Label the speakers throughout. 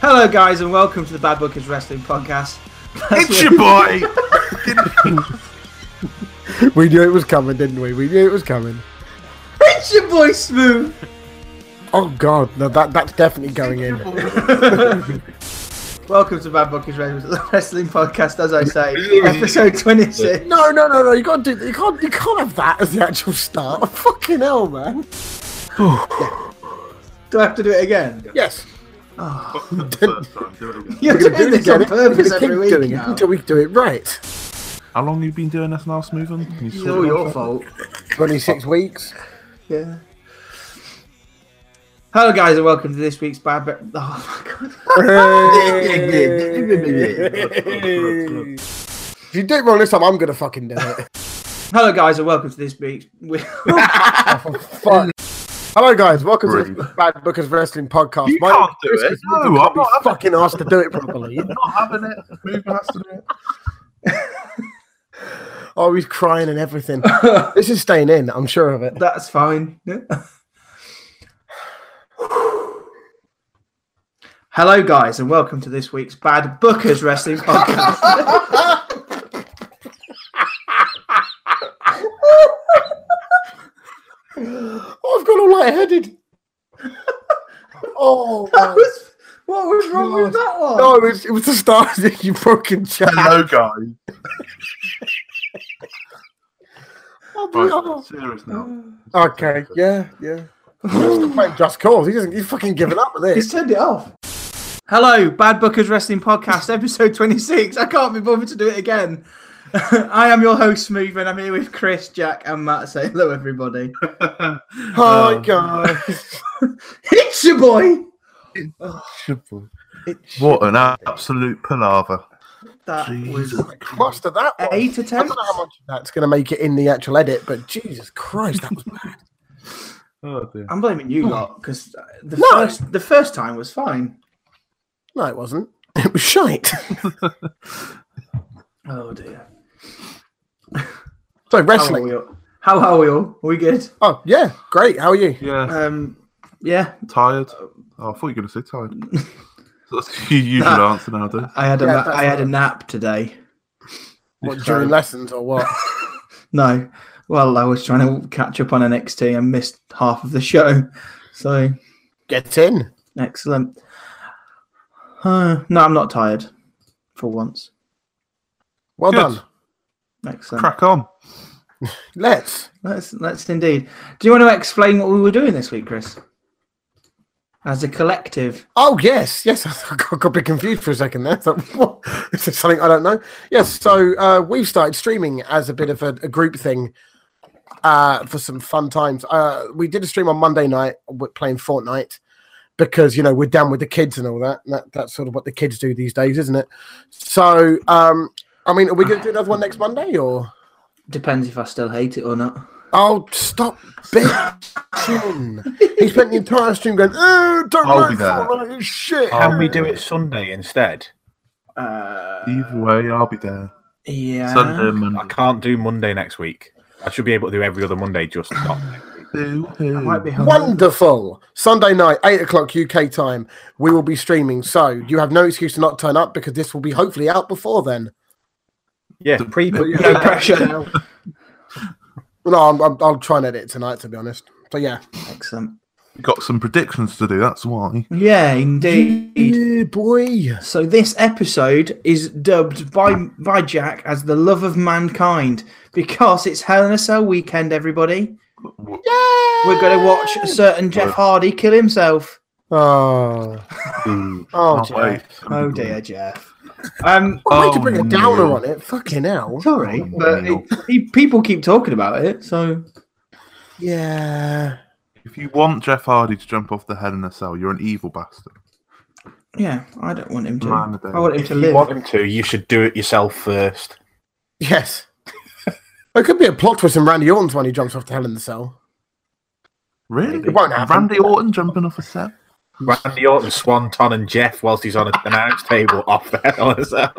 Speaker 1: Hello, guys, and welcome to the Bad Bookers Wrestling Podcast. That's
Speaker 2: It's
Speaker 1: where-
Speaker 2: your boy!
Speaker 3: We knew it was coming, didn't we? We knew it was coming.
Speaker 1: it's your boy Smooth.
Speaker 3: Oh god, no, that that's definitely going in.
Speaker 1: Welcome to Bad Bookers Wrestling Podcast, as I say, episode 26.
Speaker 3: No, no, no, no! You can't do. You can't. You can't have that as the actual start. Fucking hell, man.
Speaker 1: Do I have to do it again?
Speaker 3: Yes.
Speaker 2: First time, do it again.
Speaker 1: You're
Speaker 3: We're
Speaker 1: doing
Speaker 3: gonna do it
Speaker 1: this
Speaker 3: again.
Speaker 1: on purpose
Speaker 3: We're gonna
Speaker 1: every
Speaker 3: keep
Speaker 1: week
Speaker 3: doing it
Speaker 1: now.
Speaker 3: until we do it right.
Speaker 2: How long have you been doing this now, Smoothen? Can you
Speaker 1: It's
Speaker 2: sort
Speaker 1: all
Speaker 2: it
Speaker 1: your
Speaker 2: out?
Speaker 1: fault.
Speaker 3: Twenty-six weeks.
Speaker 1: Yeah. Hello, guys, and welcome to this week's Bad. Bo- oh my god.
Speaker 3: if you do it wrong this time, I'm gonna fucking do it.
Speaker 1: Hello, guys, and welcome to this week's.
Speaker 3: Fuck. Hello guys, welcome to the
Speaker 2: Brilliant.
Speaker 3: Bad Bookers Wrestling Podcast.
Speaker 2: You
Speaker 3: name
Speaker 2: can't do
Speaker 3: is
Speaker 2: it.
Speaker 3: Chris,
Speaker 2: No,
Speaker 3: you
Speaker 2: I'm not
Speaker 3: can't be
Speaker 2: having
Speaker 3: fucking asked to do it properly.
Speaker 2: Not having it. Smoothen has to do it.
Speaker 3: Oh, he's crying and everything. this is staying in. I'm sure of it.
Speaker 1: That's fine. Hello, guys, and welcome to this week's Bad Bookers Wrestling Podcast.
Speaker 3: Oh, I've got all lightheaded. oh,
Speaker 1: That
Speaker 3: man.
Speaker 1: was- what was wrong with that one?
Speaker 3: no, it was, it was the stars that you fucking chat.
Speaker 2: Hello, guys. Right,
Speaker 3: Oh,
Speaker 2: serious now.
Speaker 3: okay, yeah, yeah. He's still playing Just Cause. He doesn't. He's fucking giving up with
Speaker 1: He's
Speaker 3: this.
Speaker 1: turned it off. Hello, Bad Bookers Wrestling Podcast, episode 26. I can't be bothered to do it again. I am your host, Smooth, and I'm here with Chris, Jack, and Matt. Say hello, everybody.
Speaker 3: Hi
Speaker 2: Um,
Speaker 3: guys.
Speaker 1: It's your boy.
Speaker 2: What an absolute palaver.
Speaker 1: That was
Speaker 2: Jesus Christ.
Speaker 3: Must have that one.
Speaker 1: eight
Speaker 3: I don't
Speaker 1: attempts.
Speaker 3: know how much of that's going to make it in the actual edit, but Jesus Christ, that was bad.
Speaker 2: Oh, dear.
Speaker 1: I'm blaming you lot because the
Speaker 3: No.
Speaker 1: first the first time was fine.
Speaker 3: No, it wasn't. It was shite.
Speaker 1: Oh dear.
Speaker 3: so
Speaker 1: How are
Speaker 3: wrestling.
Speaker 1: we all? How are we all? Are we good?
Speaker 3: Oh yeah, great. How are you?
Speaker 2: Yeah,
Speaker 1: Um, yeah.
Speaker 2: tired. Oh, I thought you were going to say tired. So That's your usual
Speaker 1: Nah.
Speaker 2: answer nowadays.
Speaker 1: I had a
Speaker 3: Yeah,
Speaker 1: na-
Speaker 3: that's
Speaker 1: I had a nap today.
Speaker 3: What during lessons or what?
Speaker 1: No. Well, I was trying to catch up on NXT and missed half of the show. So
Speaker 3: Get in.
Speaker 1: excellent. Uh, no, I'm not tired for once.
Speaker 3: Well
Speaker 2: Good.
Speaker 3: done.
Speaker 1: Excellent.
Speaker 2: Crack on.
Speaker 3: Let's.
Speaker 1: Let's let's indeed. Do you want to explain what we were doing this week, Chris? As a collective.
Speaker 3: Oh yes, yes. I got, got a bit confused for a second there. So, what? Is this something I don't know? Yes. So uh, we've started streaming as a bit of a, a group thing uh, for some fun times. Uh, we did a stream on Monday night w- playing Fortnite because you know we're down with the kids and all that. And that that's sort of what the kids do these days, isn't it? So um, I mean, are we going to do another one next Monday or?
Speaker 1: Depends if I still hate it or not.
Speaker 3: Oh, stop bitching! he spent the entire stream going, "Oh, don't
Speaker 2: I'll
Speaker 3: like
Speaker 2: be there.
Speaker 3: Fortnite, it's shit."
Speaker 4: Can we do it Sunday instead?
Speaker 1: Uh,
Speaker 2: Either way, I'll be there.
Speaker 1: yeah.
Speaker 2: Sunday, Monday.
Speaker 4: I can't do Monday next week. I should be able to do every other Monday, just not next week.
Speaker 2: Boo-hoo.
Speaker 1: I might be hungry.
Speaker 3: Wonderful. Sunday night, 8 o'clock UK time, we will be streaming. So you have no excuse to not turn up because this will be hopefully out before then.
Speaker 4: Yeah, pre
Speaker 1: No pressure.
Speaker 3: No, I'm, I'm, I'll try and edit it tonight, to be honest. So yeah.
Speaker 1: Excellent.
Speaker 2: Got some predictions to do, that's why.
Speaker 1: Yeah, indeed.
Speaker 3: Yeah, boy.
Speaker 1: So this episode is dubbed by by Jack as the love of mankind because it's Hell in a Cell weekend. Everybody, we're going to watch a certain Jeff Hardy kill himself.
Speaker 3: Oh, oh,
Speaker 2: Can't
Speaker 3: dear.
Speaker 2: wait.
Speaker 1: Oh dear, Jeff. Um,
Speaker 3: What a way to
Speaker 2: Oh,
Speaker 3: bring a downer
Speaker 2: no.
Speaker 3: on it. Fucking hell.
Speaker 1: sorry, but it, he- people keep talking about it. So
Speaker 3: Yeah.
Speaker 2: If you want Jeff Hardy to jump off the head in a cell, you're an evil bastard.
Speaker 1: yeah, I don't want him to.
Speaker 2: Man of the
Speaker 1: I want him
Speaker 4: If
Speaker 1: to
Speaker 4: you
Speaker 1: live.
Speaker 4: want him to, you should do it yourself first.
Speaker 3: Yes. There could be a plot twist in Randy Orton's when he jumps off the hell in the cell.
Speaker 2: Really?
Speaker 3: It won't happen.
Speaker 2: Randy Orton jumping off a cell?
Speaker 4: Randy Orton, Swanton, and Jeff, whilst he's on a- an announce table off the hell himself.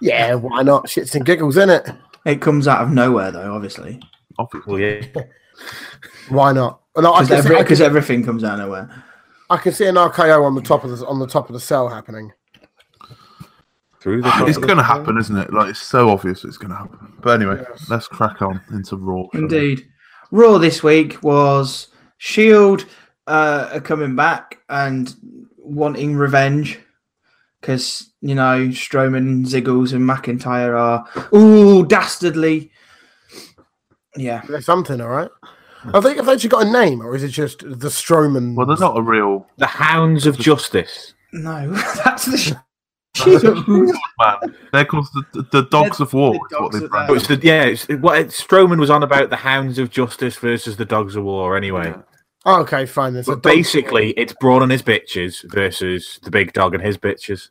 Speaker 3: Yeah, why not? Shits and giggles, innit?
Speaker 1: It comes out of nowhere, though. Obviously,
Speaker 2: Obviously.
Speaker 4: Well, yeah.
Speaker 3: Why not? No, I
Speaker 1: because
Speaker 3: can see- I can-
Speaker 1: everything comes out of nowhere.
Speaker 3: I can see an RKO on the top of the on the top of the cell happening.
Speaker 4: Through the
Speaker 2: It's going to happen, isn't it? Like it's so obvious it's going to happen. But anyway,
Speaker 3: Yes.
Speaker 2: let's crack on into Raw. shall we?
Speaker 1: Indeed. Raw this week was Shield E uh, are coming back and wanting revenge because you know Strowman, Ziggles, and McIntyre are ooh dastardly. Yeah,
Speaker 3: There's something, all right. I think have they actually got a name, or is it just the Strowman?
Speaker 2: Well, they're not a real
Speaker 4: The Hounds of Justice.
Speaker 1: no, that's the sh- Shield.
Speaker 2: man. They're called the, the, the Dogs of War.
Speaker 1: The
Speaker 2: is what
Speaker 1: Dogs
Speaker 2: they
Speaker 1: of
Speaker 2: brand
Speaker 4: Oh,
Speaker 1: War.
Speaker 2: it.
Speaker 4: it's the, yeah, it's, what it, Strowman was on about the Hounds of Justice versus the Dogs of War. Anyway,
Speaker 3: Oh, okay, fine. There's a
Speaker 4: but
Speaker 3: dog-
Speaker 4: basically, it's Braun and his bitches versus the Big Dog and his bitches.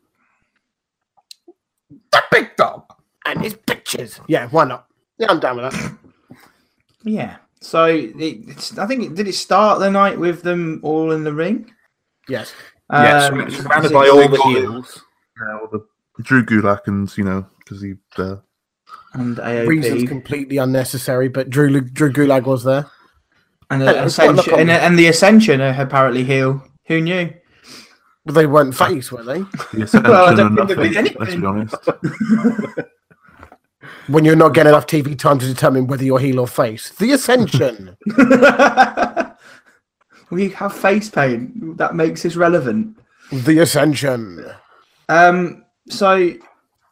Speaker 3: the big dog and his bitches. Yeah, why not? Yeah, I'm down with that.
Speaker 1: yeah. So it, it's, I think it, did it start the night with them all in the ring?
Speaker 3: Yes.
Speaker 4: yes,
Speaker 1: Um,
Speaker 4: surrounded
Speaker 1: Zig-
Speaker 4: by all the
Speaker 2: Ziggler.
Speaker 4: heels.
Speaker 2: Yeah, well, the Drew Gulak and you know because he uh,
Speaker 1: and
Speaker 3: Reasons
Speaker 1: AOP
Speaker 3: completely unnecessary, but Drew Drew Gulag was there.
Speaker 1: and,
Speaker 3: Hello,
Speaker 1: uh,
Speaker 3: it's got a look
Speaker 1: Ascension,
Speaker 3: on
Speaker 1: and,
Speaker 3: me.
Speaker 1: and the Ascension are apparently heel. Who knew?
Speaker 3: But they weren't face, were they?
Speaker 2: the Ascension
Speaker 1: Well, I don't
Speaker 2: and
Speaker 1: think there'd
Speaker 2: nothing.
Speaker 1: be
Speaker 2: Let's
Speaker 1: anything.
Speaker 2: be honest.
Speaker 3: When you're not getting enough TV time to determine whether you're heel or face. The Ascension.
Speaker 1: we have face pain. That makes us relevant.
Speaker 3: the Ascension.
Speaker 1: Um, so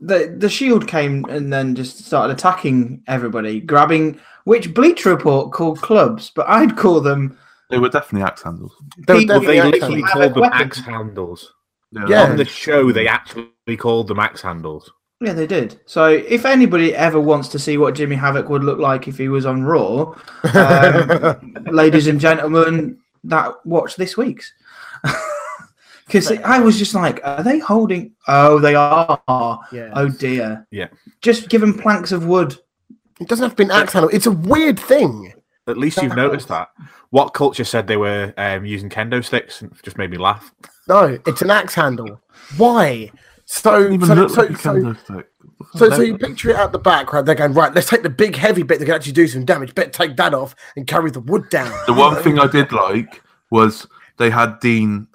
Speaker 1: the the shield came and then just started attacking everybody, grabbing which Bleacher Report called clubs, but I'd call them
Speaker 2: They were definitely axe handles.
Speaker 3: They
Speaker 1: people
Speaker 3: were
Speaker 4: Well, they
Speaker 3: Yeah,
Speaker 4: literally
Speaker 1: who have
Speaker 4: called them
Speaker 1: weapons.
Speaker 4: axe handles.
Speaker 3: Yeah.
Speaker 4: On the show, they actually called them axe handles.
Speaker 1: Yeah, they did. So if anybody ever wants to see what Jimmy Havoc would look like if he was on Raw, um, ladies and gentlemen, that watch this week's. Because I was just like, are they holding? Oh, they are.
Speaker 3: Yeah.
Speaker 1: Oh dear.
Speaker 4: Yeah.
Speaker 1: Just give them planks of wood.
Speaker 3: It doesn't have to be an axe handle. It's a weird thing.
Speaker 4: At least you've noticed that. What culture said they were um, using kendo sticks? It Just made me laugh.
Speaker 3: No, it's an axe handle. Why? So,
Speaker 2: They even
Speaker 3: so,
Speaker 2: look
Speaker 3: so,
Speaker 2: like
Speaker 3: so,
Speaker 2: kendo stick.
Speaker 3: so, so
Speaker 2: They-
Speaker 3: you picture it at the back, right? They're going, right, let's take the big heavy bit that can actually do some damage. Better take that off and carry the wood down.
Speaker 2: The one thing I did like was they had Dean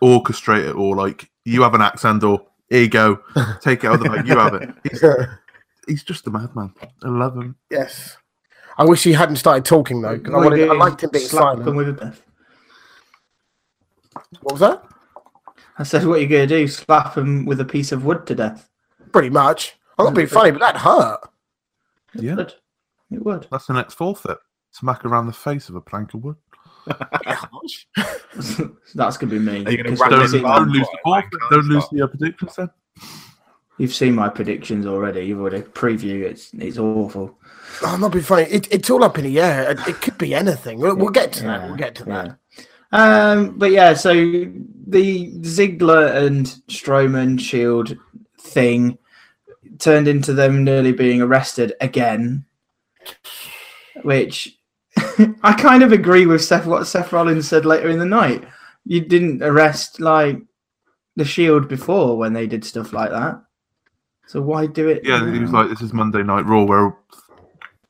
Speaker 2: orchestrate it all. Like you have an axe handle, here you go, take it out of the bag. You have it. He's, he's just a madman. I love him.
Speaker 3: yes. I wish he hadn't started talking, though, because I, wanted- I liked him being
Speaker 1: Slap
Speaker 3: silent.
Speaker 1: them with a bit.
Speaker 3: What was that?
Speaker 1: I said, what are you going to do? Slap him with a piece of wood to death.
Speaker 3: Pretty much. I'm not being funny, but that hurt.
Speaker 1: It
Speaker 2: Yeah.
Speaker 1: would. It would.
Speaker 2: That's the next forfeit. Smack around the face of a plank of wood.
Speaker 1: That's going to be me.
Speaker 4: Are you gonna
Speaker 1: 'cause you've
Speaker 4: wrap
Speaker 2: Don't,
Speaker 4: Does
Speaker 1: seen
Speaker 4: it-
Speaker 2: don't
Speaker 1: my-
Speaker 2: lose the forfeit. Don't lose the uh, predictions then.
Speaker 1: You've seen my predictions already. You've already preview. It's it's awful.
Speaker 3: I'm not being funny. It, it's all up in the air. It, it could be anything. We'll, we'll get to that. We'll get to that.
Speaker 1: Yeah. Um, but yeah, so the Ziggler and Strowman Shield thing turned into them nearly being arrested again, which I kind of agree with Seth, what Seth Rollins said later in the night. You didn't arrest like the Shield before when they did stuff like that, so why do it?
Speaker 2: Yeah, he was
Speaker 1: now?
Speaker 2: like, "This is Monday Night Raw, where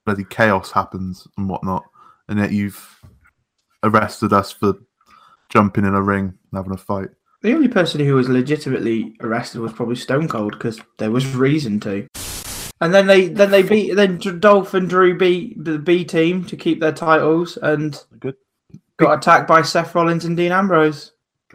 Speaker 2: bloody chaos happens and whatnot, and yet you've arrested us for jumping in a ring and having a fight."
Speaker 1: The only person who was legitimately arrested was probably Stone Cold because there was reason to. And then they then they beat then Dr- Dolph and Drew beat the B team to keep their titles and
Speaker 2: Good.
Speaker 1: got attacked by Seth Rollins and Dean Ambrose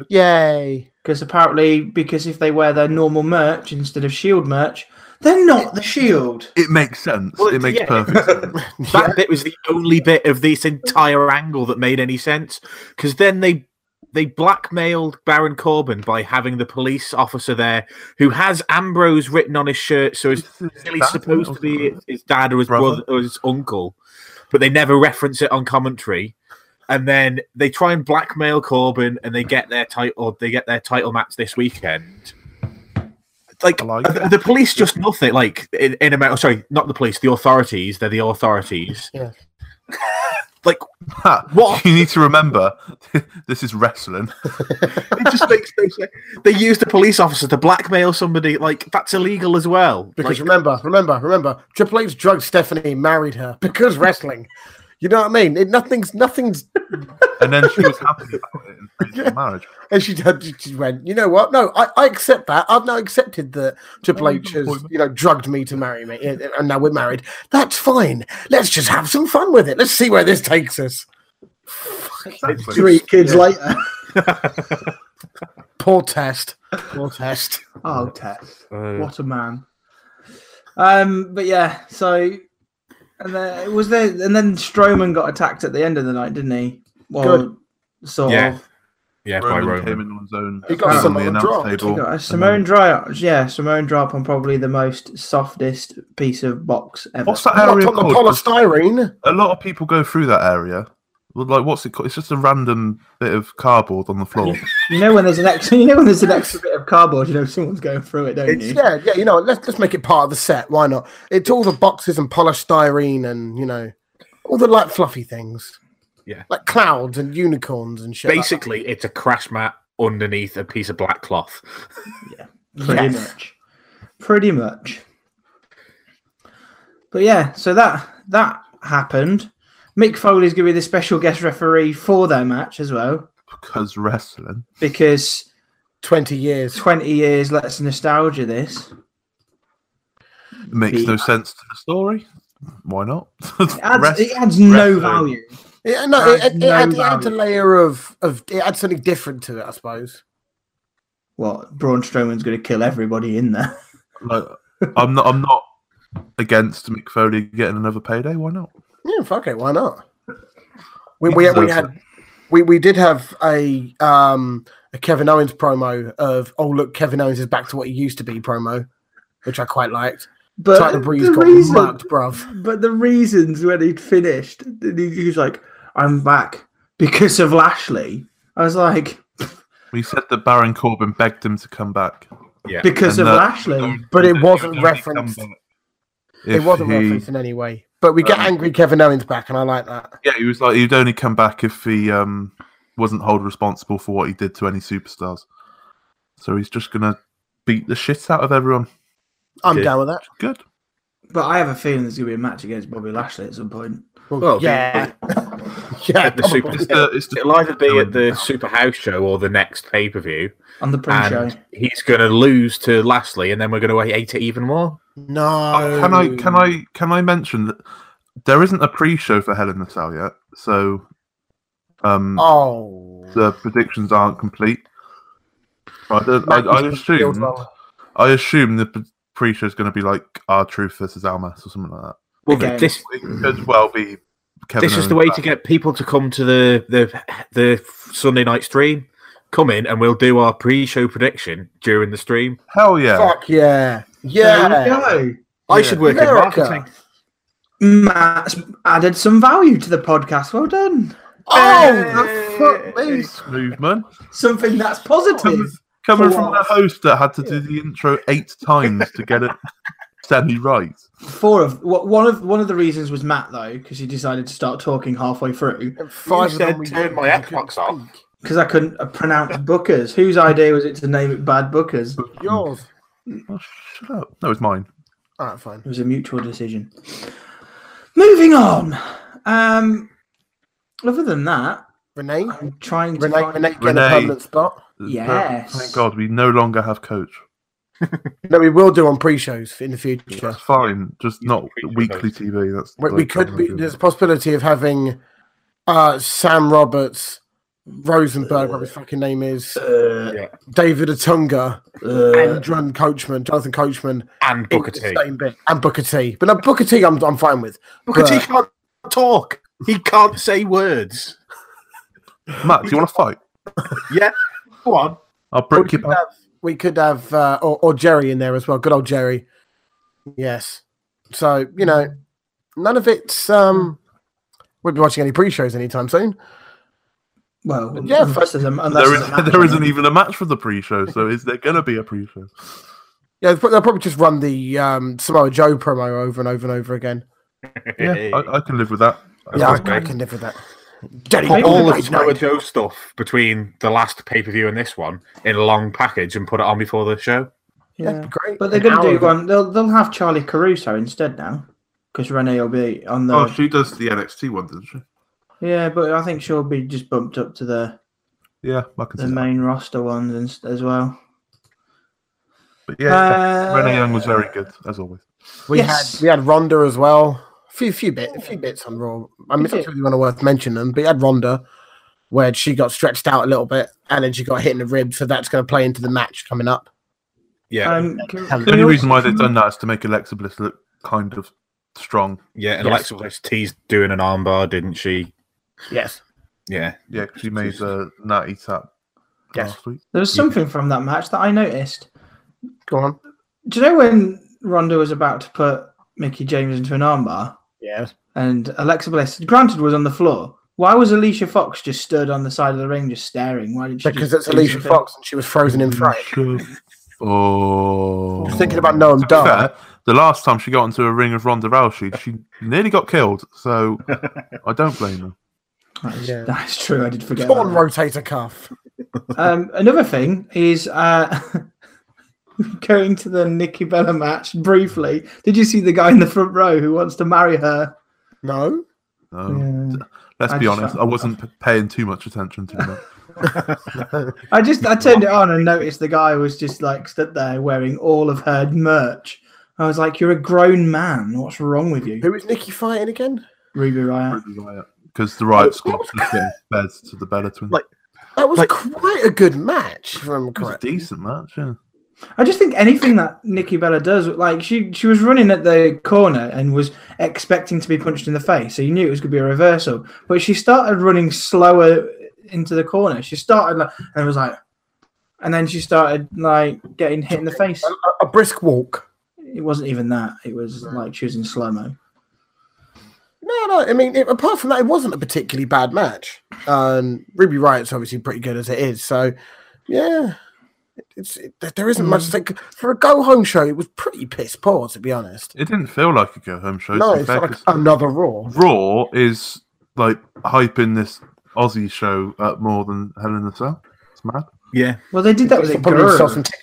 Speaker 3: Yay.
Speaker 1: because apparently because if they wear their normal merch instead of Shield E merch, they're not the Shield.
Speaker 2: It makes sense.
Speaker 4: Well,
Speaker 2: it makes
Speaker 4: yeah.
Speaker 2: perfect sense.
Speaker 4: That bit was the only bit of this entire angle that made any sense. Because then they they blackmailed Baron Corbin by having the police officer there who has Ambrose written on his shirt, so it's
Speaker 2: This is
Speaker 4: really
Speaker 2: bad,
Speaker 4: supposed
Speaker 2: isn't
Speaker 4: to be
Speaker 2: it?
Speaker 4: his dad or his brother.
Speaker 2: Brother.
Speaker 4: or his uncle, but they never reference it on commentary. And then they try and blackmail Corbin, and they get their title. They get their title match this weekend. Like,
Speaker 2: I like
Speaker 4: are the,
Speaker 2: it.
Speaker 4: the police, just nothing. Like in, in America, sorry, not the police. The authorities. They're the authorities.
Speaker 3: Yeah.
Speaker 4: like
Speaker 2: Ha,
Speaker 4: What?
Speaker 2: you need to remember, this is wrestling.
Speaker 4: it just makes no sense. They used a police officer to blackmail somebody. Like that's illegal as well.
Speaker 3: Because
Speaker 4: Like,
Speaker 3: remember, remember, remember, Triple H drugged Stephanie and married her because wrestling. You know what I mean? It, nothing's nothing's.
Speaker 2: And then she was happy about it in
Speaker 3: Yeah.
Speaker 2: yeah. marriage.
Speaker 3: And she, did- she she went. You know what? No, I, I accept that. I've now accepted that Triple
Speaker 2: Oh,
Speaker 3: H has
Speaker 2: appointment.
Speaker 3: you know drugged me to marry me, and and now we're married. That's fine. Let's just have some fun with it. Let's see where this takes us.
Speaker 2: Exactly.
Speaker 5: Three kids later.
Speaker 3: Poor test. Poor test.
Speaker 1: Oh, Tess. What a man. Um, but yeah, so and then it was there, and then Strowman got attacked at the end of the night, didn't he? Well,
Speaker 3: Good.
Speaker 1: sort
Speaker 4: Yeah.
Speaker 1: of.
Speaker 4: Yeah, by
Speaker 2: Roman
Speaker 4: Roman.
Speaker 2: came in on his own.
Speaker 3: He got
Speaker 2: sat on
Speaker 3: Samoan
Speaker 2: announce
Speaker 3: dropped.
Speaker 2: table,
Speaker 1: You got a
Speaker 2: and
Speaker 1: Simone
Speaker 2: then-
Speaker 1: Dryop, yeah, Simone Dryop on probably the most softest piece of box ever.
Speaker 2: What's that
Speaker 3: Not
Speaker 2: area
Speaker 3: on the
Speaker 2: called? 'Cause
Speaker 3: polystyrene.
Speaker 2: A lot of people go through that area. Well, Like, what's it called? It's just a random bit of cardboard on the floor.
Speaker 1: You know when there's an extra, you know when there's an extra bit of cardboard, you know someone's going through it, don't
Speaker 3: It's,
Speaker 1: you?
Speaker 3: yeah, yeah. You know, let's let's make it part of the set. Why not? It's all the boxes and polystyrene, and you know, all the light fluffy things.
Speaker 4: Yeah.
Speaker 3: like clouds and unicorns and shit. like that.
Speaker 4: Basically, it's a crash mat underneath a piece of black cloth.
Speaker 1: Pretty much. Pretty much. But yeah, so that that happened. Mick Foley's going to be the special guest referee for their match as well
Speaker 2: because wrestling.
Speaker 1: because
Speaker 3: twenty years.
Speaker 1: 20 years let's nostalgia this.
Speaker 2: It makes
Speaker 1: Yeah.
Speaker 2: no sense to the story. Why not?
Speaker 1: It adds,
Speaker 2: Rest-
Speaker 1: it adds no
Speaker 2: wrestling.
Speaker 1: value.
Speaker 3: Yeah, no, it, it,
Speaker 1: Adds
Speaker 3: it,
Speaker 1: no
Speaker 3: adds, it adds a
Speaker 1: value.
Speaker 3: layer of of it adds something different to it, I suppose.
Speaker 1: Well, Braun Strowman's going to kill everybody in there.
Speaker 2: Like, I'm not. I'm not against Mick Foley getting another payday. Why not?
Speaker 3: Yeah, fuck it, why not? We
Speaker 2: He
Speaker 3: we, we
Speaker 2: deserves
Speaker 3: had we, we did have a um a Kevin Owens promo of oh look Kevin Owens is back to what he used to be promo, which I quite liked.
Speaker 1: But
Speaker 3: Tyler Breeze
Speaker 1: the
Speaker 3: got
Speaker 1: reason,
Speaker 3: mugged, bruv.
Speaker 1: but the reasons when he'd finished, he, he was like, "I'm back because of Lashley." I was like,
Speaker 2: We said that Baron Corbin begged him to come back.
Speaker 4: Yeah.
Speaker 1: "Because
Speaker 2: And
Speaker 1: of
Speaker 2: that-
Speaker 1: Lashley."
Speaker 3: But it
Speaker 2: He
Speaker 3: wasn't
Speaker 2: would only
Speaker 3: referenced.
Speaker 2: come back
Speaker 3: It
Speaker 2: if
Speaker 3: wasn't
Speaker 2: he-
Speaker 3: referenced in any way. But we get
Speaker 2: Um,
Speaker 3: angry Kevin Owens back, and I like that.
Speaker 2: Yeah, he was like he'd only come back if he um wasn't held responsible for what he did to any superstars. So he's just gonna beat the shit out of everyone.
Speaker 3: I'm
Speaker 4: Okay.
Speaker 3: down with that.
Speaker 2: Good.
Speaker 1: But I have a feeling there's going to be a match against Bobby Lashley at some point.
Speaker 3: Well,
Speaker 4: Well,
Speaker 3: yeah, yeah.
Speaker 4: At the super-
Speaker 3: probably.
Speaker 2: It's the, it's the,
Speaker 4: It'll either be at the Super House show or the next pay per view,
Speaker 1: On the pre-show,
Speaker 4: and he's going to lose to Lashley, and then we're going to hate it even more.
Speaker 3: No.
Speaker 2: can I can I can I mention that there isn't a pre-show for Hell in a Cell yet, so um
Speaker 3: Oh.
Speaker 2: the predictions aren't complete. I don't, I,
Speaker 3: Matt
Speaker 2: I
Speaker 3: was killed
Speaker 2: assume
Speaker 3: well.
Speaker 2: I assume the p- pre-show is going to be like our truth versus Almas or something like that.
Speaker 4: Well,
Speaker 1: Okay.
Speaker 4: this
Speaker 2: It could well be. Kevin
Speaker 4: this is
Speaker 2: Owens
Speaker 4: the way
Speaker 2: back.
Speaker 4: to get people to come to the the the Sunday night stream. Come in, and we'll do our pre-show prediction during the stream.
Speaker 2: Hell yeah!
Speaker 3: Fuck yeah.
Speaker 1: There
Speaker 3: Yeah.
Speaker 1: you go.
Speaker 4: I
Speaker 2: Yeah.
Speaker 4: should work
Speaker 3: America.
Speaker 4: in marketing.
Speaker 1: Matt's added some value to the podcast. Well done.
Speaker 3: Oh, the fuck me.
Speaker 2: Smooth man.
Speaker 1: Something that's positive.
Speaker 2: Coming
Speaker 1: For
Speaker 2: from the
Speaker 1: once.
Speaker 2: host that had to do the intro eight times to get it semi right.
Speaker 1: Four of what one of one of the reasons was Matt though, because he decided to start talking halfway through
Speaker 3: And five
Speaker 4: You
Speaker 3: of them
Speaker 4: said
Speaker 3: we
Speaker 4: turn
Speaker 3: didn't
Speaker 4: my
Speaker 3: fucking
Speaker 4: Xbox off.
Speaker 3: speak.
Speaker 1: because I couldn't uh, pronounce Bookers. Whose idea was it to name it Bad Bookers? It
Speaker 3: Yours.
Speaker 2: Oh, shut up. No, it's mine.
Speaker 3: All right, fine.
Speaker 1: was a mutual decision. Moving on. Um, other than that,
Speaker 3: Renee?
Speaker 1: I'm trying to
Speaker 3: Renee,
Speaker 1: find-
Speaker 3: Renee, get a
Speaker 2: Renee.
Speaker 3: permanent spot.
Speaker 1: Yes.
Speaker 2: Thank God we no longer have coach.
Speaker 3: No, we will do on pre shows in the future.
Speaker 2: That's fine. Just not
Speaker 4: Preacher
Speaker 2: weekly
Speaker 4: coach.
Speaker 2: TV. That's
Speaker 3: We, we
Speaker 2: like,
Speaker 3: could
Speaker 2: I'm
Speaker 3: be,
Speaker 2: not doing
Speaker 3: there's a
Speaker 2: that.
Speaker 3: possibility of having uh, Sam Roberts, Rosenberg, whatever his fucking name is,
Speaker 1: Uh,
Speaker 3: David Atunga,
Speaker 1: uh,
Speaker 3: and John Coachman, Jonathan Coachman,
Speaker 4: And
Speaker 3: in
Speaker 4: Booker
Speaker 3: the
Speaker 4: T.
Speaker 3: same bit. and Booker T. But no, Booker T, I'm, I'm fine with.
Speaker 4: Booker T
Speaker 3: But-
Speaker 4: can't talk. He can't say words.
Speaker 2: Matt, do you want to fight?
Speaker 4: Yeah, go on.
Speaker 2: I'll
Speaker 3: Or
Speaker 2: break
Speaker 3: we
Speaker 2: your
Speaker 3: could
Speaker 2: back.
Speaker 3: have, we could have uh, or, or Jerry in there as well. Good old Jerry. Yes. So you know, none of it's um. We'll be watching any pre-shows anytime soon.
Speaker 1: well,
Speaker 3: Yeah,
Speaker 1: unless there's a, unless
Speaker 2: There,
Speaker 1: there's a match
Speaker 2: is, there
Speaker 1: on
Speaker 2: isn't
Speaker 1: it.
Speaker 2: even a match for the pre-show, so is there going to be a pre-show?
Speaker 3: Yeah, they'll probably just run the um, Samoa Joe promo over and over and over again.
Speaker 2: Yeah, I, I can live with that.
Speaker 3: yeah, I,
Speaker 4: sounds
Speaker 3: I
Speaker 4: great.
Speaker 3: can live with that. Daddy,
Speaker 4: put
Speaker 1: Maybe
Speaker 4: all
Speaker 1: the
Speaker 4: the
Speaker 1: night
Speaker 4: Samoa Joe stuff between the last pay per view and this one in a long package and put it on before the show.
Speaker 1: Yeah.
Speaker 3: great.
Speaker 1: But they're
Speaker 3: An
Speaker 1: going to
Speaker 3: hour
Speaker 1: do
Speaker 3: of-
Speaker 1: one. They'll they'll have Charlie Caruso instead now. because Renee will be on the.
Speaker 2: Oh, she does the NXT one, doesn't she?
Speaker 1: yeah, but I think she'll be just bumped up to the
Speaker 2: Yeah, I can
Speaker 1: the
Speaker 2: see that.
Speaker 1: main roster ones and, s- as well.
Speaker 2: But yeah,
Speaker 1: Uh,
Speaker 2: Renee Young was very good as always.
Speaker 3: We
Speaker 1: Yes.
Speaker 3: had we had Ronda as well. A few few bit a few bits on Raw. I mean, it's not really one worth mentioning them, but you had Ronda where she got stretched out a little bit and then she got hit in the rib, so that's going to play into the match coming up.
Speaker 4: Yeah,
Speaker 1: Um, can,
Speaker 3: The
Speaker 1: can
Speaker 2: The only
Speaker 1: we
Speaker 2: reason why
Speaker 1: also-
Speaker 2: they've done that is to make Alexa Bliss look kind of strong.
Speaker 4: yeah. And
Speaker 3: yes.
Speaker 4: Alexa Bliss teased doing an armbar, didn't she?
Speaker 3: Yes.
Speaker 4: Yeah,
Speaker 2: Yeah, 'cause she made a natty tap
Speaker 3: Yes.
Speaker 2: last week.
Speaker 1: There was something from that match that I noticed.
Speaker 3: Go on.
Speaker 1: Do you know when Ronda was about to put Mickey James into an armbar
Speaker 3: Yes.
Speaker 1: and Alexa Bliss, granted, was on the floor? Why was Alicia Fox just stood on the side of the ring, just staring? Why did she?
Speaker 3: Because
Speaker 1: just
Speaker 3: it's
Speaker 1: do
Speaker 3: Alicia
Speaker 1: something?
Speaker 3: Fox and she was frozen in fright.
Speaker 2: Sure. Oh,
Speaker 3: Just thinking about Noam
Speaker 2: To be
Speaker 3: Dar.
Speaker 2: fair, the last time she got into a ring with Ronda Rousey, she nearly got killed. So I don't blame her.
Speaker 1: That is,
Speaker 3: Yeah.
Speaker 1: that is true. I did forget.
Speaker 3: Torn
Speaker 1: about
Speaker 3: rotator cuff.
Speaker 1: that. Um, another thing is uh, going to the Nikki Bella match briefly. Did you see the guy in the front row who wants to marry her?
Speaker 3: No.
Speaker 2: No.
Speaker 1: Yeah.
Speaker 2: Um, Let's
Speaker 1: I
Speaker 2: be
Speaker 1: just
Speaker 2: honest,
Speaker 1: found-
Speaker 2: I wasn't p- paying too much attention to that.
Speaker 1: I just I turned it on and noticed the guy was just like stood there wearing all of her merch. I was like, "You're a grown man. What's wrong with you,
Speaker 3: Who is Nikki fighting again?
Speaker 1: Ruby Riot?"
Speaker 2: Because the riot squad was getting fed to the Bella Twins.
Speaker 4: Like,
Speaker 3: That was
Speaker 4: Like-
Speaker 3: quite a good match, if
Speaker 2: it
Speaker 3: I'm
Speaker 2: was a
Speaker 3: correct.
Speaker 2: decent match, yeah.
Speaker 1: I just think anything that Nikki Bella does, like she she was running at the corner and was expecting to be punched in the face, so you knew it was going to be a reversal. But she started running slower into the corner. She started like and was like, and then she started like getting hit in the face.
Speaker 3: A- A, brisk walk.
Speaker 1: It wasn't even that. It was like she was in slow mo.
Speaker 3: No, no. I mean, it, apart from that, it wasn't a particularly bad match. Um, Ruby Riot's obviously pretty good as it is. So, yeah, it's it, there- there isn't much to take for a go home show. It was pretty piss poor, to be honest.
Speaker 2: It didn't feel like a go home show.
Speaker 3: No,
Speaker 2: to be
Speaker 3: it's
Speaker 2: fair,
Speaker 3: not like
Speaker 2: 'cause
Speaker 3: another Raw.
Speaker 2: Raw is like hyping this Aussie show up more than Hell in a Cell. It's mad.
Speaker 4: yeah.
Speaker 1: Well, they did that with
Speaker 3: They
Speaker 1: a
Speaker 3: probably sell
Speaker 1: girl.
Speaker 3: some tickets.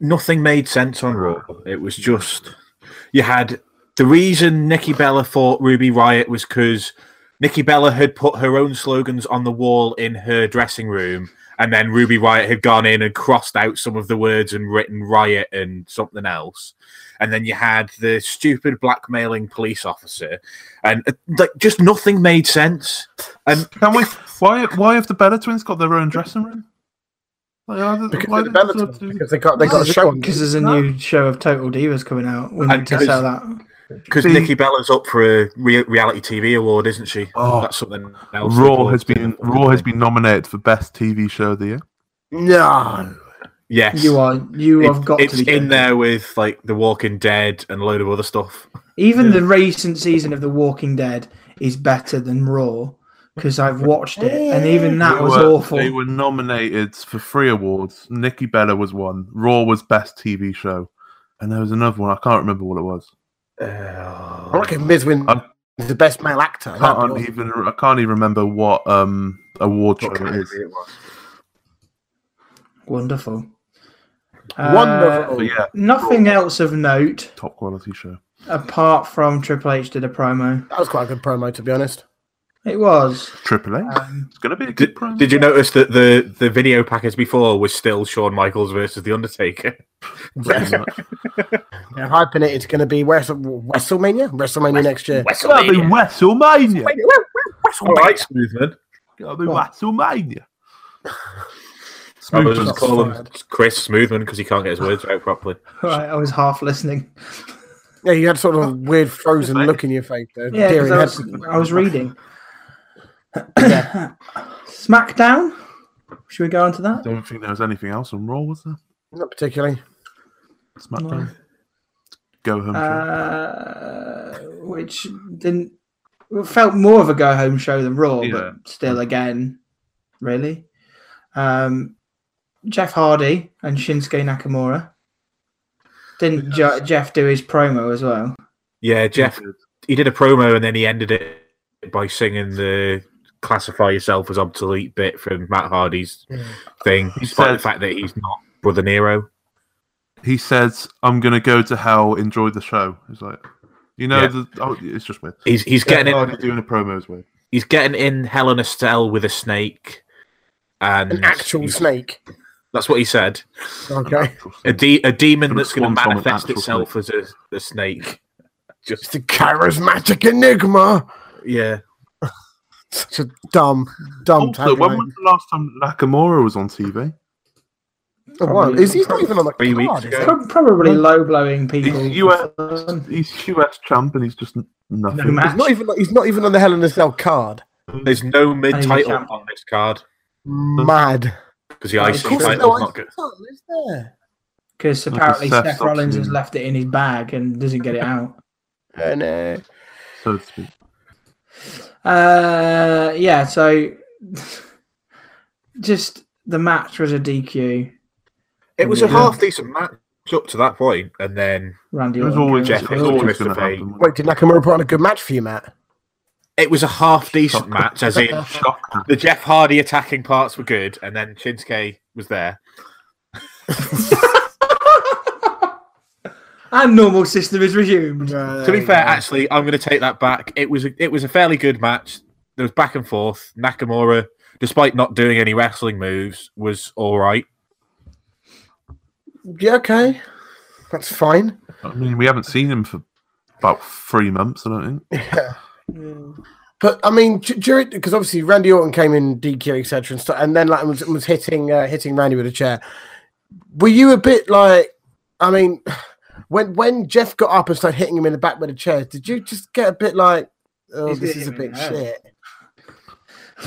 Speaker 4: nothing made sense on Raw. It was just you had the reason Nikki Bella fought Ruby Riot was because Nikki Bella had put her own slogans on the wall in her dressing room, and then Ruby Riot had gone in and crossed out some of the words and written riot and something else. And then you had the stupid blackmailing police officer, and uh, like just nothing made sense. And
Speaker 2: Can we? Why? Why have the Bella Twins got their own dressing room? Like, I don't-
Speaker 3: Because,
Speaker 2: why
Speaker 3: of the
Speaker 2: did
Speaker 3: Bella
Speaker 2: they
Speaker 3: Twins,
Speaker 2: do-
Speaker 3: because they got they got a show on.
Speaker 1: Because there's a new show of Total Divas coming out. We
Speaker 4: And
Speaker 1: need to
Speaker 4: because-
Speaker 1: sell that.
Speaker 4: because
Speaker 2: See-
Speaker 4: Nikki Bella's up for a re- reality TV award, isn't she?
Speaker 2: Oh,
Speaker 4: That's something else. they
Speaker 2: Raw
Speaker 4: bought.
Speaker 2: has been Raw has been nominated for best TV show of the year.
Speaker 3: No,
Speaker 4: Yes,
Speaker 1: You are you
Speaker 4: It-
Speaker 1: have got
Speaker 4: it's
Speaker 1: to be
Speaker 4: in there with like The Walking Dead and a load of other stuff.
Speaker 1: Even the recent season of The Walking Dead is better than Raw because I've watched it, and even that
Speaker 2: They
Speaker 1: was
Speaker 2: were-
Speaker 1: awful.
Speaker 2: They were nominated for three awards. Nikki Bella was one. Raw was best TV show, and there was another one. I can't remember what it was.
Speaker 3: I
Speaker 1: Oh,
Speaker 3: reckon Miz wins
Speaker 2: I'm-
Speaker 3: the best male actor.
Speaker 2: I
Speaker 3: That'd be
Speaker 2: can't
Speaker 3: awesome.
Speaker 2: even. I can't even remember what um award show
Speaker 4: What
Speaker 2: it is.
Speaker 4: category it was.
Speaker 1: Wonderful. Uh,
Speaker 3: Wonderful.
Speaker 2: But yeah,
Speaker 1: nothing else of note
Speaker 2: top quality show.
Speaker 1: apart from Triple H did a promo.
Speaker 3: That was quite a good promo, to be honest.
Speaker 1: It was.
Speaker 2: Triple H.
Speaker 1: Um,
Speaker 2: it's gonna be a good
Speaker 4: Did,
Speaker 2: promo.
Speaker 4: did you notice that the, the video package before was still Shawn Michaels versus The Undertaker?
Speaker 3: Yes.
Speaker 2: Pretty much.
Speaker 3: They're hyping it. It's going to be Wrestle- WrestleMania, WrestleMania next year.
Speaker 2: That'll be WrestleMania.
Speaker 4: All right, Smoothman.
Speaker 2: That'll be
Speaker 1: What?
Speaker 2: WrestleMania.
Speaker 4: I
Speaker 2: Smooth
Speaker 4: was
Speaker 2: as
Speaker 3: Smoothman's
Speaker 4: just calling
Speaker 3: fired.
Speaker 4: Chris Smoothman because he can't get his words out properly.
Speaker 1: right, I was half listening.
Speaker 3: Yeah, you had sort of a weird frozen look in your face there.
Speaker 1: Yeah, 'cause
Speaker 3: Deering
Speaker 1: I
Speaker 3: had-
Speaker 1: was, I was reading.
Speaker 3: Yeah.
Speaker 1: SmackDown. Should we go on to that?
Speaker 2: don't think there was anything else on Raw, was there?
Speaker 3: Not particularly.
Speaker 2: SmackDown. Go home. show.
Speaker 1: uh, which didn't well, felt more of a go home show than Raw,
Speaker 2: Yeah.
Speaker 1: but still, again, really. Um, Jeff Hardy and Shinsuke Nakamura. Didn't Je- Jeff do his promo as well?
Speaker 4: Yeah, Jeff, he did a promo and then he ended it by singing the classify yourself as obsolete bit from Matt Hardy's thing, despite the
Speaker 2: said-
Speaker 4: fact that he's not Brother Nero.
Speaker 2: He says, "I'm gonna go to hell. Enjoy the show." He's like, You know,
Speaker 4: Yeah.
Speaker 2: the, oh, it's just weird.
Speaker 4: He's he's getting in,
Speaker 2: Hardy doing a promo is weird.
Speaker 4: he's getting in Hell in a Cell with a snake, and
Speaker 3: An actual
Speaker 4: he's-
Speaker 3: snake.
Speaker 4: That's what he said.
Speaker 3: Okay.
Speaker 4: A, de- a demon
Speaker 2: From a
Speaker 4: that's going to
Speaker 2: swan from an
Speaker 4: manifest
Speaker 2: actual
Speaker 4: itself as a, a snake.
Speaker 3: It's the charismatic enigma.
Speaker 4: Yeah,
Speaker 3: Such a dumb, dumb
Speaker 2: Also, when
Speaker 3: tagline.
Speaker 2: was the last time Nakamura was on TV?
Speaker 3: Oh, wow. Is he's not even on the
Speaker 4: Three weeks
Speaker 3: card, is
Speaker 4: ago.
Speaker 3: he?
Speaker 1: Pro- Probably low blowing
Speaker 2: He's
Speaker 1: people.
Speaker 2: US, he's US champ and he's just n- nothing.
Speaker 1: No match.
Speaker 3: He's not even he's not even on the Hell in a Cell card.
Speaker 4: there's no mid title
Speaker 1: champion.
Speaker 4: on this card
Speaker 3: Mad.
Speaker 4: because the
Speaker 1: Of
Speaker 4: IC
Speaker 1: course,
Speaker 4: title's
Speaker 1: no,
Speaker 4: not good.
Speaker 3: Is there?
Speaker 1: Because
Speaker 2: Like a
Speaker 1: apparently
Speaker 2: Seth
Speaker 1: Seth Rollins has
Speaker 2: Stockton.
Speaker 1: left it in his bag and doesn't get it out.
Speaker 3: Oh, no.
Speaker 2: so to speak.
Speaker 1: Uh, yeah, so just the match was a DQ.
Speaker 4: It was a
Speaker 1: Yeah.
Speaker 4: half decent match up to that point, and then
Speaker 1: Randy
Speaker 2: It was
Speaker 1: Orton came
Speaker 2: always,
Speaker 1: out.
Speaker 4: Jeff
Speaker 2: it was
Speaker 4: Hardy.
Speaker 2: always going to
Speaker 4: Christopher.
Speaker 2: happen.
Speaker 3: Wait, did Nakamura put on a good match for you, Matt?
Speaker 4: it was a half decent
Speaker 2: Shocker.
Speaker 4: match, as in
Speaker 2: Shocker.
Speaker 4: the Jeff Hardy attacking parts were good, and then Shinsuke was there.
Speaker 1: And normal system is resumed.
Speaker 4: to be fair, actually, I'm going to take that back. It was a, it was a fairly good match. There was back and forth. Nakamura, despite not doing any wrestling moves, was all right.
Speaker 3: yeah, okay, that's fine.
Speaker 2: I mean, we haven't seen him for about three months, I don't think.
Speaker 3: But I mean, d- during because obviously Randy Orton came in DQ etc. and stuff, and then like was, was hitting uh, hitting Randy with a chair. Were you a bit like? I mean, when when Jeff got up and started hitting him in the back with a chair, did you just get a bit like, oh,
Speaker 1: He's
Speaker 3: this
Speaker 1: hitting
Speaker 3: is a
Speaker 1: him in
Speaker 3: bit
Speaker 1: the head.
Speaker 3: shit?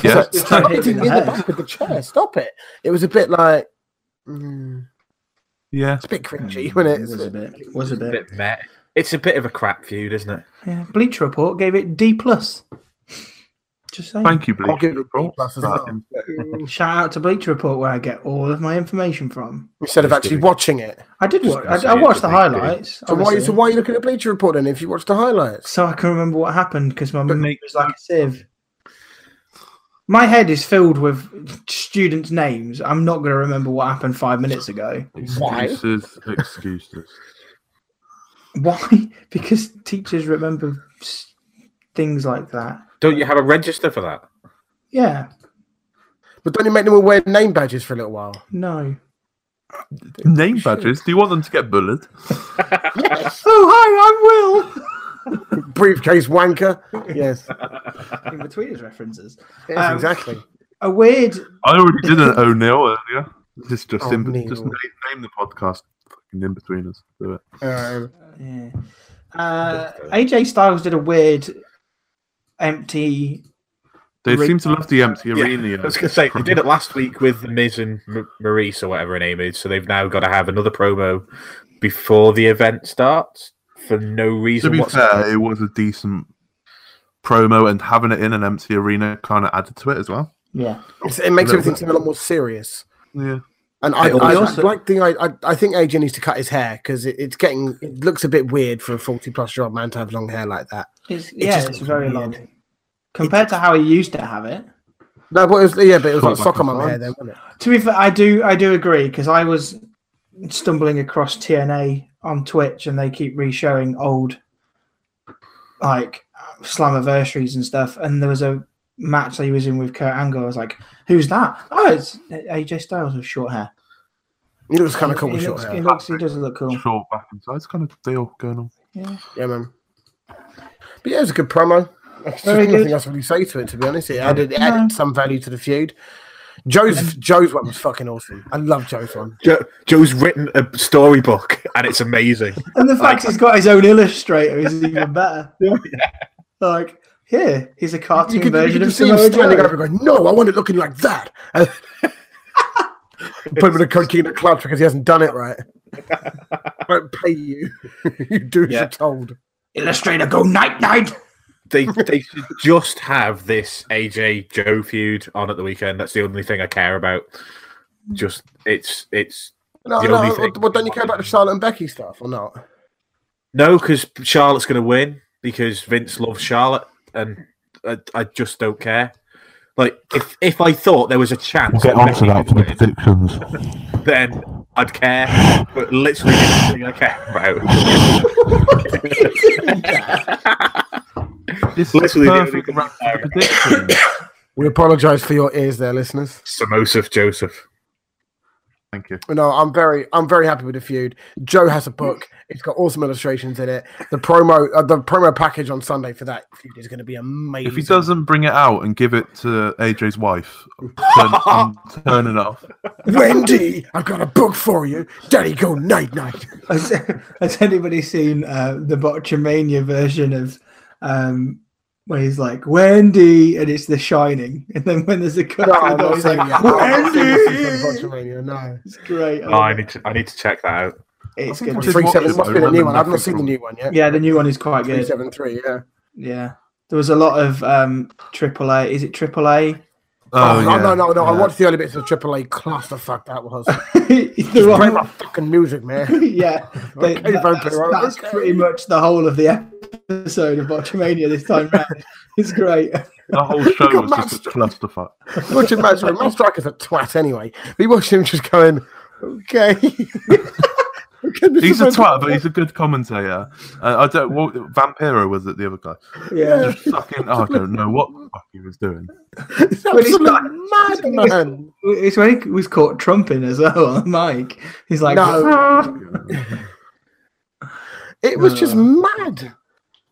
Speaker 2: Yeah.
Speaker 3: It's like,
Speaker 1: It's like
Speaker 3: stop
Speaker 1: hitting
Speaker 3: hitting
Speaker 1: the
Speaker 3: me in the
Speaker 1: head.
Speaker 3: back with the chair. Stop it. It was a bit like. mm,
Speaker 2: Yeah.
Speaker 3: it's a bit cringy,
Speaker 1: Mm,
Speaker 3: wasn't it? It's
Speaker 1: was
Speaker 3: a
Speaker 1: a
Speaker 3: bit-
Speaker 1: bit. Was a
Speaker 4: A
Speaker 1: bit.
Speaker 4: bit meh. It's a bit of a crap feud, isn't it?
Speaker 1: Yeah. Bleach Report gave it D plus. Just saying.
Speaker 2: Thank you,
Speaker 3: I'll
Speaker 2: Bleach.
Speaker 3: give it a
Speaker 2: Report.
Speaker 3: B plus as well.
Speaker 1: Shout out to Bleach Report where I get all of my information from.
Speaker 3: Instead of
Speaker 4: Just
Speaker 3: actually
Speaker 4: giving-
Speaker 3: watching it.
Speaker 1: I did
Speaker 4: Just
Speaker 1: watch.
Speaker 4: gonna say
Speaker 1: I, I
Speaker 4: it's
Speaker 1: watched
Speaker 4: a
Speaker 1: the
Speaker 4: big deal.
Speaker 1: highlights.
Speaker 3: So why,
Speaker 1: obviously.
Speaker 3: so why are you looking at Bleacher Report then if you watch the highlights?
Speaker 1: so I can remember what happened because my memory
Speaker 2: make-
Speaker 1: was like a sieve. My head is filled with students' names. I'm not going to remember what happened five minutes ago.
Speaker 3: Why?
Speaker 2: Excuses, excuses.
Speaker 1: Why? Because teachers remember s- things like that.
Speaker 4: Don't you have a register for that?
Speaker 1: Yeah.
Speaker 3: But don't you make them wear name badges for a little while?
Speaker 1: No.
Speaker 2: Name badges? Do you want them to get bullied?
Speaker 1: Oh hi,
Speaker 3: Briefcase wanker. Yes,
Speaker 1: I'm Will. In between his references,
Speaker 3: yes,
Speaker 1: Um,
Speaker 3: exactly.
Speaker 1: a weird.
Speaker 2: I already did an O'Neill earlier. This is just, in,
Speaker 3: O'Neill.
Speaker 2: just name, name the podcast. Fucking in between us. Do it.
Speaker 3: Um,
Speaker 1: Yeah. Uh, AJ Styles did a weird, empty.
Speaker 2: They
Speaker 1: Great
Speaker 2: seem to love the empty arena.
Speaker 4: I was going to say they did it last week with the Miz and M- Maurice or whatever her name is. So they've now got to have another promo before the event starts for no
Speaker 2: to
Speaker 4: reason
Speaker 2: be
Speaker 4: whatsoever.
Speaker 2: fair, it was a decent promo, and having it in an empty arena kind of added to it as well.
Speaker 1: Yeah.
Speaker 3: it's- it makes
Speaker 2: Little
Speaker 3: everything
Speaker 2: bit.
Speaker 3: seem a lot more serious.
Speaker 2: Yeah,
Speaker 3: And I,
Speaker 4: It
Speaker 3: I,
Speaker 1: also-
Speaker 3: like the I, I, I think AJ needs to cut his hair because it, it's getting it looks a bit weird for a forty plus year old man to have long hair like that.
Speaker 1: It's, yeah,
Speaker 3: just
Speaker 1: it's very
Speaker 3: weird.
Speaker 1: long. Compared to how he used to have it.
Speaker 3: No, but it was, yeah, but it was
Speaker 2: Sort
Speaker 3: like
Speaker 2: of like
Speaker 3: soccer mum
Speaker 2: a
Speaker 3: hair
Speaker 2: Vans.
Speaker 3: then, wasn't it?
Speaker 1: To be fair, I do I do agree because I was stumbling across TNA on Twitch and they keep re-showing old like Slammiversaries and stuff. And there was a match that he was in with Kurt Angle. I was like, "Who's that?" Oh, it's AJ Styles with short hair.
Speaker 3: It looks kind of cool
Speaker 1: He
Speaker 3: with short
Speaker 1: looks, he
Speaker 3: hair.
Speaker 1: looks, he does look cool.
Speaker 2: short back and sides kind of deal going on.
Speaker 1: Yeah.
Speaker 3: Yeah, man. But yeah, it was a good promo. There's
Speaker 1: Very
Speaker 3: nothing
Speaker 1: good.
Speaker 3: else really say to it, to be honest. It added, it added
Speaker 1: No.
Speaker 3: some value to the feud. Joe's Joe's one was fucking awesome. I love Joe's one.
Speaker 4: Jo- Joe's written a storybook and it's amazing.
Speaker 1: And the fact he's got his own illustrator is even better. Like, here, he's a cartoon
Speaker 3: You could, you
Speaker 1: version
Speaker 3: could
Speaker 1: of
Speaker 3: just see him
Speaker 1: Samoa
Speaker 3: standing
Speaker 1: Joe.
Speaker 3: over going, "No, I want it looking like that." And Put him in a code key in a clutch because he hasn't done it right. I won't pay you. you do as
Speaker 4: Yeah.
Speaker 3: you're told.
Speaker 1: Illustrator, go night night.
Speaker 4: They they should just have this AJ Joe feud on at the weekend. That's the only thing I care about. Just it's it's
Speaker 3: No,
Speaker 4: The
Speaker 3: no.
Speaker 4: only
Speaker 3: Well,
Speaker 4: thing-
Speaker 3: well, don't you care about the Charlotte and Becky stuff or not?
Speaker 4: no because Charlotte's going to win because Vince loves Charlotte and I, I just don't care. Like if if I thought there was a chance, that Becky could win,
Speaker 2: predictions.
Speaker 4: then I'd care, but literally the only thing I care about.
Speaker 2: This
Speaker 4: Literally the only
Speaker 2: perfect
Speaker 4: thing I
Speaker 2: wrap
Speaker 4: care
Speaker 2: for the
Speaker 4: about.
Speaker 2: prediction.
Speaker 3: We apologise for your ears, there, listeners.
Speaker 4: Samosif Joseph.
Speaker 2: Thank you.
Speaker 3: No, I'm very, I'm very happy with the feud. Joe has a book. It's got awesome illustrations in it. The promo, uh, the promo package on Sunday for that feud is going to be amazing.
Speaker 2: If he doesn't bring it out and give it to AJ's wife, turn, I'm turning off.
Speaker 3: Wendy, I've got a book for you. Daddy, go night night.
Speaker 1: Has, has anybody seen uh, the Botchamania version of um, where he's like Wendy and it's The Shining, and then when there's a cut,
Speaker 3: No, I'm not
Speaker 1: he's
Speaker 3: saying
Speaker 1: like
Speaker 3: yet. I'm not saying this is for
Speaker 1: Wendy.
Speaker 3: Botchamania, No,
Speaker 1: It's great.
Speaker 4: Oh, I need to. I need to check that out.
Speaker 1: it's
Speaker 2: I think
Speaker 1: good.
Speaker 2: I've
Speaker 3: three
Speaker 2: watch
Speaker 3: seven.
Speaker 2: it,
Speaker 3: Must
Speaker 2: I
Speaker 3: be the new
Speaker 2: remember
Speaker 3: one. I've not
Speaker 2: nothing
Speaker 3: seen the
Speaker 2: from-
Speaker 3: new one yet.
Speaker 1: Yeah, the new one is quite
Speaker 3: three
Speaker 1: good.
Speaker 3: seven three. Yeah.
Speaker 1: Yeah, there was a lot of um, AAA. Is it AAA?
Speaker 2: Oh,
Speaker 3: no,
Speaker 2: yeah.
Speaker 3: no, no, no. I
Speaker 2: Yeah.
Speaker 3: watched the early bits of AAA clusterfuck that was.
Speaker 1: the
Speaker 3: Just play
Speaker 1: one,
Speaker 3: my fucking music, man.
Speaker 1: yeah, they-
Speaker 3: Okay,
Speaker 1: that-
Speaker 3: Vampiro,
Speaker 1: that's, that's
Speaker 3: okay.
Speaker 1: pretty much the whole of the episode of Botchamania this time round. It's great.
Speaker 2: The whole show
Speaker 3: Got
Speaker 2: was just a clusterfuck.
Speaker 3: Watching Matt Striker, Matt Striker's a twat anyway. But you watch him just going, okay. Okay, this
Speaker 2: He's a
Speaker 3: is
Speaker 2: twat, but he's a good commentator. Uh, I don't. What, Vampiro was it? The other guy.
Speaker 1: Yeah,
Speaker 2: Just fucking. oh, I don't know what the fuck he was doing.
Speaker 3: It's
Speaker 1: But he's
Speaker 3: absolute
Speaker 1: not-
Speaker 3: madman.
Speaker 1: it's when he was caught trumping as well on Mike. He's like,
Speaker 3: No. It was just
Speaker 4: Uh,
Speaker 3: mad.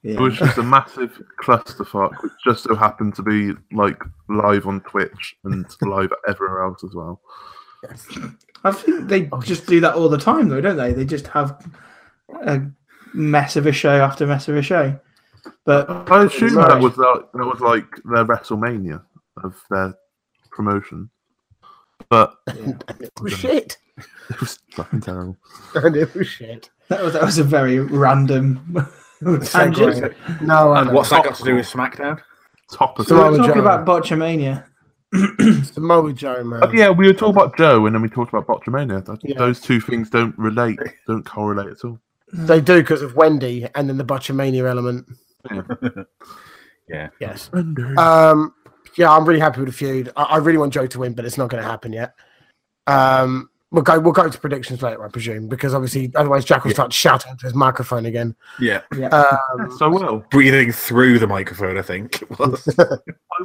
Speaker 2: It
Speaker 1: Yeah.
Speaker 2: was just a massive clusterfuck, which just so happened to be like live on Twitch and live everywhere else as well.
Speaker 1: I think they just do that all the time, though, don't they? They just have a mess of a show after mess of a show. But
Speaker 2: I assume
Speaker 1: Right.
Speaker 2: that was like, that was like their WrestleMania of their promotion, but
Speaker 3: It was shit.
Speaker 2: it was fucking terrible.
Speaker 3: And it was shit.
Speaker 1: that was that was a very random tangent.
Speaker 3: Segue. No, I
Speaker 4: And
Speaker 3: know.
Speaker 4: what's that got to do with SmackDown?
Speaker 2: Top of
Speaker 1: So we're
Speaker 3: Samoa
Speaker 1: talking
Speaker 3: Joe.
Speaker 1: about Botchamania.
Speaker 3: Samoa Joe, man.
Speaker 2: But uh, yeah, we were talking about Joe, and then we talked about Botchamania. Th-
Speaker 3: Yeah.
Speaker 2: Those two things don't relate, don't correlate at all.
Speaker 3: They do because of Wendy and then the Butchermania element.
Speaker 4: Yeah.
Speaker 3: Yes.
Speaker 2: Uh,
Speaker 3: Um, yeah, I'm really happy with the feud. I, I really want Joe to win, but it's not going to happen yet. Um, we'll go. We'll go to predictions later, I presume, because obviously, otherwise, Jack will start shouting into his microphone again.
Speaker 4: Yeah.
Speaker 3: Um,
Speaker 2: so well,
Speaker 4: Breathing through the microphone, I think. it was.
Speaker 2: I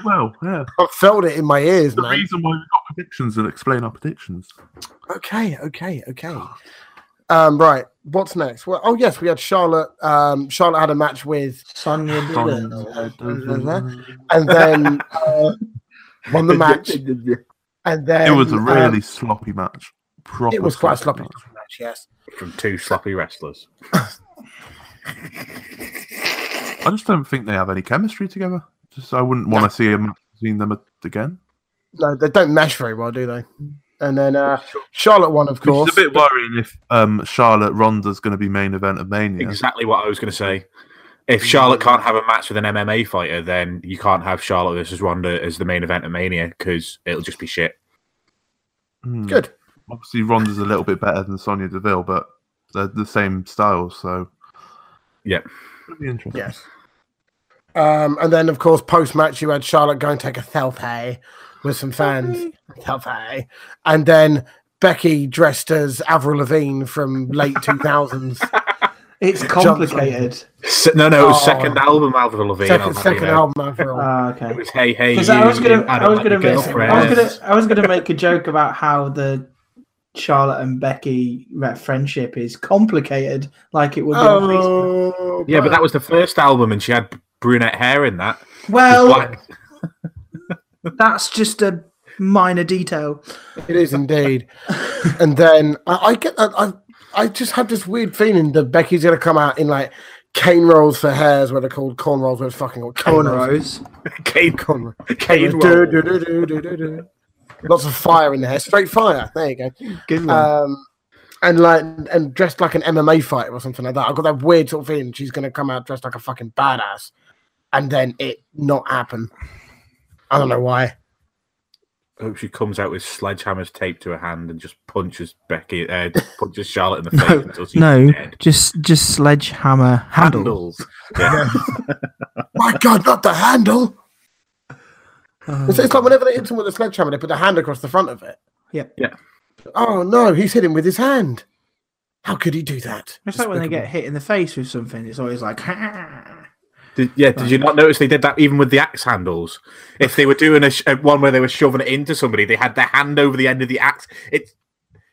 Speaker 2: will. Yeah.
Speaker 3: I felt it in my ears,
Speaker 2: The
Speaker 3: man.
Speaker 2: reason why we got predictions and explain our predictions.
Speaker 3: Okay, okay, okay.
Speaker 2: Ah.
Speaker 3: Um, right. What's next? Well, oh yes, we had Charlotte. Um, Charlotte had a match with,
Speaker 1: Sonia Deville.
Speaker 3: and then uh, won the match, and then
Speaker 2: It was a
Speaker 3: um,
Speaker 2: really sloppy match. Proper
Speaker 3: it was quite a sloppy
Speaker 2: match.
Speaker 3: match. Yes.
Speaker 4: From two sloppy wrestlers.
Speaker 2: I just don't think they have any chemistry together. Just I wouldn't want to see a match between them again.
Speaker 3: No, they don't mesh very well, do they? And then uh, Charlotte won, of course.
Speaker 2: Which is a bit worrying if um, Charlotte Ronda's going to be main event of Mania.
Speaker 4: Exactly what I was going to say. If Charlotte can't have a match with an MMA fighter, then you can't have Charlotte versus Ronda as the main event of Mania because it'll just be shit.
Speaker 2: Hmm.
Speaker 3: Good.
Speaker 2: Obviously, Ronda's a little bit better than Sonia Deville, but they're the same style, so
Speaker 4: Yeah.
Speaker 2: It'll be interesting.
Speaker 3: Yes. Um, and then, of course, post match, you had Charlotte go and take a selfie with some fans. Selfie. And then Becky dressed as Avril Lavigne from late 2000s.
Speaker 1: It's complicated.
Speaker 4: S- no, no, it was
Speaker 3: Oh.
Speaker 4: second album Avril Lavigne.
Speaker 3: second
Speaker 4: I'll have you
Speaker 3: second
Speaker 4: know.
Speaker 3: album, Avril.
Speaker 1: Ah, okay.
Speaker 4: It was Hey Hey.
Speaker 1: Because
Speaker 4: You,
Speaker 1: I was gonna,
Speaker 4: You, I
Speaker 1: I was
Speaker 4: Don't
Speaker 1: gonna
Speaker 4: Like Your
Speaker 1: make, I was
Speaker 4: Girlfriend.
Speaker 1: gonna, I was gonna make a joke about how the Charlotte and Becky re- friendship is complicated, like it would be. on Facebook.
Speaker 3: Oh,
Speaker 4: Yeah, but that was the first album, and she had brunette hair in that.
Speaker 1: Well,
Speaker 4: Black.
Speaker 1: that's just a minor detail.
Speaker 3: It is indeed. and then I, I get that I I just have this weird feeling that Becky's gonna come out in like cane rolls for hairs, what they're called corn rolls, what it's fucking called cane rolls.
Speaker 1: Cornrows.
Speaker 4: Kate,
Speaker 3: Corn rolls.
Speaker 4: Kate
Speaker 3: Do, do, do, do, do, do, do. Lots of fire in there, straight fire. There you go.
Speaker 1: Good one.
Speaker 3: Um, and like and dressed like an MMA fighter or something like that. I've got that weird sort of feeling she's gonna come out dressed like a fucking badass, and then it not happen. I don't know why.
Speaker 4: I hope she comes out with sledgehammers taped to her hand and just punches Becky, uh, punches Charlotte in the face until she's dead.
Speaker 1: just just sledgehammer
Speaker 4: Handles. Yeah.
Speaker 3: My God, not the handle.
Speaker 1: Uh,
Speaker 3: It's, it's like whenever they hit someone with a sledgehammer, they put a hand across the front of it.
Speaker 1: Yep.
Speaker 4: Yeah.
Speaker 3: Oh no, he's hit him with his hand. How could he do that?
Speaker 1: It's like when they get hit in the face with something. It's always like, "Ah."
Speaker 4: Did, yeah, did you not notice they did that even with the axe handles? If they were doing a, sh- uh, one where they were shoving it into somebody, they had their hand over the end of the axe. It,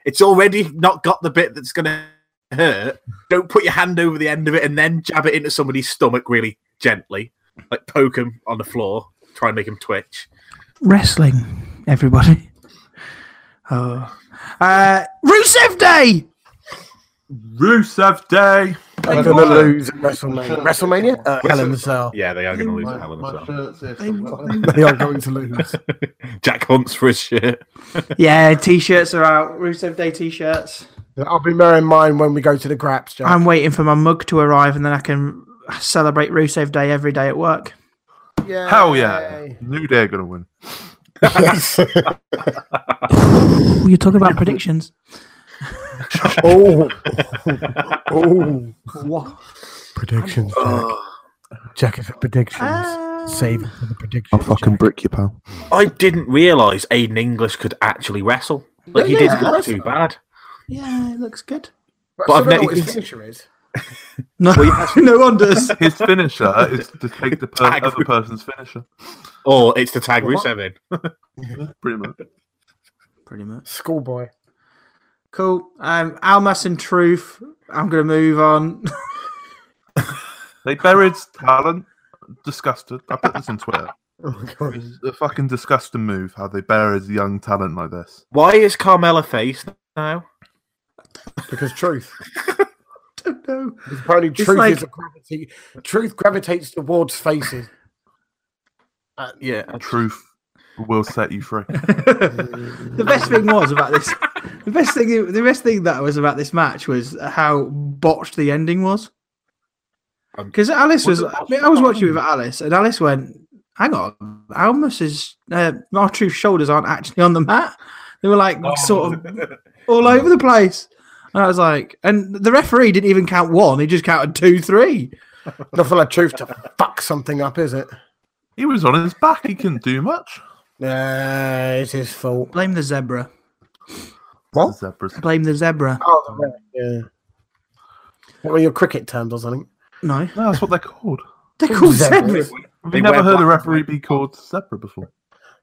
Speaker 4: it's already not got the bit that's going to hurt. Don't put your hand over the end of it and then jab it into somebody's stomach really gently, like poke him on the floor, try and make him twitch.
Speaker 1: wrestling. Everybody. Oh, uh, Rusev Day.
Speaker 2: Rusev Day.
Speaker 3: I'm gonna lose at WrestleMania. WrestleMania? Uh, Hell in a Cell.
Speaker 4: Yeah, they are going to lose a hell of a
Speaker 3: They are going to lose.
Speaker 4: Jack hunts for his shirt.
Speaker 1: Yeah, t-shirts are out. Rusev Day t-shirts.
Speaker 3: I'll be wearing mine when we go to the Graps, John.
Speaker 1: I'm waiting for my mug to arrive, and then I can celebrate Rusev Day every day at work.
Speaker 3: yeah.
Speaker 2: Hell yeah. New Day are going to win.
Speaker 1: Ooh, you're talking about predictions.
Speaker 3: oh. oh.
Speaker 1: What?
Speaker 3: Predictions. Jack is for predictions.
Speaker 1: Um,
Speaker 3: Save it for the predictions.
Speaker 2: brick you, pal.
Speaker 4: I didn't realise Aiden English could actually wrestle. Like, he
Speaker 3: Yeah,
Speaker 4: didn't
Speaker 3: yeah.
Speaker 4: look too bad.
Speaker 1: Yeah, it looks good.
Speaker 4: But I've
Speaker 3: I've
Speaker 4: never-
Speaker 3: never what his finisher is.
Speaker 1: No, no one does.
Speaker 2: His finisher is to take the per-
Speaker 4: Tag.
Speaker 2: other person's finisher,
Speaker 4: Or it's the tag
Speaker 3: What?
Speaker 4: Rusev in.
Speaker 2: pretty much.
Speaker 1: Pretty much.
Speaker 3: Schoolboy.
Speaker 1: Cool. Um, Almas and Truth. I'm gonna move on.
Speaker 2: They buried talent. Disgusted. I put this on Twitter.
Speaker 3: Oh my
Speaker 2: It
Speaker 3: god.
Speaker 2: was a fucking disgusting move how they buried young talent like this.
Speaker 4: Why is Carmella face now?
Speaker 3: Because truth.
Speaker 1: no.
Speaker 3: Apparently, truth
Speaker 1: like-
Speaker 3: is a gravity. Truth gravitates towards faces.
Speaker 4: Yeah,
Speaker 2: Truth will set you free.
Speaker 1: The best thing was about this. The best thing. The best thing that was about this match was how botched the ending was.
Speaker 4: Um,
Speaker 1: Because Alice was.
Speaker 4: was it
Speaker 1: I,
Speaker 4: botched?
Speaker 1: mean, I was watching with Alice, and Alice went, "Hang on, Almas's uh, our truth shoulders aren't actually on the mat. They were like
Speaker 4: Oh.
Speaker 1: sort of all over the place." And I was like, and the referee didn't even count one; he just counted two, three.
Speaker 3: Nothing like truth to fuck something up, is it?
Speaker 2: He was on his back. He couldn't do much.
Speaker 3: Nah, it's his fault.
Speaker 1: Blame the zebra.
Speaker 2: The zebras.
Speaker 1: Blame the zebra.
Speaker 3: Oh, the red, yeah. What were your cricket terms or something?
Speaker 1: No,
Speaker 2: No, that's what they're called.
Speaker 1: they're called
Speaker 3: Zebra.
Speaker 1: zebras.
Speaker 2: Have
Speaker 4: They
Speaker 2: you never
Speaker 4: wear
Speaker 2: heard a
Speaker 4: black-
Speaker 2: referee be called zebra before?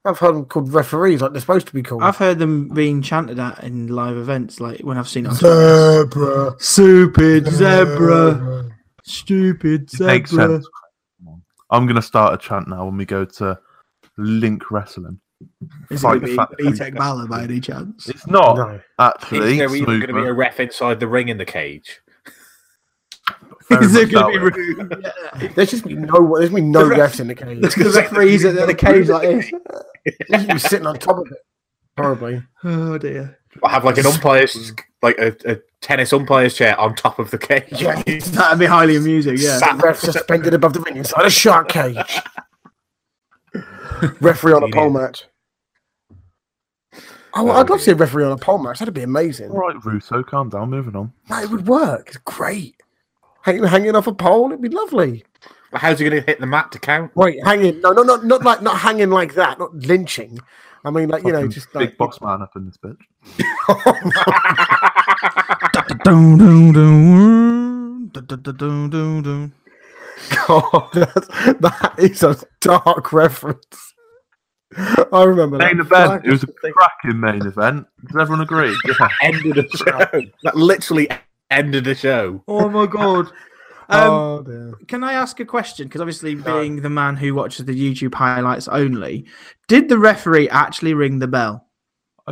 Speaker 3: I've heard them called referees, like they're supposed to be called.
Speaker 1: I've heard them being chanted at in live events, like when I've seen it. On
Speaker 3: Zebra.
Speaker 1: Stupid zebra, stupid
Speaker 2: It makes
Speaker 1: zebra.
Speaker 2: sense. I'm gonna start a chant now when we go to Link Wrestling.
Speaker 1: Is it going
Speaker 2: Fight the
Speaker 1: to
Speaker 2: fact that
Speaker 1: be
Speaker 2: we-
Speaker 1: B-Tech Balor by any chance?
Speaker 2: It's not
Speaker 3: No.
Speaker 2: actually.
Speaker 4: Is there even going to be
Speaker 2: smoother.
Speaker 4: a ref inside the ring in the cage?
Speaker 2: Very
Speaker 1: Is there
Speaker 2: much
Speaker 1: going to
Speaker 2: that
Speaker 1: be
Speaker 2: way.
Speaker 1: room?
Speaker 3: There's just no. There's been no
Speaker 1: The ref-
Speaker 3: refs in the cage.
Speaker 1: It's because the referees at the cage like this.
Speaker 3: He's just sitting on top of it. Probably.
Speaker 1: Oh dear.
Speaker 4: I have like an umpire's, like a, a tennis umpire's chair on top of the cage.
Speaker 3: Yeah.
Speaker 1: That'd be highly amusing. Yeah.
Speaker 4: Sat-
Speaker 3: Ref suspended above the ring inside a shark cage. referee on a pole match. Oh, I'd love to see a referee on a pole match. That'd be amazing.
Speaker 2: All right, Russo, calm down. Moving on.
Speaker 3: No, it would work. It's great. Hang, hanging off a pole, it'd be lovely.
Speaker 4: How's he going to hit the mat to count?
Speaker 3: Wait, hanging? No, no, not not like not hanging like that. Not lynching. I mean, like you know,
Speaker 2: Fucking
Speaker 3: just
Speaker 2: big
Speaker 3: like
Speaker 2: boss man up in this bitch.
Speaker 1: Dun, dun, dun, dun, dun, dun, dun, dun, dun.
Speaker 3: God, that's, that is a dark reference. I remember that.
Speaker 2: Main event. It was a cracking main event. Does everyone agree? Yeah.
Speaker 4: Ended the show. That literally ended the show.
Speaker 1: Oh my god. Um,
Speaker 3: Oh, dear.
Speaker 1: Can I ask a question? Because obviously, being the man who watches the YouTube highlights only, did the referee actually ring the bell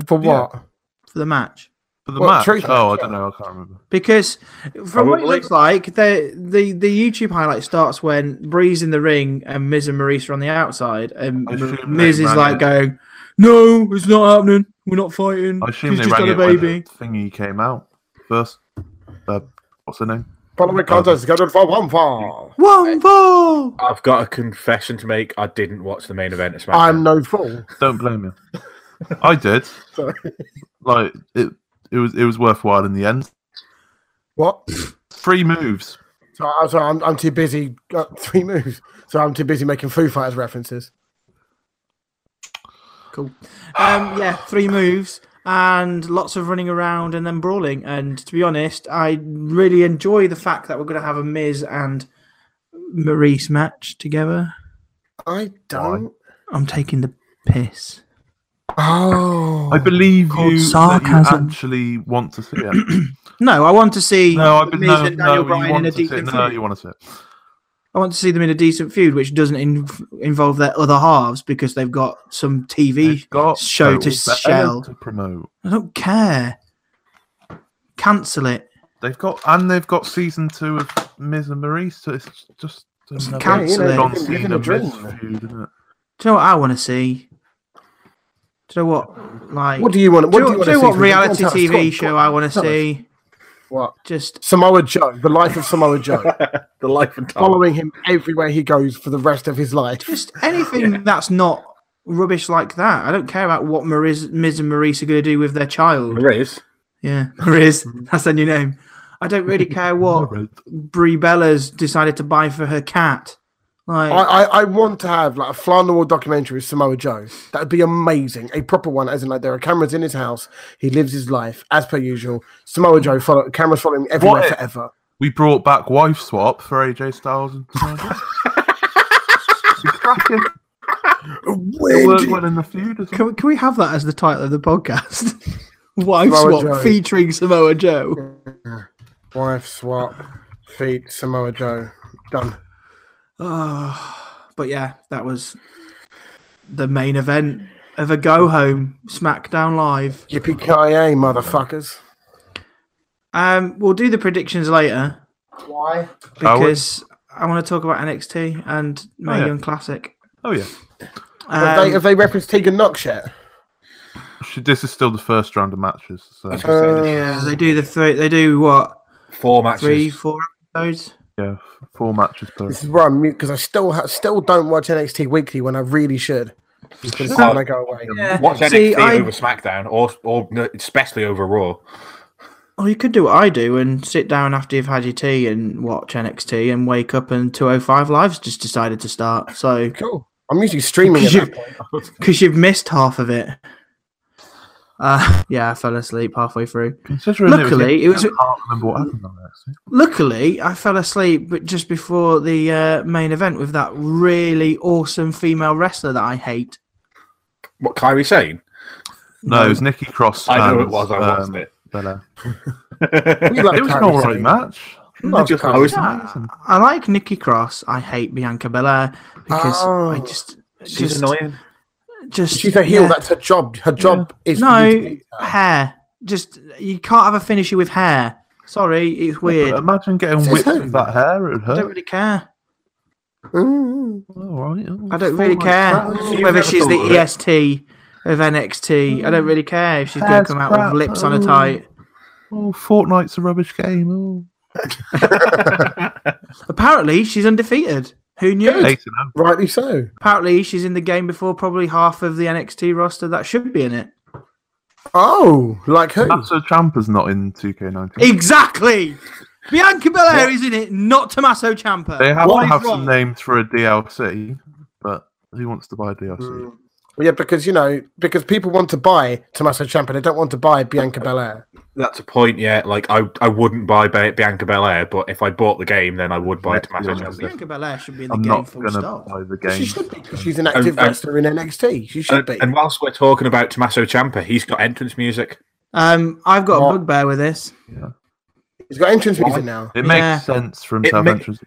Speaker 3: for
Speaker 2: Yeah,
Speaker 3: what?
Speaker 1: for the match?
Speaker 2: For the
Speaker 3: What,
Speaker 2: match?
Speaker 3: truth
Speaker 2: Oh, I
Speaker 3: match,
Speaker 2: don't
Speaker 3: yeah.
Speaker 2: know. I can't remember.
Speaker 1: Because from what it
Speaker 4: Probably.
Speaker 1: looks like, the, the the YouTube highlight starts when Bree's in the ring and Miz and Maurice are on the outside, and
Speaker 2: I assume they
Speaker 1: Miz is
Speaker 2: rang
Speaker 1: like
Speaker 2: it.
Speaker 1: going, "No, it's not happening. We're not fighting.
Speaker 2: I assume
Speaker 1: She's
Speaker 2: they
Speaker 1: just
Speaker 2: rang
Speaker 1: had a
Speaker 2: it when
Speaker 1: baby."
Speaker 2: the thingy came out first. Uh, what's her name?
Speaker 3: Follow my contest scheduled for one fall.
Speaker 1: One fall.
Speaker 4: I've got a confession to make. I didn't watch the main event of SmackDown.
Speaker 3: I'm no fool.
Speaker 2: Don't blame you. I did.
Speaker 3: Sorry.
Speaker 2: Like it. It was. It was worthwhile in the end.
Speaker 3: What?
Speaker 2: Three moves.
Speaker 3: So, I'm, sorry, I'm, I'm too busy. Uh, three moves. So I'm too busy making Foo Fighters references.
Speaker 1: Cool. Um, yeah, three moves. and lots of running around and then brawling. And to be honest, I really enjoy the fact that we're going to have a Miz and Maurice match together.
Speaker 3: I don't.
Speaker 1: I'm taking the piss.
Speaker 3: Oh,
Speaker 2: I believe
Speaker 1: Called
Speaker 2: you, that you
Speaker 1: sarcasm.
Speaker 2: actually want to see it.
Speaker 1: No, I want to see
Speaker 2: no, I've been
Speaker 1: Miz
Speaker 2: no,
Speaker 1: and
Speaker 2: no,
Speaker 1: Daniel
Speaker 2: you
Speaker 1: Bryan in
Speaker 2: want
Speaker 1: a
Speaker 2: to see it.
Speaker 1: decent
Speaker 2: No,
Speaker 1: feud.
Speaker 2: you want to see it.
Speaker 1: I want to see them in a decent feud, which doesn't in- involve their other halves because they've got some TV.
Speaker 2: They've got
Speaker 1: show to
Speaker 2: Total Bellas
Speaker 1: shell.
Speaker 2: to promote.
Speaker 1: I don't care. Cancel it.
Speaker 2: They've got and they've got season two of Miz and Maurice. So it's just another
Speaker 1: cancel it.
Speaker 2: John
Speaker 3: Living- living
Speaker 2: Cena
Speaker 3: a
Speaker 2: Miz
Speaker 3: dream.
Speaker 2: feud, isn't it?
Speaker 1: Do you know what I want to see? Do you know what? Like,
Speaker 3: what do you want?
Speaker 1: do
Speaker 3: What
Speaker 1: you,
Speaker 3: do you want?
Speaker 1: do you
Speaker 3: to
Speaker 1: know
Speaker 3: see
Speaker 1: what
Speaker 3: from- go on,
Speaker 1: reality
Speaker 3: tell us,
Speaker 1: TV
Speaker 3: go on,
Speaker 1: show
Speaker 3: go on.
Speaker 1: I want to
Speaker 3: Tell us.
Speaker 1: see?
Speaker 3: What?
Speaker 1: Just
Speaker 3: Samoa Joe, the life of Samoa Joe,
Speaker 4: The life and time.
Speaker 3: following him everywhere he goes for the rest of his life.
Speaker 1: just anything that's not rubbish like that. I don't care about what Mariz, Miz and Maurice are going to do with their child.
Speaker 4: There is.
Speaker 1: Yeah, Mariz,
Speaker 3: Mm-hmm.
Speaker 1: that's their new name. I don't really care what Brie Bella's decided to buy for her cat. Like,
Speaker 3: I, I, I want to have like a fly on the wall documentary with Samoa Joe. That would be amazing. A proper one, as in like there are cameras in his house. He lives his life as per usual.
Speaker 1: Hmm.
Speaker 3: Samoa Joe, follow, cameras following him everywhere
Speaker 2: What if-
Speaker 3: forever.
Speaker 2: We brought back wife swap for AJ Styles and Cena. Cracking. They work well in the feud as well.
Speaker 1: Can we, can we have that as the title of the podcast? Wife
Speaker 3: Samoa
Speaker 1: swap
Speaker 3: Joe.
Speaker 1: featuring Samoa Joe.
Speaker 3: Wife swap, feet Samoa Joe. Done.
Speaker 1: Oh, but yeah, that was the main event of a go home SmackDown Live.
Speaker 3: Yippee ki yay, motherfuckers!
Speaker 1: Um, we'll do the predictions later
Speaker 3: Why?
Speaker 2: Shall we?
Speaker 1: because I want to talk about NXT and Mae
Speaker 2: Oh, yeah.
Speaker 1: Young Classic.
Speaker 2: Oh yeah.
Speaker 3: Have they,
Speaker 1: Um,
Speaker 3: have they referenced Tegan Knox yet?
Speaker 2: Sh- This is still the first round of matches. So.
Speaker 1: yeah, Um, they do the three. They do what
Speaker 4: Four matches.
Speaker 1: three, four episodes.
Speaker 2: Yeah, four matches per.
Speaker 3: This is where I'm mute because I still ha- still don't watch NXT weekly when I really should. It's been time I go away.
Speaker 4: Watch NXT
Speaker 1: See, I-
Speaker 4: over SmackDown, or or no, especially over Raw.
Speaker 1: Or you could do what I do and sit down after you've had your tea and watch NXT and wake up and 205 Live's just decided to start. So,
Speaker 3: Cool. I'm usually streaming at
Speaker 1: You-
Speaker 3: that point.
Speaker 1: because you've missed half of it. Uh, yeah, I fell asleep halfway through.
Speaker 2: Considering
Speaker 1: Luckily, it was-
Speaker 2: I can't remember what happened on that. so-
Speaker 1: Luckily, I fell asleep but just before the uh, main event with that really awesome female wrestler that I hate.
Speaker 4: What Kyrie saying?
Speaker 2: No, it was Nikki Cross.
Speaker 4: I know
Speaker 2: and,
Speaker 4: it was. I watched
Speaker 2: um,
Speaker 4: it.
Speaker 2: Bella.
Speaker 3: We love
Speaker 2: It was an
Speaker 3: Kyrie
Speaker 2: alright
Speaker 3: Sane.
Speaker 2: match.
Speaker 3: We love
Speaker 4: just- I
Speaker 3: Kyrie
Speaker 4: was-
Speaker 3: Sane.
Speaker 1: Yeah, Uh, I like Nikki Cross. I hate Bianca Belair because I
Speaker 3: Oh.
Speaker 1: just,
Speaker 4: She's
Speaker 1: just,
Speaker 4: annoying.
Speaker 1: just
Speaker 3: She's a heel.
Speaker 1: yeah.
Speaker 3: That's her job. Her job is for you to
Speaker 1: No,
Speaker 3: beat her.
Speaker 1: hair. Just you can't have a finisher with hair. Sorry, it's weird.
Speaker 2: But um,
Speaker 1: I
Speaker 2: imagine getting
Speaker 3: Says
Speaker 2: whipped
Speaker 3: who?
Speaker 2: with that hair. It would
Speaker 1: don't
Speaker 2: hurt.
Speaker 1: really care.
Speaker 3: Mm.
Speaker 2: All right. oh,
Speaker 1: I don't
Speaker 2: it's
Speaker 1: really
Speaker 2: all
Speaker 1: care
Speaker 2: right.
Speaker 4: You've
Speaker 1: whether
Speaker 4: never
Speaker 1: she's the
Speaker 4: thought of it.
Speaker 1: EST of NXT. I don't really care if she's going
Speaker 2: Hair's
Speaker 1: to come out with
Speaker 2: crap.
Speaker 1: lips on her
Speaker 2: Oh.
Speaker 1: tight.
Speaker 2: Oh, Fortnite's a rubbish game. Oh.
Speaker 1: Apparently, she's undefeated. Who knew?
Speaker 3: Good.
Speaker 2: Eight and oh.
Speaker 3: Rightly so.
Speaker 1: Apparently, she's in the game before probably half of the NXT roster that should be in it.
Speaker 3: Oh, like who?
Speaker 2: Master Champa's not in 2K19.
Speaker 1: Exactly. Bianca Belair is in it, not Tommaso Ciampa.
Speaker 2: They have
Speaker 1: What
Speaker 2: to
Speaker 1: is
Speaker 2: have
Speaker 1: wrong?
Speaker 2: some names for a DLC, but who wants to buy a DLC?
Speaker 3: Mm. Yeah, because you know, because people want to buy Tommaso Ciampa, they don't want to buy Bianca Belair.
Speaker 4: That's a point. Yeah, like I, I wouldn't buy Ba- Bianca Belair, but if I bought the game, then I would buy
Speaker 2: Yeah,
Speaker 4: Tommaso
Speaker 2: yeah.
Speaker 4: Ciampa.
Speaker 1: Bianca Belair should be in the
Speaker 2: I'm
Speaker 1: game.
Speaker 2: not
Speaker 1: Full
Speaker 2: going to
Speaker 1: stop.
Speaker 2: buy the
Speaker 3: She
Speaker 2: game.
Speaker 3: should be because she's an active
Speaker 4: And- and-
Speaker 3: wrestler in NXT. She should
Speaker 4: And,
Speaker 3: be.
Speaker 4: and whilst we're talking about Tommaso Ciampa, he's got entrance music.
Speaker 1: Um, I've got
Speaker 3: What?
Speaker 1: a bugbear with this.
Speaker 3: He's got entrance music
Speaker 4: Why?
Speaker 3: now.
Speaker 2: It makes
Speaker 1: Yeah.
Speaker 2: sense for him
Speaker 4: It
Speaker 2: to have
Speaker 4: ma-
Speaker 2: entrance.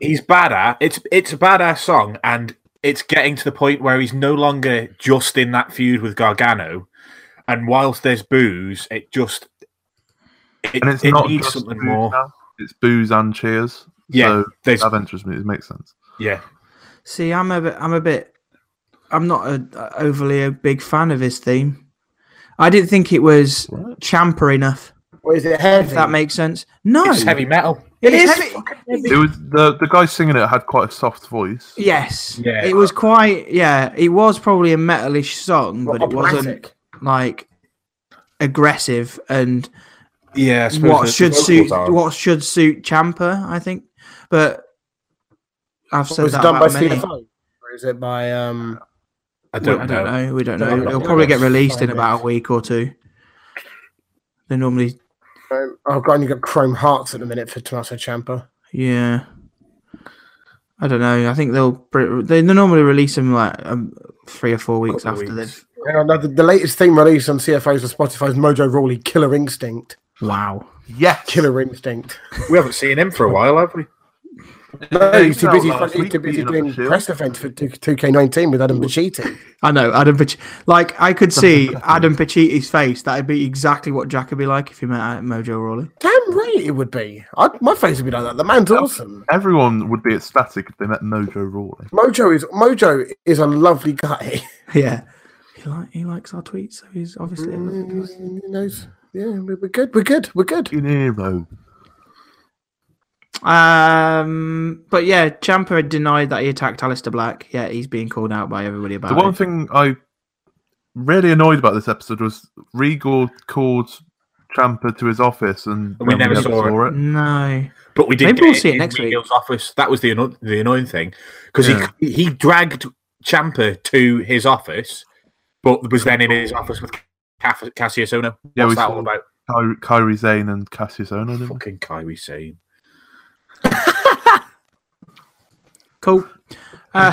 Speaker 4: He's badass. It's it's a badass song, and it's getting to the point where he's no longer just in that feud with Gargano. And whilst there's booze, it just it,
Speaker 2: And it's
Speaker 4: it
Speaker 2: not
Speaker 4: needs
Speaker 2: just
Speaker 4: something
Speaker 2: booze
Speaker 4: more.
Speaker 2: now, It's booze and cheers.
Speaker 4: Yeah,
Speaker 2: So
Speaker 4: there's
Speaker 2: have entrance music. It makes sense.
Speaker 4: yeah.
Speaker 1: See, I'm a bit. I'm a bit. I'm not a, a- overly a big fan of his theme. I didn't think it was
Speaker 2: What?
Speaker 1: champer enough.
Speaker 3: Or is it heavy?
Speaker 1: If that makes sense. No,
Speaker 4: It's heavy metal.
Speaker 1: It is heavy.
Speaker 3: It's
Speaker 2: It was the the guy singing it had quite a soft voice.
Speaker 1: Yes.
Speaker 4: Yeah.
Speaker 1: It was quite. Yeah. It was probably a metalish song, but it wasn't
Speaker 3: Operatic.
Speaker 1: like aggressive and
Speaker 4: Yeah,
Speaker 1: what should suit what should suit Champa. I think, but I've said
Speaker 3: was it
Speaker 1: that
Speaker 3: done by
Speaker 1: about many.
Speaker 3: CFO? Or is it by um
Speaker 4: I
Speaker 1: We-
Speaker 4: don't,
Speaker 1: I
Speaker 4: know.
Speaker 1: don't know. We don't
Speaker 3: Don't
Speaker 1: know.
Speaker 3: know.
Speaker 1: It'll probably get
Speaker 3: Don't know.
Speaker 1: released in
Speaker 3: Find it.
Speaker 1: about a week or two. They normally,
Speaker 3: Um, oh god, and you got Chrome Hearts at the minute for Tommaso Champa.
Speaker 1: yeah. I don't know. I think they'll br- they normally release them like um, three or four weeks
Speaker 4: Couple
Speaker 1: after
Speaker 4: weeks.
Speaker 1: they've.
Speaker 3: the, the latest thing released on CFOs and Spotify's Mojo Rawley, Killer Instinct.
Speaker 1: Wow.
Speaker 2: Yes.
Speaker 3: Killer Instinct.
Speaker 4: We haven't seen him for a while, have we?
Speaker 3: No,
Speaker 2: Yeah,
Speaker 3: he's
Speaker 2: he
Speaker 3: too
Speaker 2: was
Speaker 3: busy,
Speaker 2: out last
Speaker 3: he's
Speaker 2: week
Speaker 3: too busy
Speaker 2: beating up
Speaker 3: doing
Speaker 2: the Shield.
Speaker 3: press events for 2, 2K19 with Adam Pacitti.
Speaker 1: I know Adam. Pac- like I could see Adam Pachiti's face. That'd be exactly what Jack would be like if he met uh, Mojo Rawley.
Speaker 3: Damn right it would be. I'd, my face would be like that. The man's awesome.
Speaker 2: Everyone would be ecstatic if they met Mojo Rawley.
Speaker 3: Mojo is Mojo is a lovely guy.
Speaker 1: Yeah. He like he likes our tweets, so he's obviously. in love with us.
Speaker 3: He knows. Mm, Yeah, we- we're good. We're good. We're good.
Speaker 2: Fucking hero.
Speaker 1: Um, but yeah, Champa had denied that he attacked Alistair Black. Yeah, he's being called out by everybody about
Speaker 2: The one
Speaker 1: it.
Speaker 2: thing I really annoyed about this episode was Regal called Champa to his office, and,
Speaker 4: And we
Speaker 2: then
Speaker 4: never saw it.
Speaker 1: No,
Speaker 4: But we did
Speaker 1: Maybe
Speaker 4: get
Speaker 1: we'll see it
Speaker 4: in
Speaker 1: next week.
Speaker 4: Regal's office. That was the anno- the annoying thing because
Speaker 2: Yeah.
Speaker 4: he he dragged Champa to his office, but was then in his office with Caff- Cassius Ono. What's
Speaker 2: Yeah, we
Speaker 4: that
Speaker 2: saw-
Speaker 4: all about?
Speaker 2: Ky- Kyrie Zane and Cassius Ono. didn't we?
Speaker 4: Fucking Kyrie saying.
Speaker 1: cool. Uh,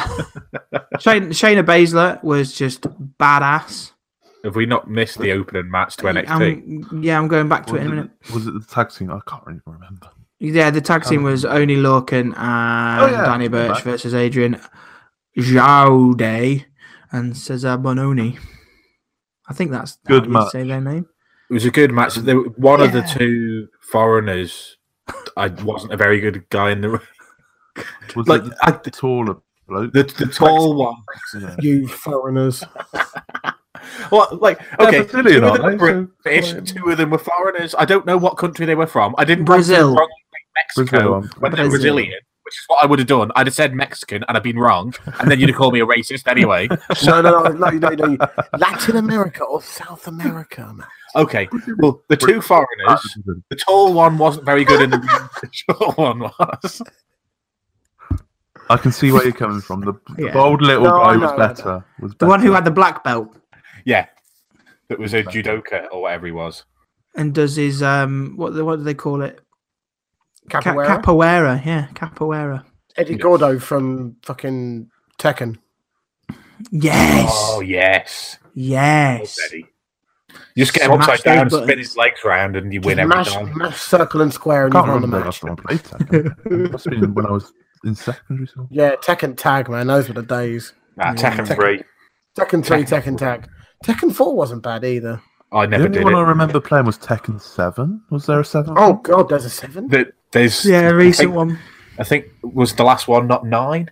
Speaker 1: Shayna, Shayna Baszler was just badass.
Speaker 4: Have we not missed the opening match to NXT?
Speaker 1: I'm, yeah, I'm going back to it in a
Speaker 2: Was
Speaker 1: minute.
Speaker 2: it- Was it the tag team? I can't even remember.
Speaker 1: Yeah, the tag team was Oni Lorcan and
Speaker 2: Oh. yeah,
Speaker 1: Danny
Speaker 2: go
Speaker 1: Birch
Speaker 2: back.
Speaker 1: versus Adrian Jaude and Cesar Bononi. I think that's how
Speaker 2: Good
Speaker 1: you
Speaker 2: match.
Speaker 1: Say their name.
Speaker 4: It was a good match. There, one of the
Speaker 1: Yeah.
Speaker 4: two foreigners, I wasn't a very good guy in the ring.
Speaker 2: Was
Speaker 4: Like
Speaker 2: it
Speaker 4: I,
Speaker 2: the taller bloke?
Speaker 4: the the tall one.
Speaker 2: Yeah.
Speaker 3: You foreigners.
Speaker 4: Well, like
Speaker 2: They're
Speaker 4: okay, two of
Speaker 2: uh, Brazilian,
Speaker 4: them
Speaker 2: aren't
Speaker 4: were
Speaker 2: they? So-
Speaker 4: British, two of them were foreigners. I don't know what country they were from. I didn't
Speaker 1: Brazil.
Speaker 4: wrong, Mexico.
Speaker 2: Brazil, um,
Speaker 4: when they're
Speaker 1: Brazil.
Speaker 4: Brazilian, which is what I would have done. I'd have said Mexican and I've been wrong, and then you'd have called me a racist anyway.
Speaker 3: No, no, no, no, no, no. Latin America or South America, man.
Speaker 4: Okay, well, the two foreigners, the tall one wasn't very good, and the the short one was.
Speaker 2: I can see where you're coming from. The, the
Speaker 1: Yeah.
Speaker 2: bold little
Speaker 3: No, I
Speaker 2: guy
Speaker 3: know,
Speaker 2: was
Speaker 3: I know.
Speaker 2: better. Was
Speaker 1: The one who
Speaker 2: better.
Speaker 1: had the black belt.
Speaker 4: Yeah, that was a judoka or whatever he was.
Speaker 1: and does his um what the- what do they call it Ca-
Speaker 3: Capoeira.
Speaker 1: capoeira yeah capoeira
Speaker 3: Eddie Gordo from fucking Tekken.
Speaker 1: yes
Speaker 4: Oh yes, Oh,
Speaker 1: yes
Speaker 4: Daddy. You just get him
Speaker 1: Smash
Speaker 4: upside down,
Speaker 1: those
Speaker 4: spin
Speaker 1: buttons.
Speaker 4: his legs round, and you win every
Speaker 3: Mash,
Speaker 4: time.
Speaker 3: mash circle and square
Speaker 2: I
Speaker 3: and
Speaker 2: can't
Speaker 3: you've won the
Speaker 2: remember the last
Speaker 3: match.
Speaker 2: time I played Tekken. it must have been when I was in secondary school.
Speaker 3: Yeah, Tekken Tag, man. Those were the days.
Speaker 4: Nah, Tekken
Speaker 3: Tekken.
Speaker 4: three.
Speaker 3: Tekken 3, Tekken Tag. Tekken 4 wasn't bad either.
Speaker 4: I
Speaker 2: The
Speaker 4: never
Speaker 2: only
Speaker 4: did
Speaker 2: one I
Speaker 4: it.
Speaker 2: remember playing was Tekken Seven. Was there a Seven?
Speaker 3: Oh, God, there's a 7.
Speaker 4: That there's
Speaker 1: yeah a
Speaker 4: I
Speaker 1: recent
Speaker 4: think-
Speaker 1: one
Speaker 4: I think was the last one not nine.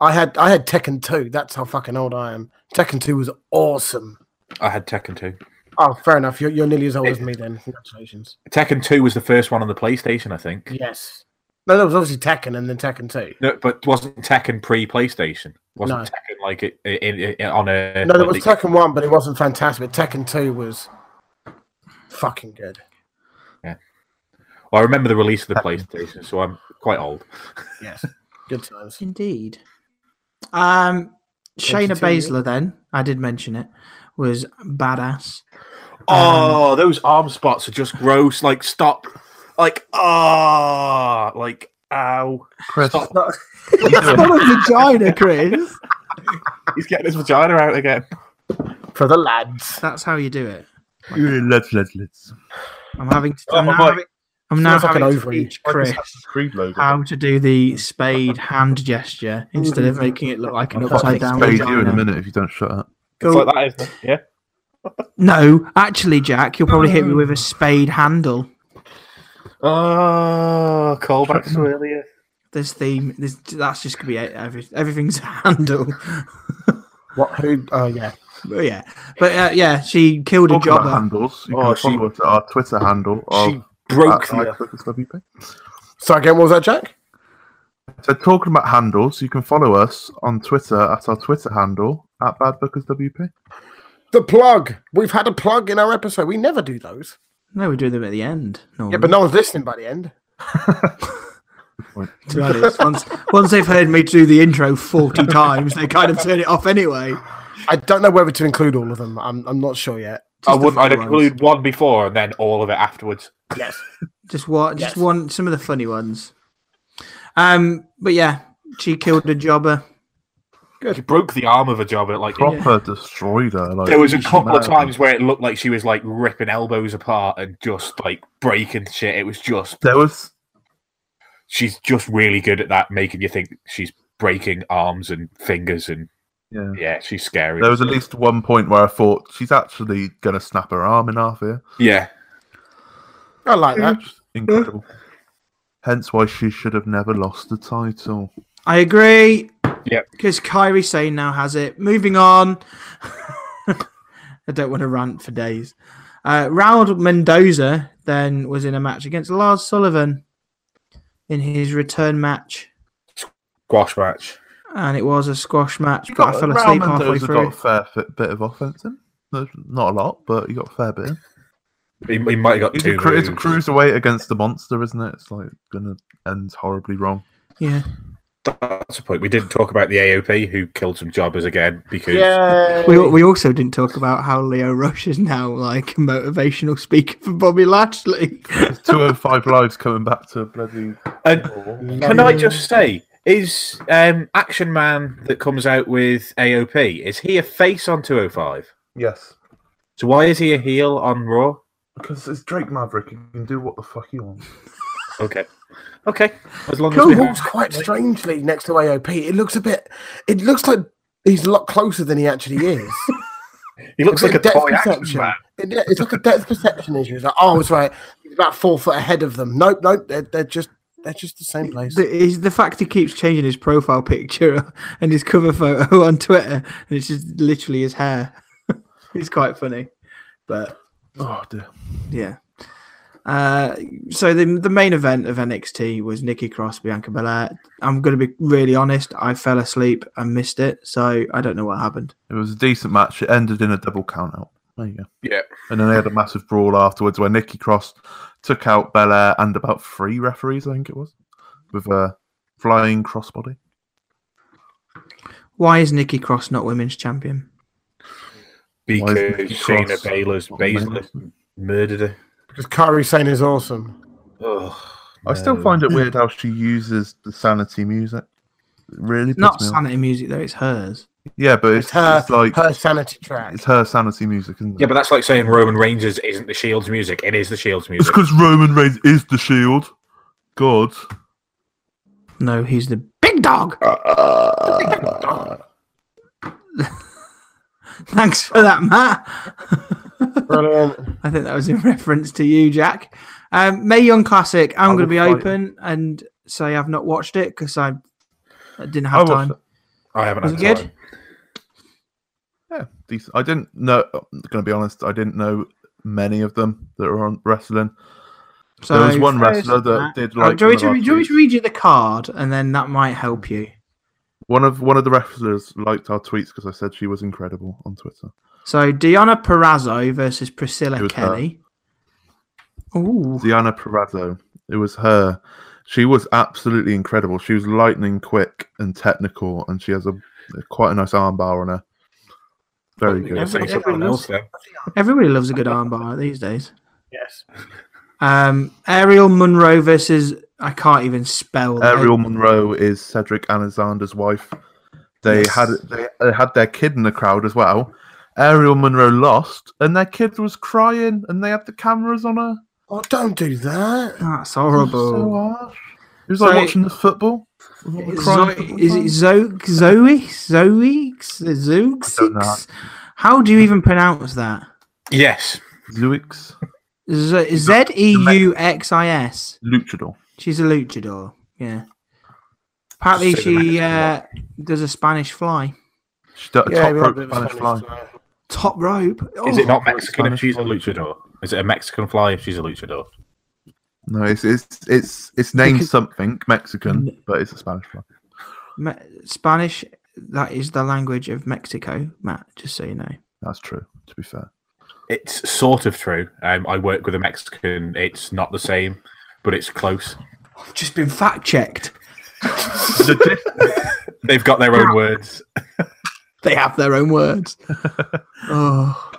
Speaker 3: I had I had Tekken 2. That's how fucking old I am. Tekken 2 was awesome.
Speaker 4: I had Tekken two.
Speaker 3: Oh, fair enough. You're, you're nearly as old as me then. Congratulations.
Speaker 4: Tekken two was the first one on the PlayStation, I think.
Speaker 3: Yes. No, that was obviously Tekken and then Tekken 2.
Speaker 4: No, but wasn't Tekken pre PlayStation? Wasn't
Speaker 3: No.
Speaker 4: Tekken like it, it, it, it- on a
Speaker 3: No, there was
Speaker 4: like-
Speaker 3: Tekken 1, but it wasn't fantastic. But Tekken 2 was fucking good.
Speaker 4: I remember the release of the PlayStation, so I'm quite old.
Speaker 3: Yes. Good times.
Speaker 1: indeed um Shayna
Speaker 3: Continue.
Speaker 1: Baszler then I did mention it was badass
Speaker 4: Oh, those arm spots are just gross. Like stop. Like ah, like ow.
Speaker 2: Chris,
Speaker 4: Stop.
Speaker 1: it's not a vagina Chris
Speaker 4: He's getting his vagina out again.
Speaker 3: For the lads.
Speaker 1: that's how you do it
Speaker 2: Yeah, let's let's let's.
Speaker 1: I'm having to
Speaker 2: Oh,
Speaker 1: I'm
Speaker 2: my
Speaker 1: now
Speaker 2: mic.
Speaker 1: having, I'm now
Speaker 3: Smells like an
Speaker 1: having to
Speaker 3: ovary.
Speaker 1: teach Chris
Speaker 2: Creed logo.
Speaker 1: how to do the spade hand gesture instead of making it look like an
Speaker 2: I'll
Speaker 1: upside down
Speaker 2: spade you in a
Speaker 1: vagina.
Speaker 2: minute if you don't shut up.
Speaker 1: Cool.
Speaker 4: It's like that, isn't it? Yeah.
Speaker 1: No, actually, Jack, you'll probably hit me with a spade handle.
Speaker 4: Oh, callbacks to earlier.
Speaker 1: This theme, this that's just gonna be it, every, everything's a handle.
Speaker 3: What? Who? Oh, yeah.
Speaker 1: but yeah, but uh, yeah, she killed a
Speaker 2: Talk about
Speaker 1: jobber.
Speaker 2: handles. You
Speaker 4: Oh,
Speaker 2: can follow us at our Twitter handle.
Speaker 4: She
Speaker 2: Of,
Speaker 4: broke
Speaker 2: at
Speaker 4: the uh,
Speaker 2: iClickSWP.
Speaker 3: Uh, So, again, what was that, Jack?
Speaker 2: So talking about handles, you can follow us on Twitter at our Twitter handle at BadBookersWP.
Speaker 3: The plug. We've had a plug in our episode. We never do those.
Speaker 1: No, we do them at the end. Normally.
Speaker 3: Yeah, but no one's listening by the end.
Speaker 1: To be honest, once, once they've heard me do the intro forty times, they kind of turn it off anyway.
Speaker 3: I don't know whether to include all of them. I'm, I'm not sure yet.
Speaker 4: I
Speaker 1: Just the
Speaker 4: wouldn't. I'd
Speaker 1: funny ones.
Speaker 4: include one before and then all of it afterwards.
Speaker 3: Yes.
Speaker 1: Just what? Just
Speaker 3: Yes.
Speaker 1: one. Some of the funny ones. Um, but yeah, she killed a jobber.
Speaker 4: She broke the arm of a job at like.
Speaker 2: Proper destroyed her. Like,
Speaker 4: There was a
Speaker 2: she
Speaker 4: couple of
Speaker 2: mad.
Speaker 4: times where it looked like she was like ripping elbows apart and just like breaking shit. It was just
Speaker 2: There was
Speaker 4: she's just really good at that, making you think she's breaking arms and fingers and
Speaker 2: Yeah.
Speaker 4: yeah she's scary.
Speaker 2: there was at least one point where I thought she's actually gonna snap her arm in half here.
Speaker 4: yeah.
Speaker 3: I like that.
Speaker 2: Just incredible. Hence why she should have never lost the title.
Speaker 1: I agree.
Speaker 4: Yep.
Speaker 1: Because Kyrie Sane now has it. Moving on. I don't want to rant for days. Uh, Raul Mendoza then was in a match against Lars Sullivan in his return match,
Speaker 4: Squash match.
Speaker 1: and it was a squash match.
Speaker 2: You
Speaker 1: But I
Speaker 2: got
Speaker 1: fell
Speaker 2: Raul
Speaker 1: asleep halfway
Speaker 2: Mendoza
Speaker 1: through.
Speaker 2: got a fair fit, bit of offense in. No- Not a lot, but he got a fair bit. In.
Speaker 4: He, he might have got
Speaker 2: It's a,
Speaker 4: two.
Speaker 2: cru- it's a
Speaker 4: moves.
Speaker 2: cruiserweight against the monster, isn't it? It's like gonna end horribly wrong.
Speaker 1: Yeah.
Speaker 4: That's the point. We didn't talk about the AOP who killed some jobbers again because
Speaker 3: Yeah.
Speaker 1: We, we also didn't talk about how Leo Rush is now like a motivational speaker for Bobby Lashley.
Speaker 2: It's 205 lives coming back to bloody.
Speaker 4: And Can I just say, is um, Action Man that comes out with AOP is he a face on 205?
Speaker 2: Yes,
Speaker 4: So why is he a heel on Raw?
Speaker 2: because it's Drake Maverick. He can do what the fuck he wants.
Speaker 4: Okay, okay. As long as
Speaker 3: He
Speaker 4: we
Speaker 3: walks quite strangely next to AOP. It looks a bit. It looks like he's a lot closer than he actually is.
Speaker 4: he looks like a
Speaker 3: depth
Speaker 4: toy Action
Speaker 3: perception.
Speaker 4: Man.
Speaker 3: It- yeah, it's like a depth perception issue. It's like, oh, it's right. He's about four foot ahead of them. Nope, nope. They're, they're just they're just the same place.
Speaker 1: The, is the fact he keeps changing his profile picture and his cover photo on Twitter, and it's just literally his hair. it's quite funny, but
Speaker 2: Oh dear.
Speaker 1: yeah. Uh, so the the main event of NXT was Nikki Cross, Bianca Belair. I'm going to be really honest. I fell asleep and missed it, so I don't know what happened.
Speaker 2: It was a decent match. It ended in a double count out. There you go.
Speaker 4: Yeah.
Speaker 2: And then they had a massive brawl afterwards where Nikki Cross took out Belair and about three referees, I think it was, with a flying crossbody.
Speaker 1: Why is Nikki Cross not women's champion?
Speaker 2: Why
Speaker 4: Because
Speaker 2: is Nikki
Speaker 4: Shayna
Speaker 2: Cross
Speaker 4: Baylor's
Speaker 2: not
Speaker 4: Baszler
Speaker 2: mentioned?
Speaker 4: murdered her.
Speaker 3: Because Kyrie Sane is awesome.
Speaker 4: Ugh,
Speaker 2: I still
Speaker 4: no.
Speaker 2: find it weird how she uses the sanity music. It really
Speaker 1: It's not
Speaker 2: pisses me off.
Speaker 1: sanity music though; it's hers.
Speaker 2: Yeah, but it's,
Speaker 3: It's her
Speaker 2: it's like
Speaker 3: her sanity track.
Speaker 2: it's her sanity music, isn't it?
Speaker 4: Yeah, but that's like saying Roman Reigns isn't the Shield's music. It is the Shield's
Speaker 2: it's
Speaker 4: music.
Speaker 2: because Roman Reigns is the Shield. God.
Speaker 1: No, he's the big dog.
Speaker 2: Uh,
Speaker 1: Thanks for that, Matt.
Speaker 3: Brilliant.
Speaker 1: I think that was in reference to you, Jack. Um, May Young Classic. I'm going to
Speaker 2: will
Speaker 1: be
Speaker 2: fight you.
Speaker 1: open and say I've not watched it because I, I didn't
Speaker 2: I
Speaker 1: have
Speaker 2: watched
Speaker 1: time.
Speaker 2: it.
Speaker 4: I haven't.
Speaker 1: Was
Speaker 4: had
Speaker 1: it good?
Speaker 4: time.
Speaker 2: Yeah, decent. I didn't know. I'm gonna be honest. I didn't know many of them that were on wrestling.
Speaker 1: So
Speaker 2: there was one
Speaker 1: first
Speaker 2: wrestler that
Speaker 1: match-
Speaker 2: did
Speaker 1: Oh,
Speaker 2: like
Speaker 1: do you want
Speaker 2: one,
Speaker 1: me
Speaker 2: of
Speaker 1: to- do you want me
Speaker 2: our
Speaker 1: to
Speaker 2: tweets.
Speaker 1: read you the card and then that might help you?
Speaker 2: one of one of the wrestlers liked our tweets because I said she was incredible on Twitter.
Speaker 1: So Diana Perazzo versus
Speaker 2: It
Speaker 1: Priscilla
Speaker 2: was her.
Speaker 1: Kelly. Oh,
Speaker 2: Diana Perazzo. It was her. She was absolutely incredible. She was lightning quick and technical, and she has a quite a nice armbar on her. Very
Speaker 4: Yeah,
Speaker 2: good.
Speaker 4: it's like
Speaker 1: Yeah,
Speaker 4: someone
Speaker 1: it
Speaker 4: else then.
Speaker 1: everybody loves a good armbar these days.
Speaker 3: Yes.
Speaker 1: Um, Ariel Munro versus I can't even spell that.
Speaker 2: Ariel Monroe is Cedric Alexander's wife. They
Speaker 1: Yes.
Speaker 2: had they, they had their kid in the crowd as well. Ariel Monroe lost, and their kid was crying, and they had the cameras on her.
Speaker 3: Oh, don't do that.
Speaker 1: That's
Speaker 2: It was So
Speaker 1: horrible.
Speaker 2: harsh. It was
Speaker 1: So-
Speaker 2: like watching the football.
Speaker 1: Zo- is it Zoe? Zoe? Zoe? Zoe?
Speaker 2: don't know.
Speaker 1: How do you even pronounce that?
Speaker 4: Yes,
Speaker 2: Luix
Speaker 1: Z e u x i s.
Speaker 2: Luchador?
Speaker 1: She's a luchador. Yeah. Apparently,
Speaker 4: Say the
Speaker 1: she uh,
Speaker 4: next
Speaker 1: does a Spanish fly.
Speaker 2: She done a
Speaker 3: Yeah,
Speaker 2: top
Speaker 3: we love
Speaker 2: rope
Speaker 3: it.
Speaker 2: Spanish fly.
Speaker 1: Top rope.
Speaker 4: is
Speaker 1: Oh,
Speaker 4: it not Mexican if
Speaker 2: Spanish
Speaker 4: she's a
Speaker 2: fly.
Speaker 4: luchador? Is it a Mexican fly if she's a luchador?
Speaker 2: No, it's it's it's it's named
Speaker 1: Because-
Speaker 2: something Mexican, but it's a Spanish fly.
Speaker 1: Me- Spanish? That is the language of Mexico, Matt. Just so you know.
Speaker 2: That's true. To be fair,
Speaker 4: It's sort of true. Um, I work with a Mexican. It's not the same, but it's close.
Speaker 1: I've just been fact checked.
Speaker 4: They've got their own words.
Speaker 1: They have their own words. oh.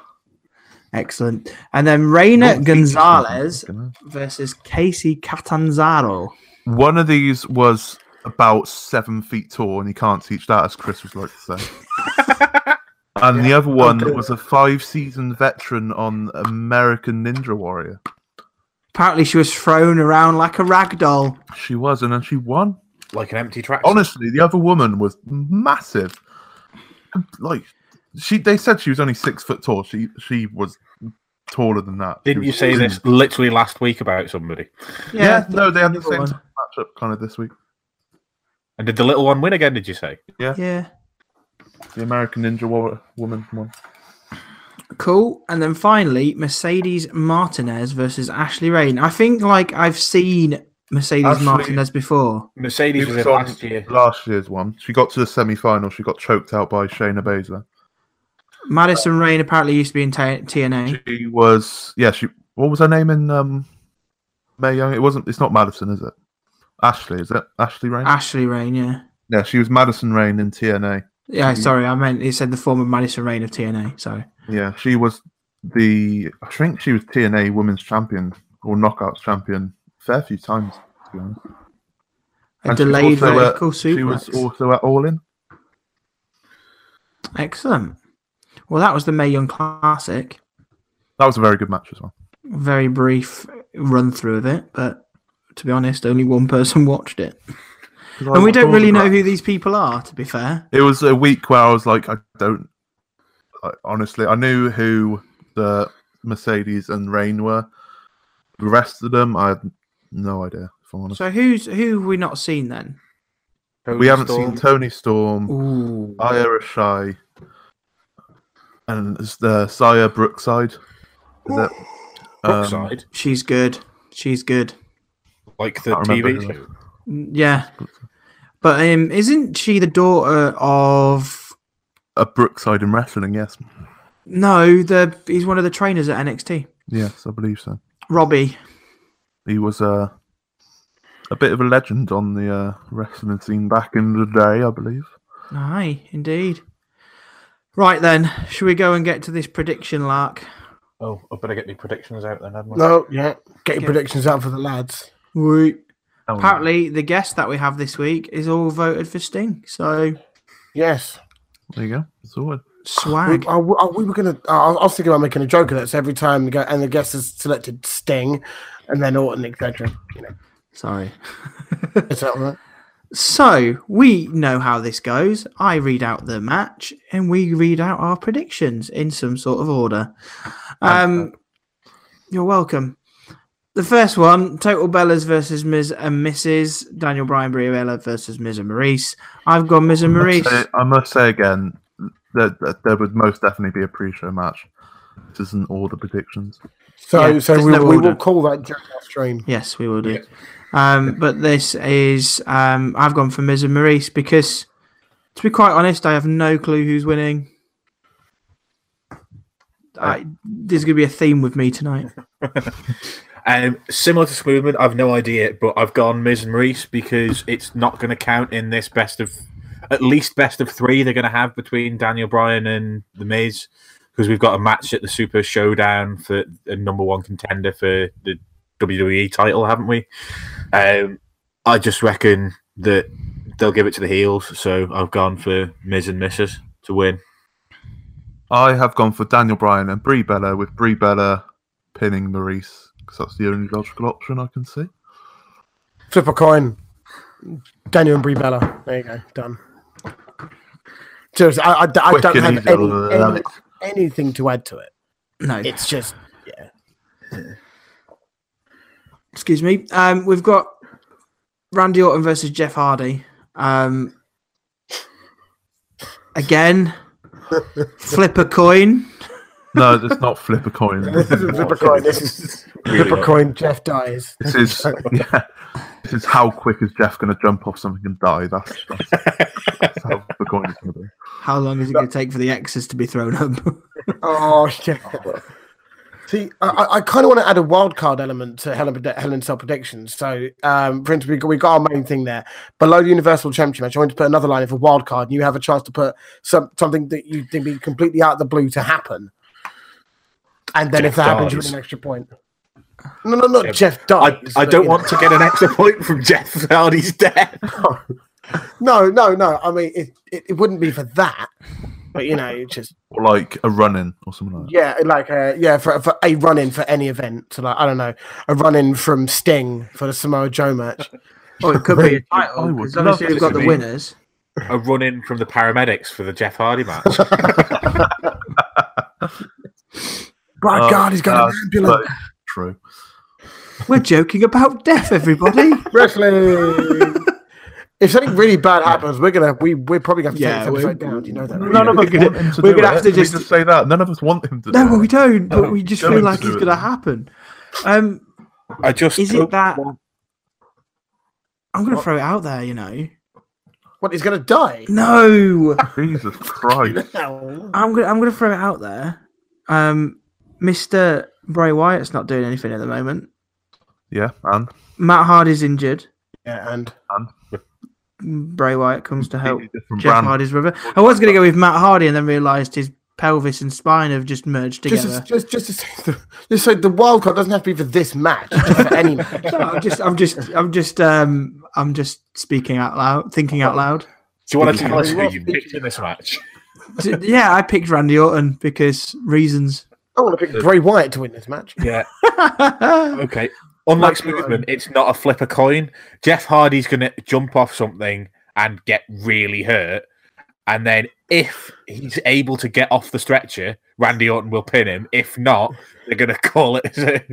Speaker 1: Excellent. And then Reina
Speaker 2: North
Speaker 1: Gonzalez
Speaker 2: Fucking
Speaker 1: versus Casey Catanzaro.
Speaker 2: hell. One of these was about seven feet tall, and you can't teach that, as Chris was like to say. and the other one was a five-season veteran on American Ninja Warrior.
Speaker 1: Apparently, she was thrown around like a rag doll.
Speaker 2: She was, and then she won.
Speaker 4: like an empty track.
Speaker 2: Honestly, the other woman was massive. Like she, they said she was only six foot tall. She she was taller than that. She
Speaker 4: Didn't you
Speaker 2: was
Speaker 4: say
Speaker 2: lean.
Speaker 4: this literally last week about somebody?
Speaker 2: Yeah, no, they had the
Speaker 1: another
Speaker 2: same
Speaker 1: one.
Speaker 2: type of matchup kind of this week.
Speaker 4: And did the little one win again? Did you say?
Speaker 1: Yeah.
Speaker 2: The American Ninja War- Woman one.
Speaker 1: Cool. And then finally, Mercedes Martinez versus Ashley Rain. I think like I've seen Mercedes
Speaker 2: Ashley-
Speaker 1: Martinez before.
Speaker 4: Mercedes
Speaker 2: She
Speaker 4: was
Speaker 2: was
Speaker 4: in
Speaker 2: on
Speaker 4: last year.
Speaker 2: Last year's one. She got to the semi final. She got choked out by Shayna Baszler.
Speaker 1: Madison Rain apparently used to be in T- TNA.
Speaker 2: She was yeah. She what was her name in um May Young? It wasn't. It's not Madison, is it? Ashley, is it? Ashley Rain.
Speaker 1: Ashley Rain, yeah.
Speaker 2: yeah, she was Madison Rain in TNA.
Speaker 1: Yeah,
Speaker 2: Mm.
Speaker 1: sorry, I meant it said the former Madison Rain of TNA. Sorry.
Speaker 2: Yeah, she was the I think she was TNA Women's Champion or Knockouts Champion a fair few times. To be honest.
Speaker 1: A
Speaker 2: And she was
Speaker 1: delayed
Speaker 2: also at-
Speaker 1: vertical
Speaker 2: She
Speaker 1: suplex.
Speaker 2: was also at All In.
Speaker 1: Excellent. Well, that was the May Young Classic.
Speaker 2: That was a very good match as well.
Speaker 1: Very brief run through of it, but to be honest, only one person watched it.
Speaker 2: 'Cause I
Speaker 1: And we
Speaker 2: watched
Speaker 1: don't
Speaker 2: all
Speaker 1: really
Speaker 2: the
Speaker 1: know
Speaker 2: matches.
Speaker 1: who these people are, to be fair.
Speaker 2: It was a week where I was like, I don't. Like, honestly, I knew who the Mercedes and Rain were. The rest of them, I had no idea. If I'm honest,
Speaker 1: So who's who have we not seen then?
Speaker 2: we haven't
Speaker 4: Storm.
Speaker 2: seen Tony Storm,
Speaker 1: Ooh.
Speaker 2: Ira Shai, and it's the Saya Brookside. Is it? Um,
Speaker 4: Brookside,
Speaker 1: She's good. She's good.
Speaker 4: like the
Speaker 2: can't remember
Speaker 4: TV
Speaker 2: who
Speaker 4: show.
Speaker 1: Mm, Yeah. But um, isn't she the daughter of
Speaker 2: a Brookside in wrestling, yes.
Speaker 1: no, the he's one of the trainers at NXT.
Speaker 2: Yes, I believe so.
Speaker 1: Robbie.
Speaker 2: He was uh, a bit of a legend on the uh, wrestling scene back in the day, I believe.
Speaker 1: Aye, indeed. Right then, should we go and get to this prediction lark?
Speaker 4: Oh, I better get my predictions out then. hadn't I?
Speaker 3: No, yeah. Get your
Speaker 1: Yeah.
Speaker 3: predictions out for the lads.
Speaker 1: Wait.
Speaker 2: Oh, no.
Speaker 1: Apparently, the guest that we have this week is all voted for Sting. So
Speaker 3: Yes.
Speaker 2: There you go. It's all good.
Speaker 1: swag.
Speaker 3: We, I, I- we were going to. I I was thinking about making a joke of that. So every time we go, and the guest has selected Sting and then Orton, etc. You know,
Speaker 1: Sorry.
Speaker 3: it's all right.
Speaker 1: So we know how this goes. I read out the match and we read out our predictions in some sort of order. Um, you're welcome. The first one Total Bellas versus Ms. and Mrs. Daniel Bryan Briella versus Ms. and Maurice. I've gone Ms. and
Speaker 2: I
Speaker 1: Maurice.
Speaker 2: must say- I must say again that, that there would most definitely be a pre show match. This isn't all the predictions.
Speaker 3: So,
Speaker 1: Yeah,
Speaker 3: so
Speaker 1: there's
Speaker 3: we,
Speaker 1: no
Speaker 3: we
Speaker 1: order.
Speaker 3: will call that during our stream.
Speaker 1: Yes, we will do. Um, but this is um, I've gone for Miz and Maurice because, to be quite honest, I have no clue who's winning. I, there's going to be a theme with me tonight.
Speaker 4: Um, similar to Smoothman, I've no idea, but I've gone Miz and Maurice because it's not going to count in this best of, at least best of three they're going to have between Daniel Bryan and the Miz, because we've got a match at the Super Showdown for a number one contender for the WWE title, haven't we? Um, I just reckon that they'll give it to the heels, so I've gone for Miz and Mrs. to win.
Speaker 2: I have gone for Daniel Bryan and Brie Bella, with Brie Bella pinning Maurice, because that's the only logical option I can see.
Speaker 3: Flip a coin. Daniel and Brie Bella. There you go. Done. Seriously, I, I, I
Speaker 2: Quick
Speaker 3: don't
Speaker 2: and
Speaker 3: have
Speaker 2: easy, I love
Speaker 3: any, any,
Speaker 2: it.
Speaker 3: anything to add to it.
Speaker 1: No,
Speaker 3: It's just
Speaker 1: excuse me. Um, we've got Randy Orton versus Jeff Hardy. Um, again, flip a coin.
Speaker 2: No, it's not flip a coin.
Speaker 3: flip a coin. This is flip a coin. Jeff dies.
Speaker 2: This is yeah. This is how quick is Jeff going to jump off something and die? That's, that's, that's how the coin is going to be.
Speaker 1: How long is it going to take for the X's to be thrown up?
Speaker 3: Oh yeah. See, I- I, I kind of want to add a wild card element to Helen Helen Cell predictions. So, um, for instance, we got, we got our main thing there. Below the Universal Championship match, I want to put another line in for wild card, and you have a chance to put some something that you think be completely out of the blue to happen. And then
Speaker 4: Jeff
Speaker 3: if that happens, you
Speaker 4: dies.
Speaker 3: win an extra point. No, no, not Jeff dies.
Speaker 4: I, I
Speaker 3: but,
Speaker 4: don't
Speaker 3: you
Speaker 4: want to get an extra point from Jeff Hardy's death.
Speaker 3: know. No, no, no. I mean, it, it, it wouldn't be for that. But you know, it's just
Speaker 2: Or like a run in or something like that.
Speaker 3: yeah, like uh, yeah, for, for a run in for any event. So like, I don't know, a run in from Sting for the Samoa Joe match.
Speaker 1: Or it could be a
Speaker 2: I
Speaker 1: title
Speaker 2: would
Speaker 1: because
Speaker 2: love
Speaker 1: obviously
Speaker 2: to
Speaker 1: we've got the
Speaker 4: see-
Speaker 1: winners.
Speaker 4: A run in from the paramedics for the Jeff Hardy match.
Speaker 3: By
Speaker 2: Oh,
Speaker 3: God, he's got
Speaker 2: uh,
Speaker 3: an ambulance.
Speaker 2: but- True.
Speaker 1: We're joking about death, everybody.
Speaker 3: Wrestling. if something really bad happens, we're gonna we we're probably gonna have to
Speaker 1: Yeah,
Speaker 3: take this
Speaker 1: we're-
Speaker 3: episode down. You know that. right?
Speaker 2: None of us
Speaker 1: gonna-
Speaker 2: want him to
Speaker 1: we're
Speaker 2: do
Speaker 1: gonna
Speaker 2: it.
Speaker 1: have to
Speaker 2: Let me
Speaker 1: just-
Speaker 2: say that. None of us want him to do
Speaker 1: no,
Speaker 2: it.
Speaker 1: we don't. But we just
Speaker 2: Tell
Speaker 1: feel
Speaker 2: him to
Speaker 1: like
Speaker 2: do
Speaker 1: it's
Speaker 2: it
Speaker 1: going to
Speaker 2: then.
Speaker 1: happen. Um,
Speaker 4: I just
Speaker 1: Is it that-
Speaker 4: Well,
Speaker 1: I'm going to throw it out there. You know,
Speaker 3: What he's gonna die?
Speaker 1: no.
Speaker 2: Jesus Christ.
Speaker 3: No.
Speaker 1: I'm gonna I'm gonna throw it out there. Um, Mr. Bray Wyatt's not doing anything at the moment.
Speaker 2: Yeah, and
Speaker 1: Matt Hardy's injured.
Speaker 3: Yeah, and
Speaker 1: Bray Wyatt comes to help
Speaker 2: completely different
Speaker 1: Jeff
Speaker 2: brand.
Speaker 1: Hardy's brother. I was gonna go with Matt Hardy and then realised his pelvis and spine have just merged together.
Speaker 3: just just just to say the, just so the wild card doesn't have to be for this match, just for any match.
Speaker 1: No, I'm just I'm just I'm just um I'm just speaking out loud, thinking out loud.
Speaker 4: do you want to
Speaker 3: Yeah.
Speaker 4: tell us who
Speaker 3: Well,
Speaker 4: you picked in this match?
Speaker 1: D- yeah, I picked Randy Orton because reasons.
Speaker 3: I want to pick Bray Wyatt to win this match.
Speaker 4: Yeah.
Speaker 1: yeah,
Speaker 4: Okay. Unlike
Speaker 1: Max Martin.
Speaker 4: Smoothman, it's not a flip a coin. Jeff Hardy's going to jump off something and get really hurt. And then if he's able to get off the stretcher, Randy Orton will pin him. If not, they're going to call it as a,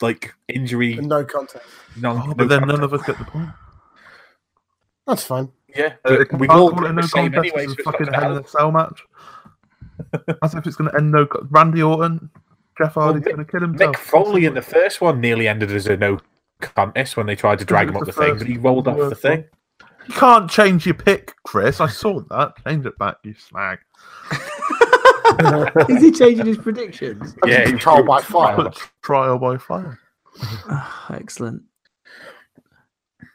Speaker 4: like injury.
Speaker 3: No contest.
Speaker 4: Non-
Speaker 2: Oh, but then none of us get the point.
Speaker 3: That's fine.
Speaker 4: Yeah.
Speaker 2: Uh,
Speaker 4: but
Speaker 2: it can't
Speaker 4: we
Speaker 2: call
Speaker 4: all
Speaker 2: it
Speaker 4: get
Speaker 2: no
Speaker 4: the same
Speaker 2: contest.
Speaker 4: anyway.
Speaker 2: It's
Speaker 4: So
Speaker 2: a
Speaker 4: it's not
Speaker 2: fucking
Speaker 4: gonna
Speaker 2: Hell in
Speaker 4: help.
Speaker 2: a Cell match. As if it's going to end no. Co- Randy Orton, Jeff Hardy's
Speaker 4: Mick-
Speaker 2: going to kill
Speaker 4: Mick
Speaker 2: himself.
Speaker 4: Foley in the first one nearly ended as a no contest when they tried to drag him
Speaker 2: It
Speaker 4: up
Speaker 2: was
Speaker 4: the
Speaker 2: the
Speaker 4: thing,
Speaker 2: first
Speaker 4: but he rolled off the
Speaker 2: worst
Speaker 4: thing.
Speaker 2: You can't change your pick, Chris. I saw that. Change it back, you slag.
Speaker 1: is he changing his predictions?
Speaker 4: Yeah, he
Speaker 3: control by fire.
Speaker 2: Put trial by fire.
Speaker 1: Ah, excellent.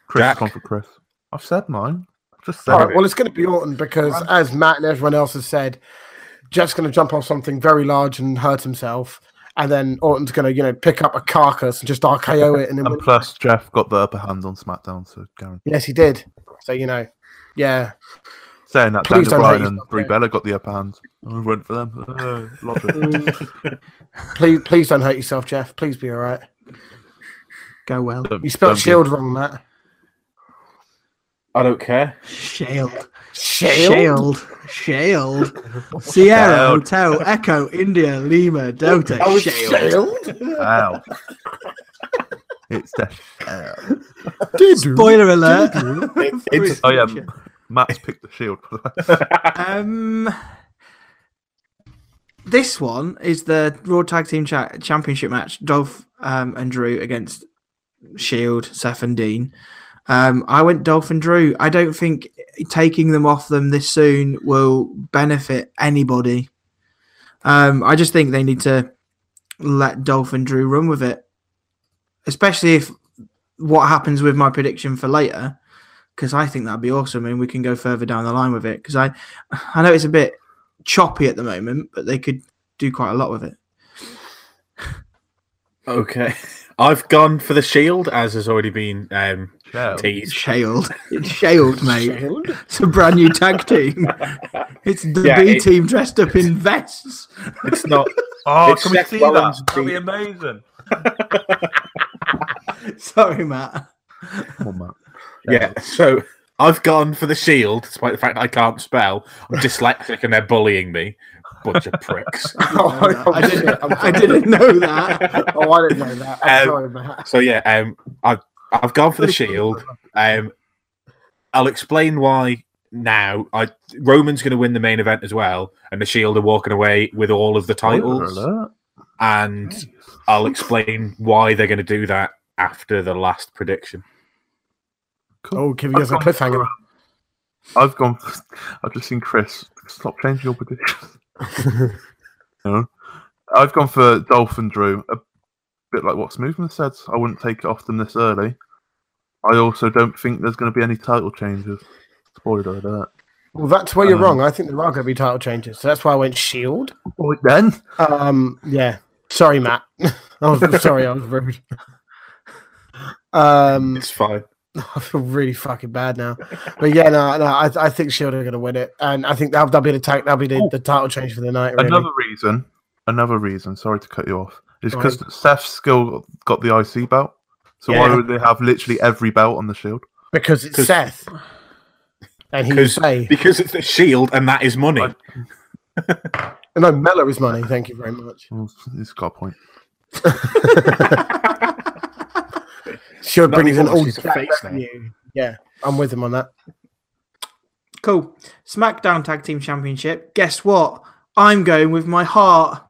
Speaker 2: Chris
Speaker 4: Jack.
Speaker 2: gone for Chris. I've said mine. Just said
Speaker 3: All right,
Speaker 2: it.
Speaker 3: well, it's going to be Orton because, as Matt and everyone else has said, Jeff's going to jump off something very large and hurt himself, and then Orton's going to, you know, pick up a carcass and just RKO it. And then
Speaker 2: and plus, Jeff got the upper hand on SmackDown, so Garen.
Speaker 3: yes, he did. So you know, yeah,
Speaker 2: Saying that,
Speaker 3: Please
Speaker 2: Daniel
Speaker 3: don't let
Speaker 2: Bryan and
Speaker 3: yourself
Speaker 2: Brie
Speaker 3: go.
Speaker 2: Bella got the upper hand. I went for them. Uh, logic.
Speaker 4: Mm.
Speaker 3: please, please don't hurt yourself, Jeff. Please be all right.
Speaker 1: Go well.
Speaker 2: Don't-
Speaker 3: You spelled
Speaker 2: don't
Speaker 3: shield wrong, Matt.
Speaker 4: I don't care.
Speaker 1: Shield.
Speaker 3: Shield.
Speaker 1: Shield. Shield. Sierra,
Speaker 2: Shield.
Speaker 1: Hotel, Echo, India, Lima, Delta,
Speaker 3: I was
Speaker 1: Shield.
Speaker 3: Oh, shield.
Speaker 2: be- Ow. it's death.
Speaker 1: Spoiler alert.
Speaker 4: it's-
Speaker 2: Oh, yeah. Matt's picked the shield.
Speaker 1: Um, this one is the Raw Tag Team cha- Championship match: Dolph um, and Drew against Shield, E Seth and Dean. Um, I went Dolph and Drew. I don't think taking them off them this soon will benefit anybody. Um, I just think they need to let Dolph and Drew run with it, especially if what happens with my prediction for later, because I think that'd be awesome, and we can go further down the line with it. Because I, I know it's a bit choppy at the moment, but they could do quite a lot with it.
Speaker 4: Okay. I've gone for the shield, as has already been um,
Speaker 2: Shield.
Speaker 4: teased.
Speaker 1: Shale, it's shale, mate.
Speaker 3: Shield.
Speaker 1: It's a brand new tag team. It's the
Speaker 4: Yeah,
Speaker 1: B
Speaker 4: it-
Speaker 1: team dressed up in vests.
Speaker 4: It's not.
Speaker 2: Oh,
Speaker 4: It's
Speaker 2: can we
Speaker 4: Seth
Speaker 2: see
Speaker 4: Rollins
Speaker 2: that? That'd be
Speaker 4: beat-
Speaker 2: amazing.
Speaker 1: Sorry, Matt.
Speaker 2: Come on, Matt.
Speaker 4: yeah. So I've gone for the shield, despite the fact I can't spell. I'm dyslexic and they're bullying me. Bunch of pricks.
Speaker 3: Oh,
Speaker 1: I didn't. I didn't know that.
Speaker 3: Oh, I didn't know that. I'm
Speaker 4: Um,
Speaker 3: sorry, Matt.
Speaker 4: So yeah, um, I've I've gone for the shield. Um, I'll explain why now. I Roman's going to win the main event as well, and the shield are walking away with all of the titles.
Speaker 2: Spoiler alert.
Speaker 4: And I'll explain why they're going to do that after the last prediction.
Speaker 3: Oh, giving us a
Speaker 2: I've gone for,
Speaker 3: cliffhanger.
Speaker 2: um, I've gone. I've just seen Chris. Stop changing your prediction. no, I've gone for Dolphin Drew. A bit like what Smoothman said. I wouldn't take it off them this early. I also don't think there's going to be any title changes. Spoiler alert.
Speaker 3: Well, that's where you're
Speaker 2: Um,
Speaker 3: wrong. I think there are going to be title changes, so that's why I went Shield.
Speaker 2: Right then,
Speaker 3: Um, yeah. Sorry, Matt. I was sorry, I was rude. Um,
Speaker 4: It's fine.
Speaker 3: I feel really fucking bad now. But yeah, no, no, I, I think Shield are going to win it, and I think that'll, that'll be the tag, that'll be the,
Speaker 2: Oh.
Speaker 3: the title change for the night. Really.
Speaker 2: Another reason, another reason. Sorry to cut you off. Is
Speaker 3: Go
Speaker 2: because Seth's still got the IC belt. So why
Speaker 4: Yeah.
Speaker 2: would they have literally every belt on the shield?
Speaker 3: because it's
Speaker 4: 'Cause-
Speaker 3: Seth, and he would
Speaker 4: 'Cause-
Speaker 3: say,
Speaker 4: Because it's the shield and that is money.
Speaker 2: Right.
Speaker 3: "No, Mellor is money. Thank you very much."
Speaker 2: Well, It's got a point.
Speaker 3: Shield
Speaker 4: Not
Speaker 3: brings in
Speaker 4: anymore,
Speaker 3: all
Speaker 4: she's a
Speaker 3: that
Speaker 4: face now.
Speaker 3: revenue. Yeah, I'm with him on that.
Speaker 1: Cool. SmackDown Tag Team Championship. Guess what? I'm going with my heart.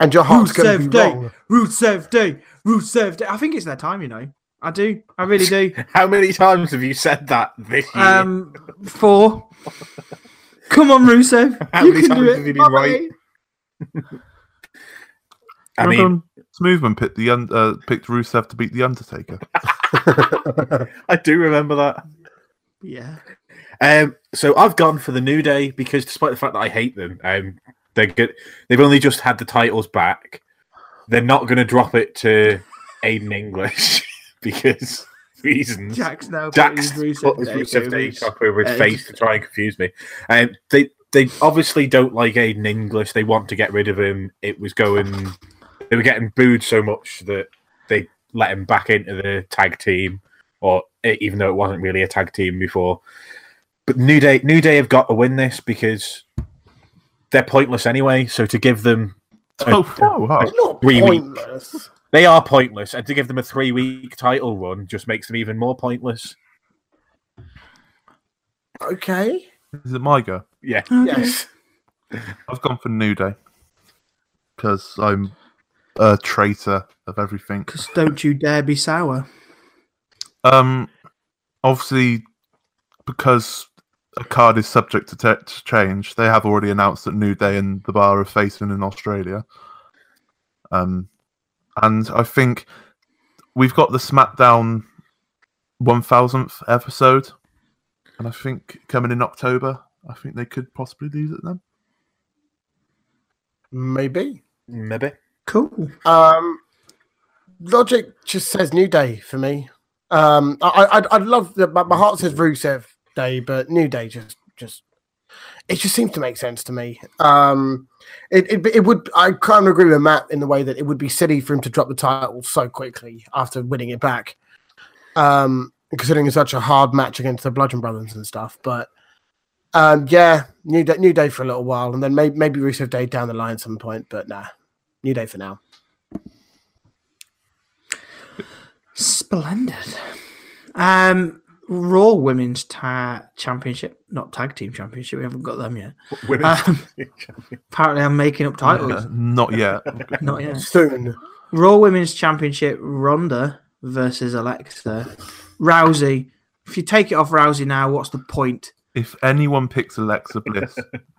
Speaker 3: And your heart's going to
Speaker 1: Rusev
Speaker 3: be
Speaker 1: Day.
Speaker 3: wrong.
Speaker 1: Rusev Day. Rusev Day. I think it's their time, you know. I do. I really do.
Speaker 4: How many times have you said that this year?
Speaker 1: Um, four. Come on, Rusev.
Speaker 4: How
Speaker 1: you
Speaker 4: many
Speaker 1: can
Speaker 4: times
Speaker 1: do it.
Speaker 4: have you been
Speaker 1: Bobby.
Speaker 4: right? I
Speaker 2: Remember
Speaker 4: mean,
Speaker 2: when Smoothman picked the un- uh, picked Rusev to beat the Undertaker.
Speaker 4: I do remember that.
Speaker 1: Yeah.
Speaker 4: Um, so I've gone for the New Day because, despite the fact that I hate them, um, they're good. They've only just had the titles back. They're not going to drop it to Aiden English because reasons.
Speaker 1: Jack's now.
Speaker 4: Dax
Speaker 1: putting
Speaker 4: put his
Speaker 1: Day
Speaker 4: Rusev
Speaker 1: over
Speaker 4: Day
Speaker 1: his-
Speaker 4: top over his
Speaker 1: Edge.
Speaker 4: face to try and confuse me. Um, they they obviously don't like Aiden English. They want to get rid of him. It was going. They were getting booed so much that they let him back into the tag team, or eh, even though it wasn't really a tag team before. But New Day, New Day have got to win this because they're pointless anyway. So to give them
Speaker 2: Oh, oh, wow.
Speaker 3: They're not
Speaker 4: Three weeks.
Speaker 3: pointless.
Speaker 4: they are pointless, and to give them a three week title run just makes them even more pointless.
Speaker 3: Okay.
Speaker 2: Is it my go?
Speaker 4: Yeah.
Speaker 1: Okay.
Speaker 3: Yes.
Speaker 2: I've gone for New Day because I'm a traitor of everything.
Speaker 1: Because don't you dare be sour.
Speaker 2: Um, obviously, because a card is subject to, te- to change, they have already announced that New Day and the Bar are facing in Australia. Um, and I think we've got the SmackDown one thousandth episode, and I think coming in October, I think they could possibly lose it then.
Speaker 3: Maybe.
Speaker 4: Maybe.
Speaker 1: Cool.
Speaker 3: Um, logic just says New Day for me. Um, I, I, I'd- I'd love that. My, my heart says Rusev Day, but New Day just, just, it just seems to make sense to me. Um, it, it, it would. I kind of agree with Matt in the way that it would be silly for him to drop the title so quickly after winning it back. Um, considering it's such a hard match against the Bludgeon Brothers and stuff, but. Um, yeah, new day, new day for a little while, and then maybe maybe Rusev Day down the line at some point, but nah, new day for now.
Speaker 1: Splendid. Um, Raw Women's ta- Championship, not Tag Team Championship. We haven't got them yet.
Speaker 4: Women's
Speaker 1: Um, apparently, I'm making up titles.
Speaker 2: Uh, not yet.
Speaker 1: Not yet.
Speaker 3: soon.
Speaker 1: Raw Women's Championship Ronda versus Alexa. Rousey. If you take it off Rousey now, what's the point?
Speaker 2: if anyone picks Alexa Bliss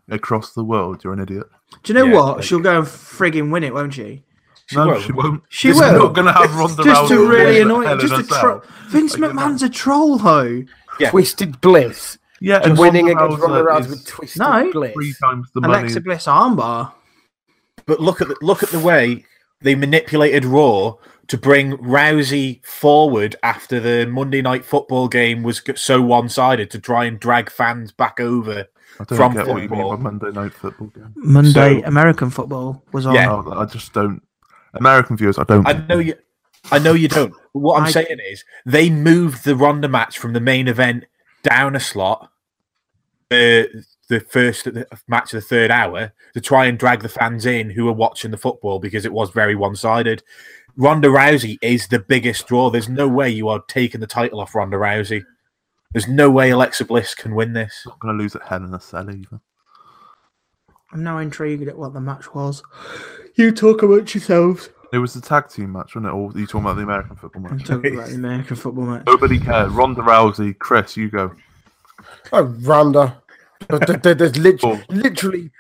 Speaker 2: across the world, you're an idiot.
Speaker 1: Do you know
Speaker 4: Yeah,
Speaker 1: what?
Speaker 4: like-
Speaker 1: She'll go and frigging win it, won't she?
Speaker 2: no,
Speaker 4: won't.
Speaker 2: she won't.
Speaker 1: She
Speaker 2: She's
Speaker 1: will.
Speaker 2: not going to have Ronda
Speaker 1: Just to
Speaker 2: Rousey
Speaker 1: really
Speaker 2: win
Speaker 1: annoy,
Speaker 2: Hell in
Speaker 1: just
Speaker 2: a
Speaker 1: to
Speaker 2: Cell.
Speaker 1: troll. Vince
Speaker 2: Like, you know.
Speaker 1: McMahon's a troll, though.
Speaker 4: Yeah.
Speaker 3: Twisted Bliss.
Speaker 2: Yeah, and
Speaker 3: winning
Speaker 2: Ronda
Speaker 3: against Ronda Rousey
Speaker 2: is
Speaker 3: with Twisted
Speaker 1: No.
Speaker 3: Bliss.
Speaker 2: three times the money.
Speaker 1: Alexa Bliss armbar.
Speaker 4: But look at the, look at the way they manipulated Raw to bring Rousey forward after the Monday Night Football game was g- so one sided to try and drag fans back over.
Speaker 2: I don't
Speaker 4: from
Speaker 2: get what you mean by
Speaker 4: football.
Speaker 2: Monday Night Football game.
Speaker 1: Monday
Speaker 4: So-
Speaker 1: American football was on.
Speaker 4: Yeah.
Speaker 2: Oh, I just don't. American viewers, I don't.
Speaker 4: I know you, I know you don't. But what I'm
Speaker 1: I-
Speaker 4: saying is they moved the Ronda match from the main event down a slot. The the first the match of the third hour to try and drag the fans in who were watching the football because it was very one sided. Ronda Rousey is the biggest draw. There's no way you are taking the title off Ronda Rousey. There's no way Alexa Bliss can win this.
Speaker 2: I'm going to lose at Hell in a Cell either.
Speaker 1: I'm now intrigued at what the match was. You talk about yourselves.
Speaker 2: It was the tag team match, wasn't it? Or are you talking about the American football
Speaker 1: I'm
Speaker 2: match?
Speaker 1: talking about the American football match.
Speaker 2: Nobody cared. Ronda Rousey, Chris, you go.
Speaker 3: Oh, Ronda. There- there- there- there's lit-
Speaker 2: Oh.
Speaker 3: literally,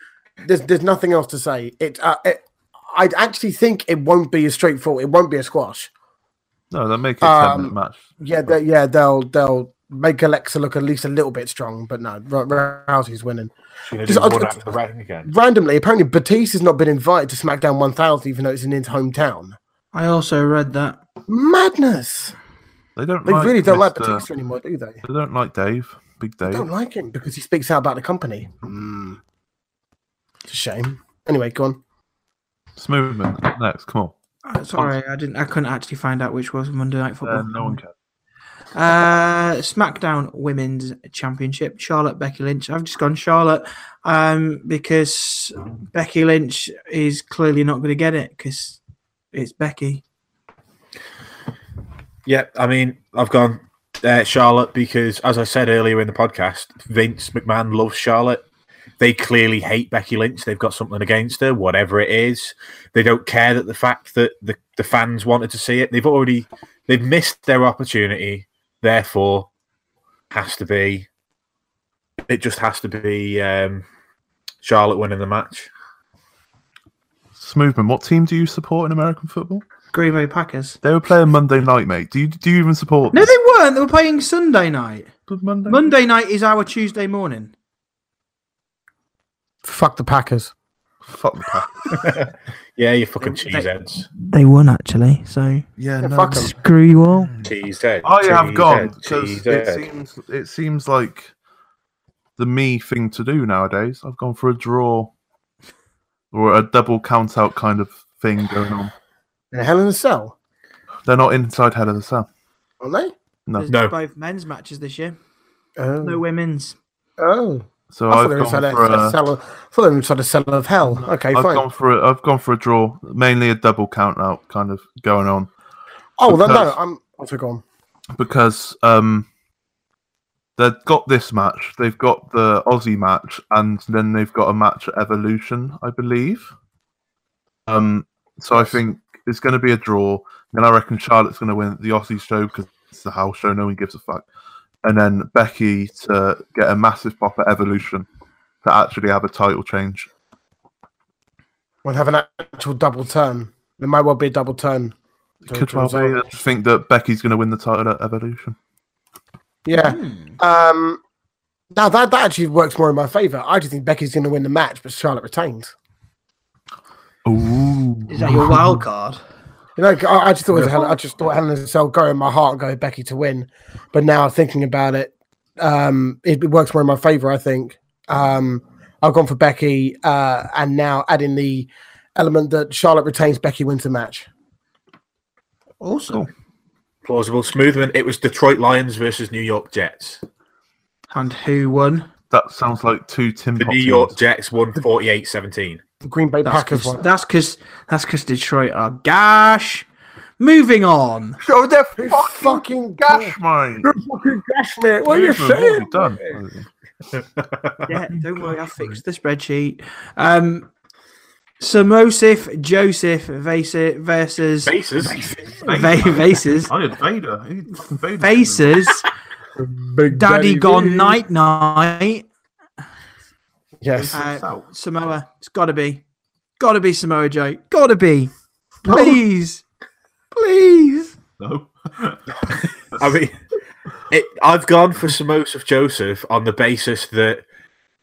Speaker 3: there's there's nothing else to say. It, uh, it, I actually think it won't be as straightforward. It won't be a squash.
Speaker 2: No, they make it a ten
Speaker 3: Um,
Speaker 2: minute match.
Speaker 3: Yeah, they, yeah, they'll they'll make Alexa look at least a little bit strong, but no, R- Rousey's winning.
Speaker 4: She's gonna
Speaker 3: Just-
Speaker 4: do
Speaker 3: I-
Speaker 4: one
Speaker 3: I-
Speaker 4: out of the ring again.
Speaker 3: Randomly, apparently Batiste has not been invited to SmackDown 1000, even though it's in his hometown.
Speaker 1: I also read that.
Speaker 3: Madness!
Speaker 2: They don't.
Speaker 3: They
Speaker 2: like
Speaker 3: really don't like
Speaker 2: Mr.
Speaker 3: Batista anymore, do they?
Speaker 2: They don't like Dave. Big Dave.
Speaker 3: Don't like him because he speaks out about the company. Hmm. It's a shame. Anyway, go on.
Speaker 2: Smoothman. Next, come on.
Speaker 1: Uh, Sorry, I didn't. I couldn't actually find out which was Monday Night Football.
Speaker 2: Uh, no one cares.
Speaker 1: Uh, SmackDown Women's Championship. Charlotte, Becky Lynch. I've just gone Charlotte um, because Becky Lynch is clearly not going to get it because it's Becky.
Speaker 4: Yeah, I mean, I've gone uh, Charlotte because, as I said earlier in the podcast, Vince McMahon loves Charlotte. They clearly hate Becky Lynch. They've got something against her, whatever it is. They don't care that the fact that the, the fans wanted to see it. They've already they've missed their opportunity. Therefore, has to be. It just has to be um, Charlotte winning the match.
Speaker 2: Smoothman. What team do you support in American football?
Speaker 1: Green Bay Packers.
Speaker 2: They were playing Monday night, mate. Do you do you even support?
Speaker 1: No, they weren't. They were playing Sunday night.
Speaker 2: Monday.
Speaker 1: Monday night is our Tuesday morning.
Speaker 3: Fuck the Packers.
Speaker 2: Fuck the Packers.
Speaker 4: Yeah, you fucking cheeseheads.
Speaker 1: They won actually, so
Speaker 2: Yeah, no.
Speaker 3: fuck 'em.
Speaker 1: screw you all.
Speaker 4: Cheeseheads.
Speaker 2: Mm. I have gone because it
Speaker 4: cheeseheads.
Speaker 2: seems it seems like the me thing to do nowadays. I've gone for a draw or a double count out kind of thing going on.
Speaker 3: And Hell in a Cell,
Speaker 2: They're not inside head of the cell.
Speaker 3: aren't they?
Speaker 2: No.
Speaker 1: There's
Speaker 4: No.
Speaker 1: both men's matches this year.
Speaker 3: Oh.
Speaker 1: No women's.
Speaker 3: oh.
Speaker 2: So
Speaker 3: I thought
Speaker 2: I've
Speaker 3: they were inside
Speaker 2: gone
Speaker 3: a,
Speaker 2: for
Speaker 3: a
Speaker 2: a,
Speaker 3: cell of, I thought they were inside a cell of hell. Okay,
Speaker 2: I've
Speaker 3: fine.
Speaker 2: gone for a, I've gone for a draw, mainly a double count out kind of going on
Speaker 3: oh, well, no,
Speaker 2: because-
Speaker 3: I'm. Also gone.
Speaker 2: because um they've got this match, they've got the Aussie match, and then they've got a match at Evolution, I believe. Um, so I think it's going to be a draw. Then I reckon Charlotte's going to win the Aussie show because it's the house show, no one gives a fuck. And then Becky to get a massive pop at Evolution to actually have a title change.
Speaker 3: We'll have an actual double turn. There might well be a double turn. to-
Speaker 2: Could
Speaker 3: to
Speaker 2: well
Speaker 3: resolve
Speaker 2: be. uh, I just think that Becky's going to win the title at Evolution.
Speaker 3: Yeah.
Speaker 2: Hmm.
Speaker 3: Um, now that that actually works more in my favour. I just think Becky's going to win the match, but Charlotte retains.
Speaker 2: Ooh.
Speaker 1: Is that your wild card?
Speaker 3: You know, I, I just thought it was Hell, I just thought Helen in a Cell go in my heart, go Becky to win. But now thinking about it, um, it works more in my favour. I think um, I've gone for Becky, uh, and now adding the element that Charlotte retains, Becky wins the match.
Speaker 1: Awesome.
Speaker 4: plausible smoothman. It was Detroit Lions versus New York Jets.
Speaker 1: And who won?
Speaker 2: That sounds like two Tim
Speaker 4: The
Speaker 2: Pop
Speaker 4: New
Speaker 2: teams.
Speaker 4: York Jets won 48-17.
Speaker 3: The Green Bay Packers one.
Speaker 1: That's because that's because Detroit are gosh. Moving on.
Speaker 2: Show their
Speaker 3: Who
Speaker 2: fucking
Speaker 3: Oh, fucking
Speaker 2: gash, mate.
Speaker 3: Fucking gosh, mate. What are you
Speaker 2: Movement, what have
Speaker 3: saying?
Speaker 2: you done?
Speaker 1: Yeah, don't worry, I fixed the spreadsheet. Um, Samosif Joseph Vasa- versus
Speaker 4: Faces.
Speaker 1: Va- Vases
Speaker 2: I did Vader. He fucking Vader.
Speaker 1: Faces
Speaker 3: Big
Speaker 1: Daddy Gone
Speaker 3: Vee.
Speaker 1: Night Night
Speaker 3: Yes.
Speaker 1: uh, Samoa. It's gotta be, gotta be Samoa Joe. Gotta be.
Speaker 3: No.
Speaker 1: Please, please.
Speaker 2: No.
Speaker 4: I mean, it, I've gone for Samosif Joseph on the basis that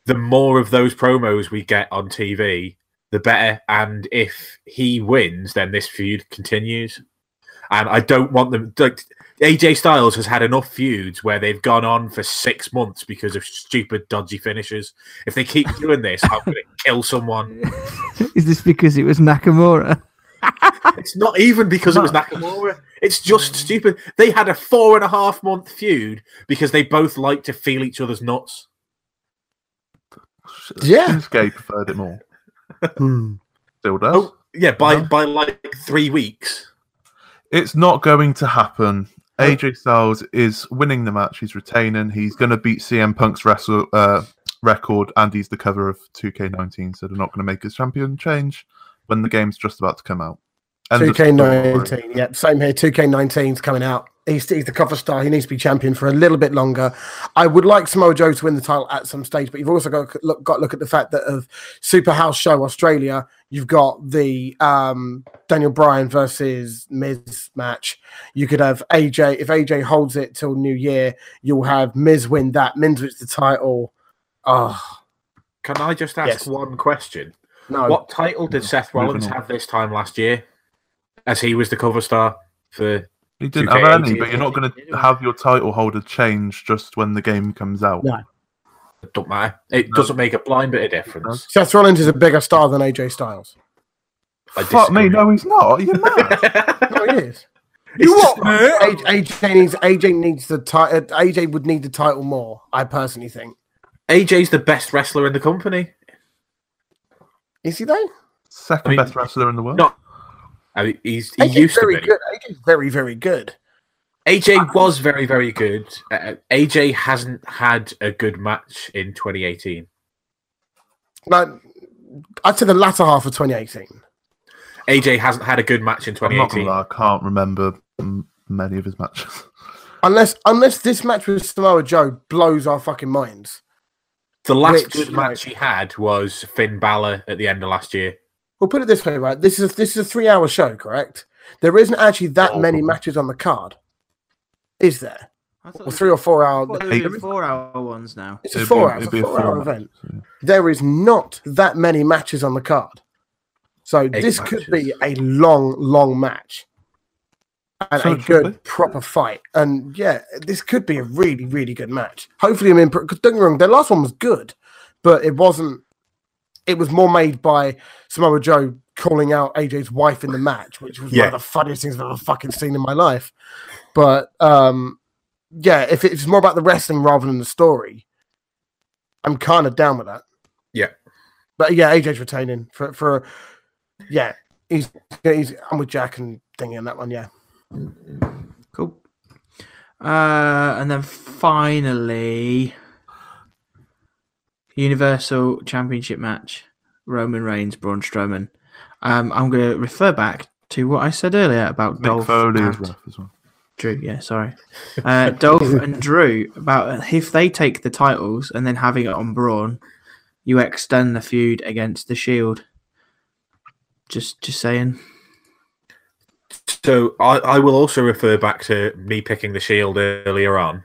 Speaker 4: the more of those promos we get on TV, the better. And if he wins, then this feud continues. And I don't want them. Like, AJ Styles has had enough feuds where they've gone on for six months because of stupid, dodgy finishes. If they keep doing this, I'm going to kill someone.
Speaker 1: Is this because it was Nakamura?
Speaker 4: It's not even because it was Nakamura. It's just stupid. They had a four and a half month feud because they both like to feel each other's nuts.
Speaker 3: Yeah.
Speaker 2: Shinsuke preferred it more.
Speaker 3: Hmm.
Speaker 2: Still does.
Speaker 4: Oh, yeah, by
Speaker 2: Uh-huh.
Speaker 4: by like three weeks.
Speaker 2: It's not going to happen.
Speaker 3: Oh.
Speaker 2: AJ Styles is winning the match. He's retaining. He's going to beat CM Punk's wrestle, uh, record, and he's the cover of 2K19. So they're not going to make his champion change when the game's just about to come out. End of story.
Speaker 3: 2K19. Yep, same here. 2K19's coming out He's, he's the cover star. He needs to be champion for a little bit longer. I would like Samoa Joe to win the title at some stage, but you've also got to look, got to look at the fact that of Super House Show Australia, you've got the um, Daniel Bryan versus Miz match. You could have AJ if AJ holds it till New Year, you'll have Miz win that. Miz wins the title. Oh
Speaker 4: Can I just ask
Speaker 3: Yes.
Speaker 4: one question?
Speaker 3: no!
Speaker 4: What title did Seth
Speaker 2: Oh. Moving
Speaker 4: Rollins
Speaker 2: on.
Speaker 4: have this time last year? As he was the cover star for
Speaker 2: You didn't
Speaker 4: 2K18,
Speaker 2: have any, but you're not going
Speaker 1: didn't
Speaker 2: to
Speaker 1: you?
Speaker 2: have your title holder change just when the game comes out.
Speaker 3: No.
Speaker 4: it don't matter. It doesn't make a blind bit of difference.
Speaker 3: Seth Rollins is a bigger star than AJ Styles.
Speaker 4: I
Speaker 2: Fuck me,
Speaker 4: disagree.
Speaker 2: no, he's not. You're mad.
Speaker 3: No, he is.
Speaker 4: It's just-
Speaker 3: AJ, AJ needs AJ needs the title. AJ would need the title more. I personally think.
Speaker 4: AJ's the best wrestler in the company.
Speaker 3: Is he though?
Speaker 2: Second
Speaker 4: I mean,
Speaker 2: best wrestler in the world.
Speaker 4: no. I mean, he's he
Speaker 3: AJ's
Speaker 4: used to
Speaker 3: very
Speaker 4: be.
Speaker 3: good. AJ's very very good.
Speaker 4: AJ was very very good. Uh, AJ hasn't had a good match in 2018.
Speaker 3: Like I'd say the latter half of 2018.
Speaker 4: AJ hasn't had a good match in
Speaker 2: I'm not gonna
Speaker 4: 2018.
Speaker 2: lie, I can't remember mm, many of his matches.
Speaker 3: Unless unless this match with Samoa Joe blows our fucking minds.
Speaker 4: The last
Speaker 3: Which,
Speaker 4: good
Speaker 3: like-
Speaker 4: match he had was Finn Balor at the end of last year.
Speaker 3: We'll put it this way, right? This is this is a three hour show, correct? There isn't actually that
Speaker 2: Oh.
Speaker 3: many matches on the card, is there?
Speaker 1: I thought
Speaker 3: Or three or four hour.
Speaker 2: Eight.
Speaker 1: four hour ones now.
Speaker 3: It's a
Speaker 2: It'd be-
Speaker 3: four hour,
Speaker 2: it'd
Speaker 3: it's
Speaker 2: be
Speaker 3: a
Speaker 2: a
Speaker 3: four hour
Speaker 2: four-hour
Speaker 3: event.
Speaker 2: match,
Speaker 3: there is not that many matches on the card. So this could be a long, long match. And
Speaker 2: So
Speaker 3: a
Speaker 2: it should
Speaker 3: good proper fight. And yeah, this could be a really, really good match. Hopefully, I mean, don't get me wrong, their last one was good, but it wasn't it was more made by Samoa Joe calling out AJ's wife in the match, which was
Speaker 4: Yeah.
Speaker 3: one of the funniest things I've ever fucking seen in my life. But um, yeah, if it's more about the wrestling rather than the story, I'm kind of down with that.
Speaker 4: Yeah.
Speaker 3: but yeah, AJ's retaining for for yeah, he's he's I'm with Jack and thingy on that one. Yeah,
Speaker 1: Cool. Uh, and then finally, Universal Championship match: Roman Reigns, Braun Strowman. Um, I'm going to refer back to what I said earlier about
Speaker 2: Mick
Speaker 1: Dolph
Speaker 2: Foley is
Speaker 1: and
Speaker 2: ref as well.
Speaker 1: Drew. Yeah, sorry, uh, Dolph and Drew about if they take the titles and then having it on Braun, you extend the feud against the Shield. Just, just saying.
Speaker 4: So I, I will also refer back to me picking the Shield earlier on,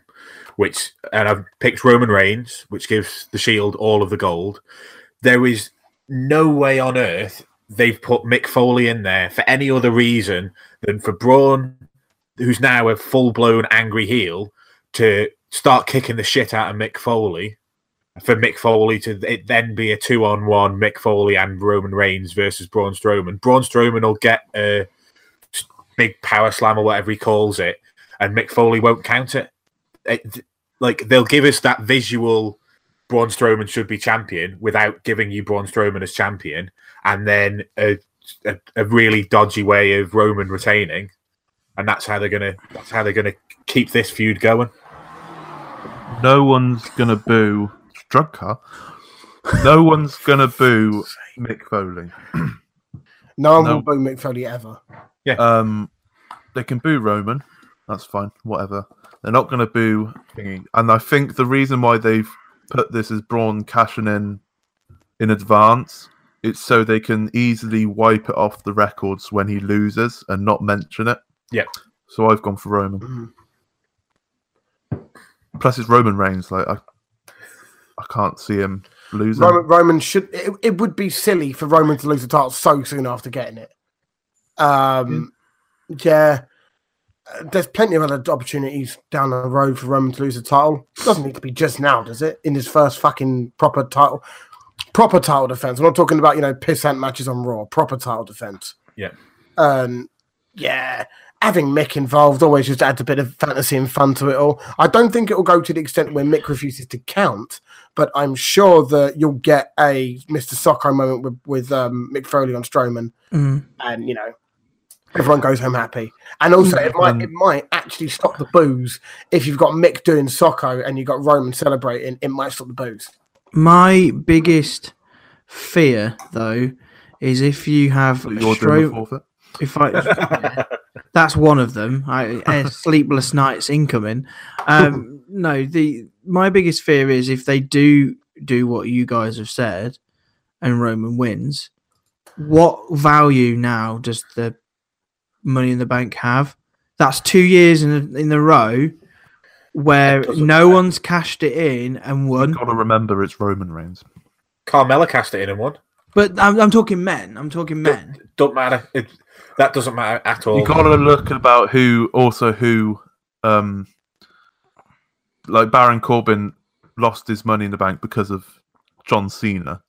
Speaker 4: which and I've picked Roman Reigns, which gives the Shield all of the gold. There is no way on earth they've put Mick Foley in there for any other reason than for Braun, who's now a full blown angry heel, to start kicking the shit out of Mick Foley. For Mick Foley to it then be a two on one Mick Foley and Roman Reigns versus Braun Strowman. Braun Strowman will get a big power slam or whatever he calls it, and Mick Foley won't count it. It- Like they'll give us that visual Braun Strowman should be champion without giving you Braun Strowman as champion, and then a, a, a really dodgy way of Roman retaining, and that's how they're gonna that's how they're gonna keep this feud going.
Speaker 2: No one's gonna boo drug car. No one's gonna boo Mick Foley.
Speaker 3: no one
Speaker 2: No.
Speaker 3: will boo Mick Foley ever.
Speaker 2: Um, they can boo Roman. That's fine. Whatever. They're not going to boo. Thingy. And I think the reason why they've put this as Braun cashing in in advance, it's so they can easily wipe it off the records when he loses and not mention it.
Speaker 4: Yeah.
Speaker 2: So I've gone for Roman.
Speaker 3: Mhm.
Speaker 2: Plus, it's Roman Reigns. Like I, I can't see him losing.
Speaker 3: Roman, Roman should it, it would be silly for Roman to lose the title so soon after getting it. Um, yeah, Uh, there's plenty of other opportunities down the road for Roman to lose the title. Doesn't need to be just now, does it? In his first fucking proper title, proper title defense. I'm not talking about you know pissant matches on Raw. Proper title defense.
Speaker 4: Yeah.
Speaker 3: Um, yeah. Having Mick involved always just adds a bit of fantasy and fun to it all. I don't think it will go to the extent where Mick refuses to count, but I'm sure that you'll get a Mr. Socko moment with, with um, Mick Foley on Strowman,
Speaker 1: Mm.
Speaker 3: and you know everyone goes home happy. And also, it might it might actually stop the booze if you've got Mick doing Socko and you've got Roman celebrating. It might stop the booze.
Speaker 1: My biggest fear, though, is if you have
Speaker 2: that you're
Speaker 1: Stro-
Speaker 2: doing the forfeit.
Speaker 1: if I That's one of them. I, uh, sleepless nights incoming. Um, no, the my biggest fear is if they do do what you guys have said, and Roman wins, what value now does the Money in the Bank have? That's two years in a, in a row where
Speaker 4: That doesn't
Speaker 1: no
Speaker 4: matter.
Speaker 1: one's cashed it in and won.
Speaker 2: Gotta remember it's Roman Reigns.
Speaker 4: Carmella cast it in and won.
Speaker 1: But I'm, I'm talking men. I'm talking men.
Speaker 4: Don't matter. It, that doesn't matter at all.
Speaker 2: You gotta look about who also who um like Baron Corbin lost his money in the bank because of John Cena.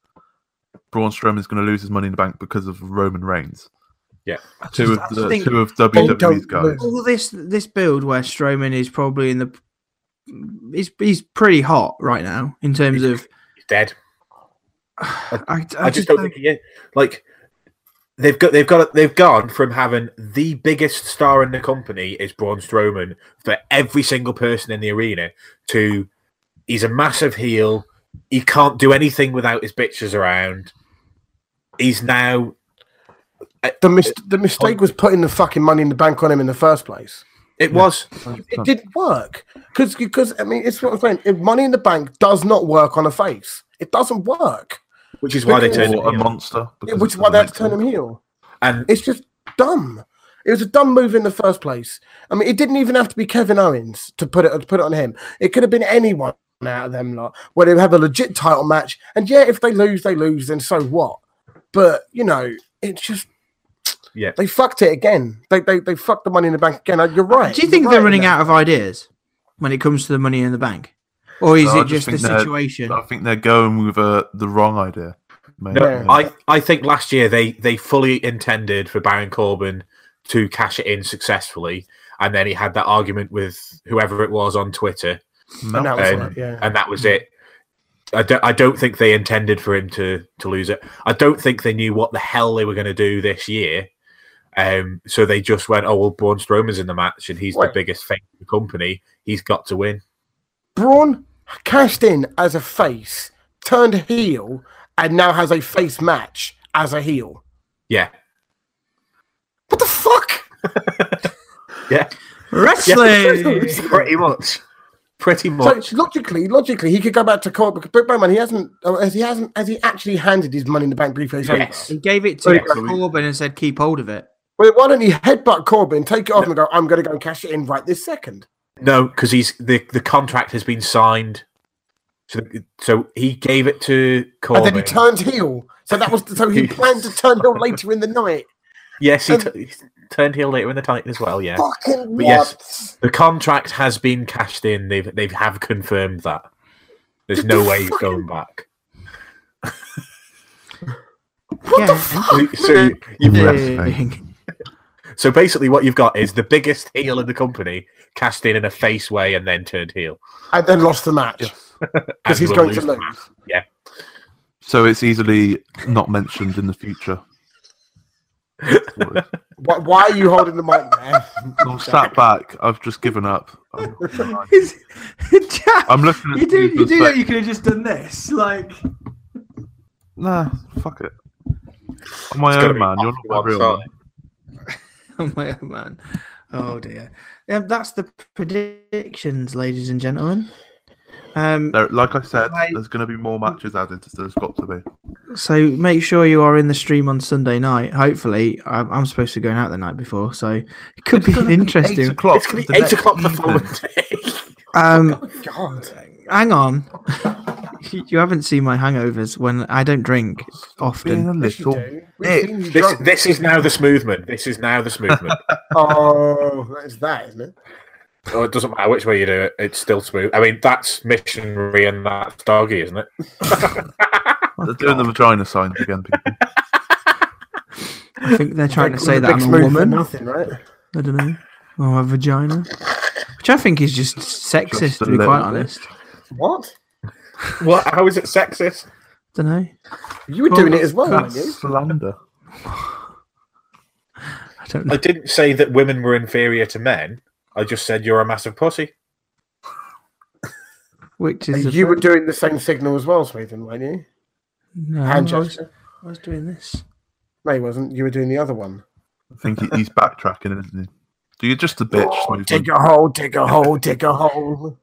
Speaker 2: Braun Strowman's gonna lose his money in the bank because of Roman Reigns.
Speaker 4: Yeah.
Speaker 2: Two
Speaker 1: I
Speaker 2: of the
Speaker 1: think-
Speaker 2: two of
Speaker 3: don't
Speaker 2: WWE's guys.
Speaker 3: lose.
Speaker 1: All this this build where Strowman is probably in the he's he's pretty hot right now in terms of
Speaker 4: He's dead.
Speaker 1: I, I,
Speaker 4: I, just don't think he is. Like they've got they've got they've gone from having the biggest star in the company is Braun Strowman for every single person in the arena to he's a massive heel. He can't do anything without his bitches around. He's now
Speaker 3: The, mis- the mistake was putting the fucking money in the bank on him in the first place.
Speaker 4: it was
Speaker 3: It didn't work because I mean it's what I'm saying. If money in the bank does not work on a face. It doesn't work,
Speaker 4: which is why they turned him
Speaker 2: or a
Speaker 4: heel.
Speaker 2: monster. because
Speaker 3: which
Speaker 2: it
Speaker 3: is why they had to turn
Speaker 2: doesn't
Speaker 3: him heel.
Speaker 4: and
Speaker 3: It's just dumb. It was a dumb move in the first place. I mean, it didn't even have to be Kevin Owens to put it to put it on him. It could have been anyone out of them lot where they have a legit title match. And yeah, if they lose, they lose, and so what? But you know, it's just
Speaker 4: Yeah.
Speaker 3: they fucked it again. They they they fucked the money in the bank again. Uh, You're right.
Speaker 1: Do you
Speaker 3: You're
Speaker 1: think
Speaker 3: right
Speaker 1: they're
Speaker 3: in
Speaker 1: running
Speaker 3: that.
Speaker 1: out of ideas when it comes to the money in the bank, or is
Speaker 2: No, I
Speaker 1: it
Speaker 2: just
Speaker 1: just the
Speaker 2: think they're-
Speaker 1: situation?
Speaker 2: I think they're going with uh, the wrong idea. mate.
Speaker 4: no,
Speaker 3: Yeah.
Speaker 4: I, I think last year they they fully intended for Baron Corbin to cash it in successfully, and then he had that argument with whoever it was on Twitter,
Speaker 2: No.
Speaker 3: And that was
Speaker 4: Um,
Speaker 3: it, yeah.
Speaker 4: and that
Speaker 3: Mm.
Speaker 4: was it. I don't, I don't think they intended for him to, to lose it. I don't think they knew what the hell they were going to do this year. Um, so they just went, oh, well, Braun Strowman's in the match and he's
Speaker 3: Right.
Speaker 4: the biggest thing in the company. He's got to win.
Speaker 3: Braun cashed in as a face, turned heel, and now has a face match as a heel.
Speaker 4: Yeah.
Speaker 3: What the fuck?
Speaker 4: Yeah.
Speaker 1: Wrestling.
Speaker 4: Pretty much. Pretty
Speaker 3: So
Speaker 4: much.
Speaker 3: logically,
Speaker 4: logically.
Speaker 3: logically, he could go back to court, but but bear in mind, he hasn't. uh, Has he hasn't? Has he actually handed his money in the bank briefcase? over?
Speaker 4: Yes.
Speaker 1: He gave it to
Speaker 4: Yeah, so we-
Speaker 1: Corbin and said, "Keep hold of it."
Speaker 3: Well, why don't he headbutt Corbin, take it off, and go? I'm going to go and cash it in right this second.
Speaker 4: No, because he's the, the contract has been signed. So, so he gave it to Corbin.
Speaker 3: And then he turned heel. So that was. So he
Speaker 4: Yes.
Speaker 3: planned to turn heel later in the night.
Speaker 4: yes, he, t- he turned heel later in the Titan as well. Yeah.
Speaker 3: Fucking
Speaker 4: But
Speaker 3: what?
Speaker 4: yes, The contract has been cashed in. They've they've have confirmed that. There's
Speaker 3: Did
Speaker 4: no
Speaker 3: the
Speaker 4: way he's
Speaker 3: fucking-
Speaker 4: going back.
Speaker 3: What the
Speaker 1: Yeah.
Speaker 3: fuck?
Speaker 4: So, you've-
Speaker 1: Wrestling.
Speaker 4: so basically, what you've got is the biggest heel in the company cast in in a face way and then turned heel.
Speaker 3: And then lost the match because
Speaker 4: And
Speaker 3: he's
Speaker 4: will
Speaker 3: going to
Speaker 4: the
Speaker 3: lose.
Speaker 4: match.
Speaker 2: So it's easily not mentioned in the future.
Speaker 3: Why, why are you holding the mic there?
Speaker 2: I'm sat back. I've just given up. I'm,
Speaker 1: Jack,
Speaker 2: I'm looking at
Speaker 1: you do you
Speaker 2: Steve's
Speaker 1: do that?
Speaker 2: face.
Speaker 1: You could have just done this, like.
Speaker 2: Nah, fuck it. I'm my
Speaker 4: It's gotta
Speaker 2: own
Speaker 4: be
Speaker 2: man. You're
Speaker 4: off
Speaker 2: not
Speaker 4: to
Speaker 2: my
Speaker 4: one
Speaker 2: real
Speaker 4: side.
Speaker 2: man.
Speaker 1: Oh my oh, man. Oh dear. Yeah, that's the predictions, ladies and gentlemen. Um,
Speaker 2: There, like I said,
Speaker 1: Right.
Speaker 2: there's going to be more matches added. So there's got to be.
Speaker 1: so make sure you are in the stream on Sunday night. Hopefully, I'm, I'm supposed to be going out the night before, so it could be
Speaker 2: It's gonna
Speaker 1: an
Speaker 2: be
Speaker 1: interesting.
Speaker 2: Eight o'clock.
Speaker 4: It's going to
Speaker 2: the
Speaker 4: be eight
Speaker 2: next
Speaker 4: o'clock the
Speaker 2: evening.
Speaker 4: following day.
Speaker 1: um,
Speaker 3: God.
Speaker 1: hang on. You you haven't seen my hangovers when I don't drink
Speaker 2: Being
Speaker 1: often.
Speaker 2: a
Speaker 3: Yes, you
Speaker 2: little.
Speaker 3: do. We've
Speaker 2: Nick,
Speaker 3: seen you
Speaker 4: This,
Speaker 3: drunk.
Speaker 4: this is now the smooth man. This is now the smooth man.
Speaker 3: Oh, that's that, isn't it?
Speaker 4: oh, it doesn't matter which way you do it; it's still smooth. I mean, that's missionary and that's doggy, isn't it?
Speaker 2: They're doing the vagina signs again, people.
Speaker 1: I think they're trying to
Speaker 3: Like,
Speaker 1: say
Speaker 3: the
Speaker 1: that I'm
Speaker 3: big
Speaker 1: a
Speaker 3: smooth for
Speaker 1: woman.
Speaker 3: Nothing, right?
Speaker 1: I don't know. Or a vagina. Which I think is just sexist,
Speaker 2: Just a
Speaker 1: to be
Speaker 2: little
Speaker 1: quite
Speaker 2: bit.
Speaker 1: honest.
Speaker 3: What?
Speaker 4: What? How is it sexist?
Speaker 1: don't know.
Speaker 3: You were doing it as well, weren't you?
Speaker 2: That's slander.
Speaker 1: I don't
Speaker 4: I
Speaker 1: know.
Speaker 4: didn't say that women were inferior to men. I just said you're a massive pussy.
Speaker 1: Which is
Speaker 3: And
Speaker 1: the
Speaker 3: You were
Speaker 1: thing.
Speaker 3: doing the same signal as well, Smoothen, weren't you?
Speaker 1: No, Um, I
Speaker 3: Hand
Speaker 1: was,
Speaker 3: gesture.
Speaker 1: I was doing this.
Speaker 3: No, he wasn't. You were doing the other one.
Speaker 2: I think he, he's backtracking, isn't Do you just a bitch? Smoothie?
Speaker 3: Dig a hole, dig a hole, dig a hole.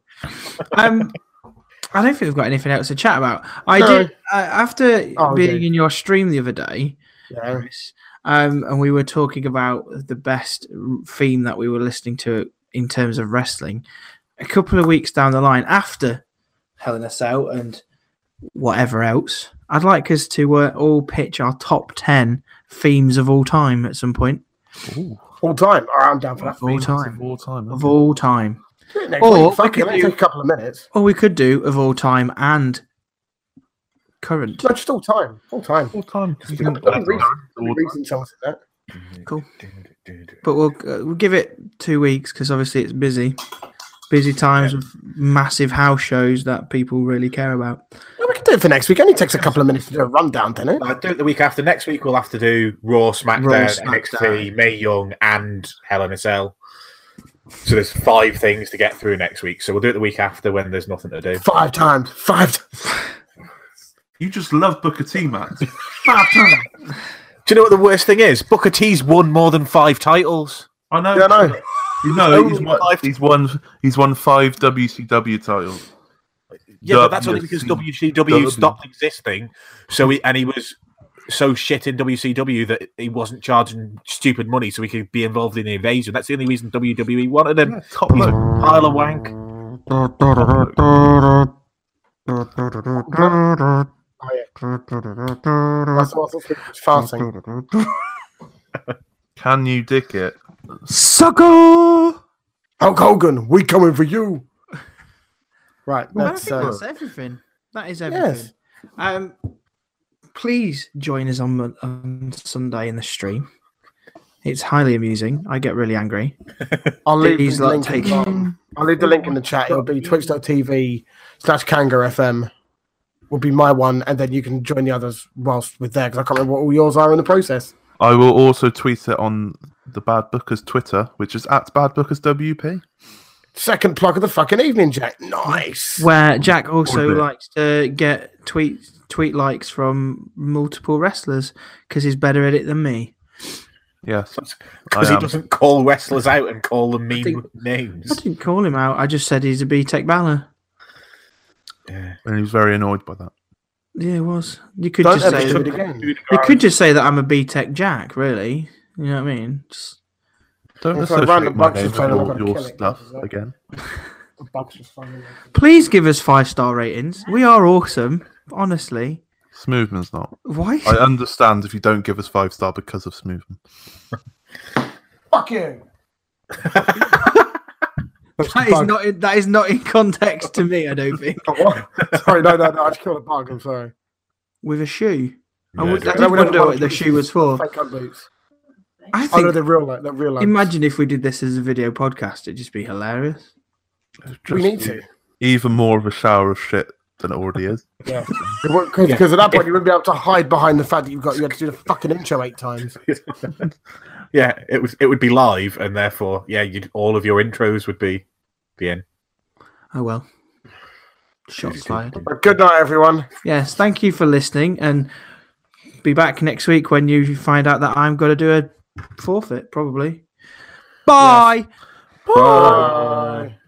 Speaker 1: Um, I don't think we've got anything else to chat about. I
Speaker 3: No.
Speaker 1: did uh, after
Speaker 3: Oh,
Speaker 1: being
Speaker 3: okay.
Speaker 1: in your stream the other day,
Speaker 3: Yeah.
Speaker 1: Chris, um, and we were talking about the best theme that we were listening to in terms of wrestling. A couple of weeks down the line, after Hell in a Cell and whatever else, I'd like us to uh, all pitch our top ten themes of all time at some point.
Speaker 3: All time. All right, I'm down for that.
Speaker 1: All
Speaker 2: Famous
Speaker 1: time.
Speaker 2: of All time.
Speaker 1: Of
Speaker 2: isn't it?
Speaker 1: all time,
Speaker 3: Next
Speaker 1: Or
Speaker 3: week. Fuck
Speaker 1: we
Speaker 3: it,
Speaker 1: could
Speaker 3: let's
Speaker 1: do-
Speaker 3: take a couple of minutes.
Speaker 1: or we could do of all time and current.
Speaker 3: No, just all time. All time.
Speaker 2: All time.
Speaker 3: Just a couple of reasons-
Speaker 2: All time.
Speaker 3: reasons I was at that.
Speaker 1: Cool. But we'll uh, we'll give it two weeks because obviously it's busy, busy times with massive house shows that people really care about.
Speaker 3: No, we can do it for next week. only takes a couple of minutes to do a rundown, doesn't it?
Speaker 4: I do it the week after. Next week we'll have to do Raw, SmackDown,
Speaker 1: Raw,
Speaker 4: NXT, May Young, and Hell in a Cell. So there's five things to get through next week. So we'll do it the week after when there's nothing to do.
Speaker 3: Five times. Five times.
Speaker 2: You just love Booker T, Matt.
Speaker 4: Do you know what the worst thing is? Booker T's won more than five titles.
Speaker 2: I know.
Speaker 3: Yeah, I know.
Speaker 2: You know, he's
Speaker 4: Only
Speaker 2: won,
Speaker 4: five-
Speaker 2: he's won. He's won five WCW titles.
Speaker 4: Yeah, but that's only because
Speaker 2: WC.
Speaker 4: WCW
Speaker 2: W.
Speaker 4: stopped existing. So he, and he was so shit in WCW that he wasn't charging stupid money so he could be involved in the invasion. That's the only reason WWE wanted him.
Speaker 2: Yeah, top
Speaker 4: He's a
Speaker 2: load.
Speaker 4: pile of wank.
Speaker 3: Oh, yeah. That's what I thought. It's farting.
Speaker 2: Can you dick it?
Speaker 1: Sucker.
Speaker 3: Hulk Hogan, we coming for you. Right.
Speaker 1: I
Speaker 3: That's,
Speaker 1: think
Speaker 3: uh,
Speaker 1: that's everything. That is everything.
Speaker 3: yes.
Speaker 1: Um, please join us on Mon- on Sunday in the stream. It's highly amusing. I get really angry.
Speaker 3: I'll leave
Speaker 1: Please,
Speaker 3: the
Speaker 1: like,
Speaker 3: link in
Speaker 1: take-
Speaker 3: the- I'll leave the link in the chat. It'll be twitch.tv slash Kanga FM will be my one, and then you can join the others whilst we're there because I can't remember what all yours are in the process.
Speaker 2: I will also tweet it on the Bad Booker's Twitter, which is at Bad Booker's WP.
Speaker 3: Second plug of the fucking evening, Jack. Nice.
Speaker 1: Where Jack also
Speaker 2: bit.
Speaker 1: likes to get tweet tweet likes from multiple wrestlers because he's better at it than me.
Speaker 2: Yes,
Speaker 4: Because
Speaker 2: I
Speaker 4: he
Speaker 2: am.
Speaker 4: doesn't call wrestlers out and call them mean
Speaker 1: think- I
Speaker 4: names.
Speaker 1: didn't call him out. I just said he's a B-Tech Balor.
Speaker 4: Yeah.
Speaker 2: and he was very annoyed by that.
Speaker 1: Yeah, it was. You could
Speaker 3: Don't
Speaker 1: just
Speaker 3: ever
Speaker 1: say
Speaker 3: do it
Speaker 1: that,
Speaker 3: again.
Speaker 1: you could just say that I'm a B-Tech Jack, really. You know what I mean? Just,
Speaker 2: Don't
Speaker 3: Also,
Speaker 2: associate
Speaker 3: Random
Speaker 2: my
Speaker 3: Bucks
Speaker 2: name
Speaker 3: is
Speaker 2: with
Speaker 3: playing
Speaker 2: all
Speaker 3: I've gotta
Speaker 2: your
Speaker 3: kill it.
Speaker 2: stuff again.
Speaker 1: please give us five-star ratings. We are awesome, honestly.
Speaker 2: Smoothman's not.
Speaker 1: Why?
Speaker 2: I understand if you don't give us five star because of Smoothman.
Speaker 3: Fuck you. That's
Speaker 1: that
Speaker 3: the
Speaker 1: is
Speaker 3: bug.
Speaker 1: not in, that is not in context to me. I don't think
Speaker 3: What? sorry, no, no, no. I just killed a bug. I'm sorry.
Speaker 1: with a shoe. I,
Speaker 4: Yeah,
Speaker 1: would, I
Speaker 4: do
Speaker 1: did
Speaker 3: No, we don't
Speaker 1: wonder
Speaker 3: want
Speaker 1: what the
Speaker 3: shoes.
Speaker 1: shoe was for.
Speaker 3: Fake cut boots.
Speaker 1: I
Speaker 3: Oh no,
Speaker 1: think.
Speaker 3: they're real. Like, they're real. ones.
Speaker 1: Imagine if we did this as a video podcast. It'd just be hilarious.
Speaker 3: we
Speaker 2: Just
Speaker 3: need to.
Speaker 2: Even more of a shower of shit than it already is.
Speaker 3: Yeah. Because
Speaker 4: Yeah.
Speaker 3: at that point, you wouldn't be able to hide behind the fact that you've got you had to do the fucking intro eight times.
Speaker 4: yeah, it was. It would be live, and therefore, yeah, you'd, all of your intros would be be in.
Speaker 1: Oh well. Shots fired.
Speaker 3: But good night, everyone.
Speaker 1: Yes, thank you for listening, and be back next week when you find out that I'm going to
Speaker 3: Oh,
Speaker 4: Oh,
Speaker 1: do a forfeit, probably. Bye.
Speaker 3: Bye.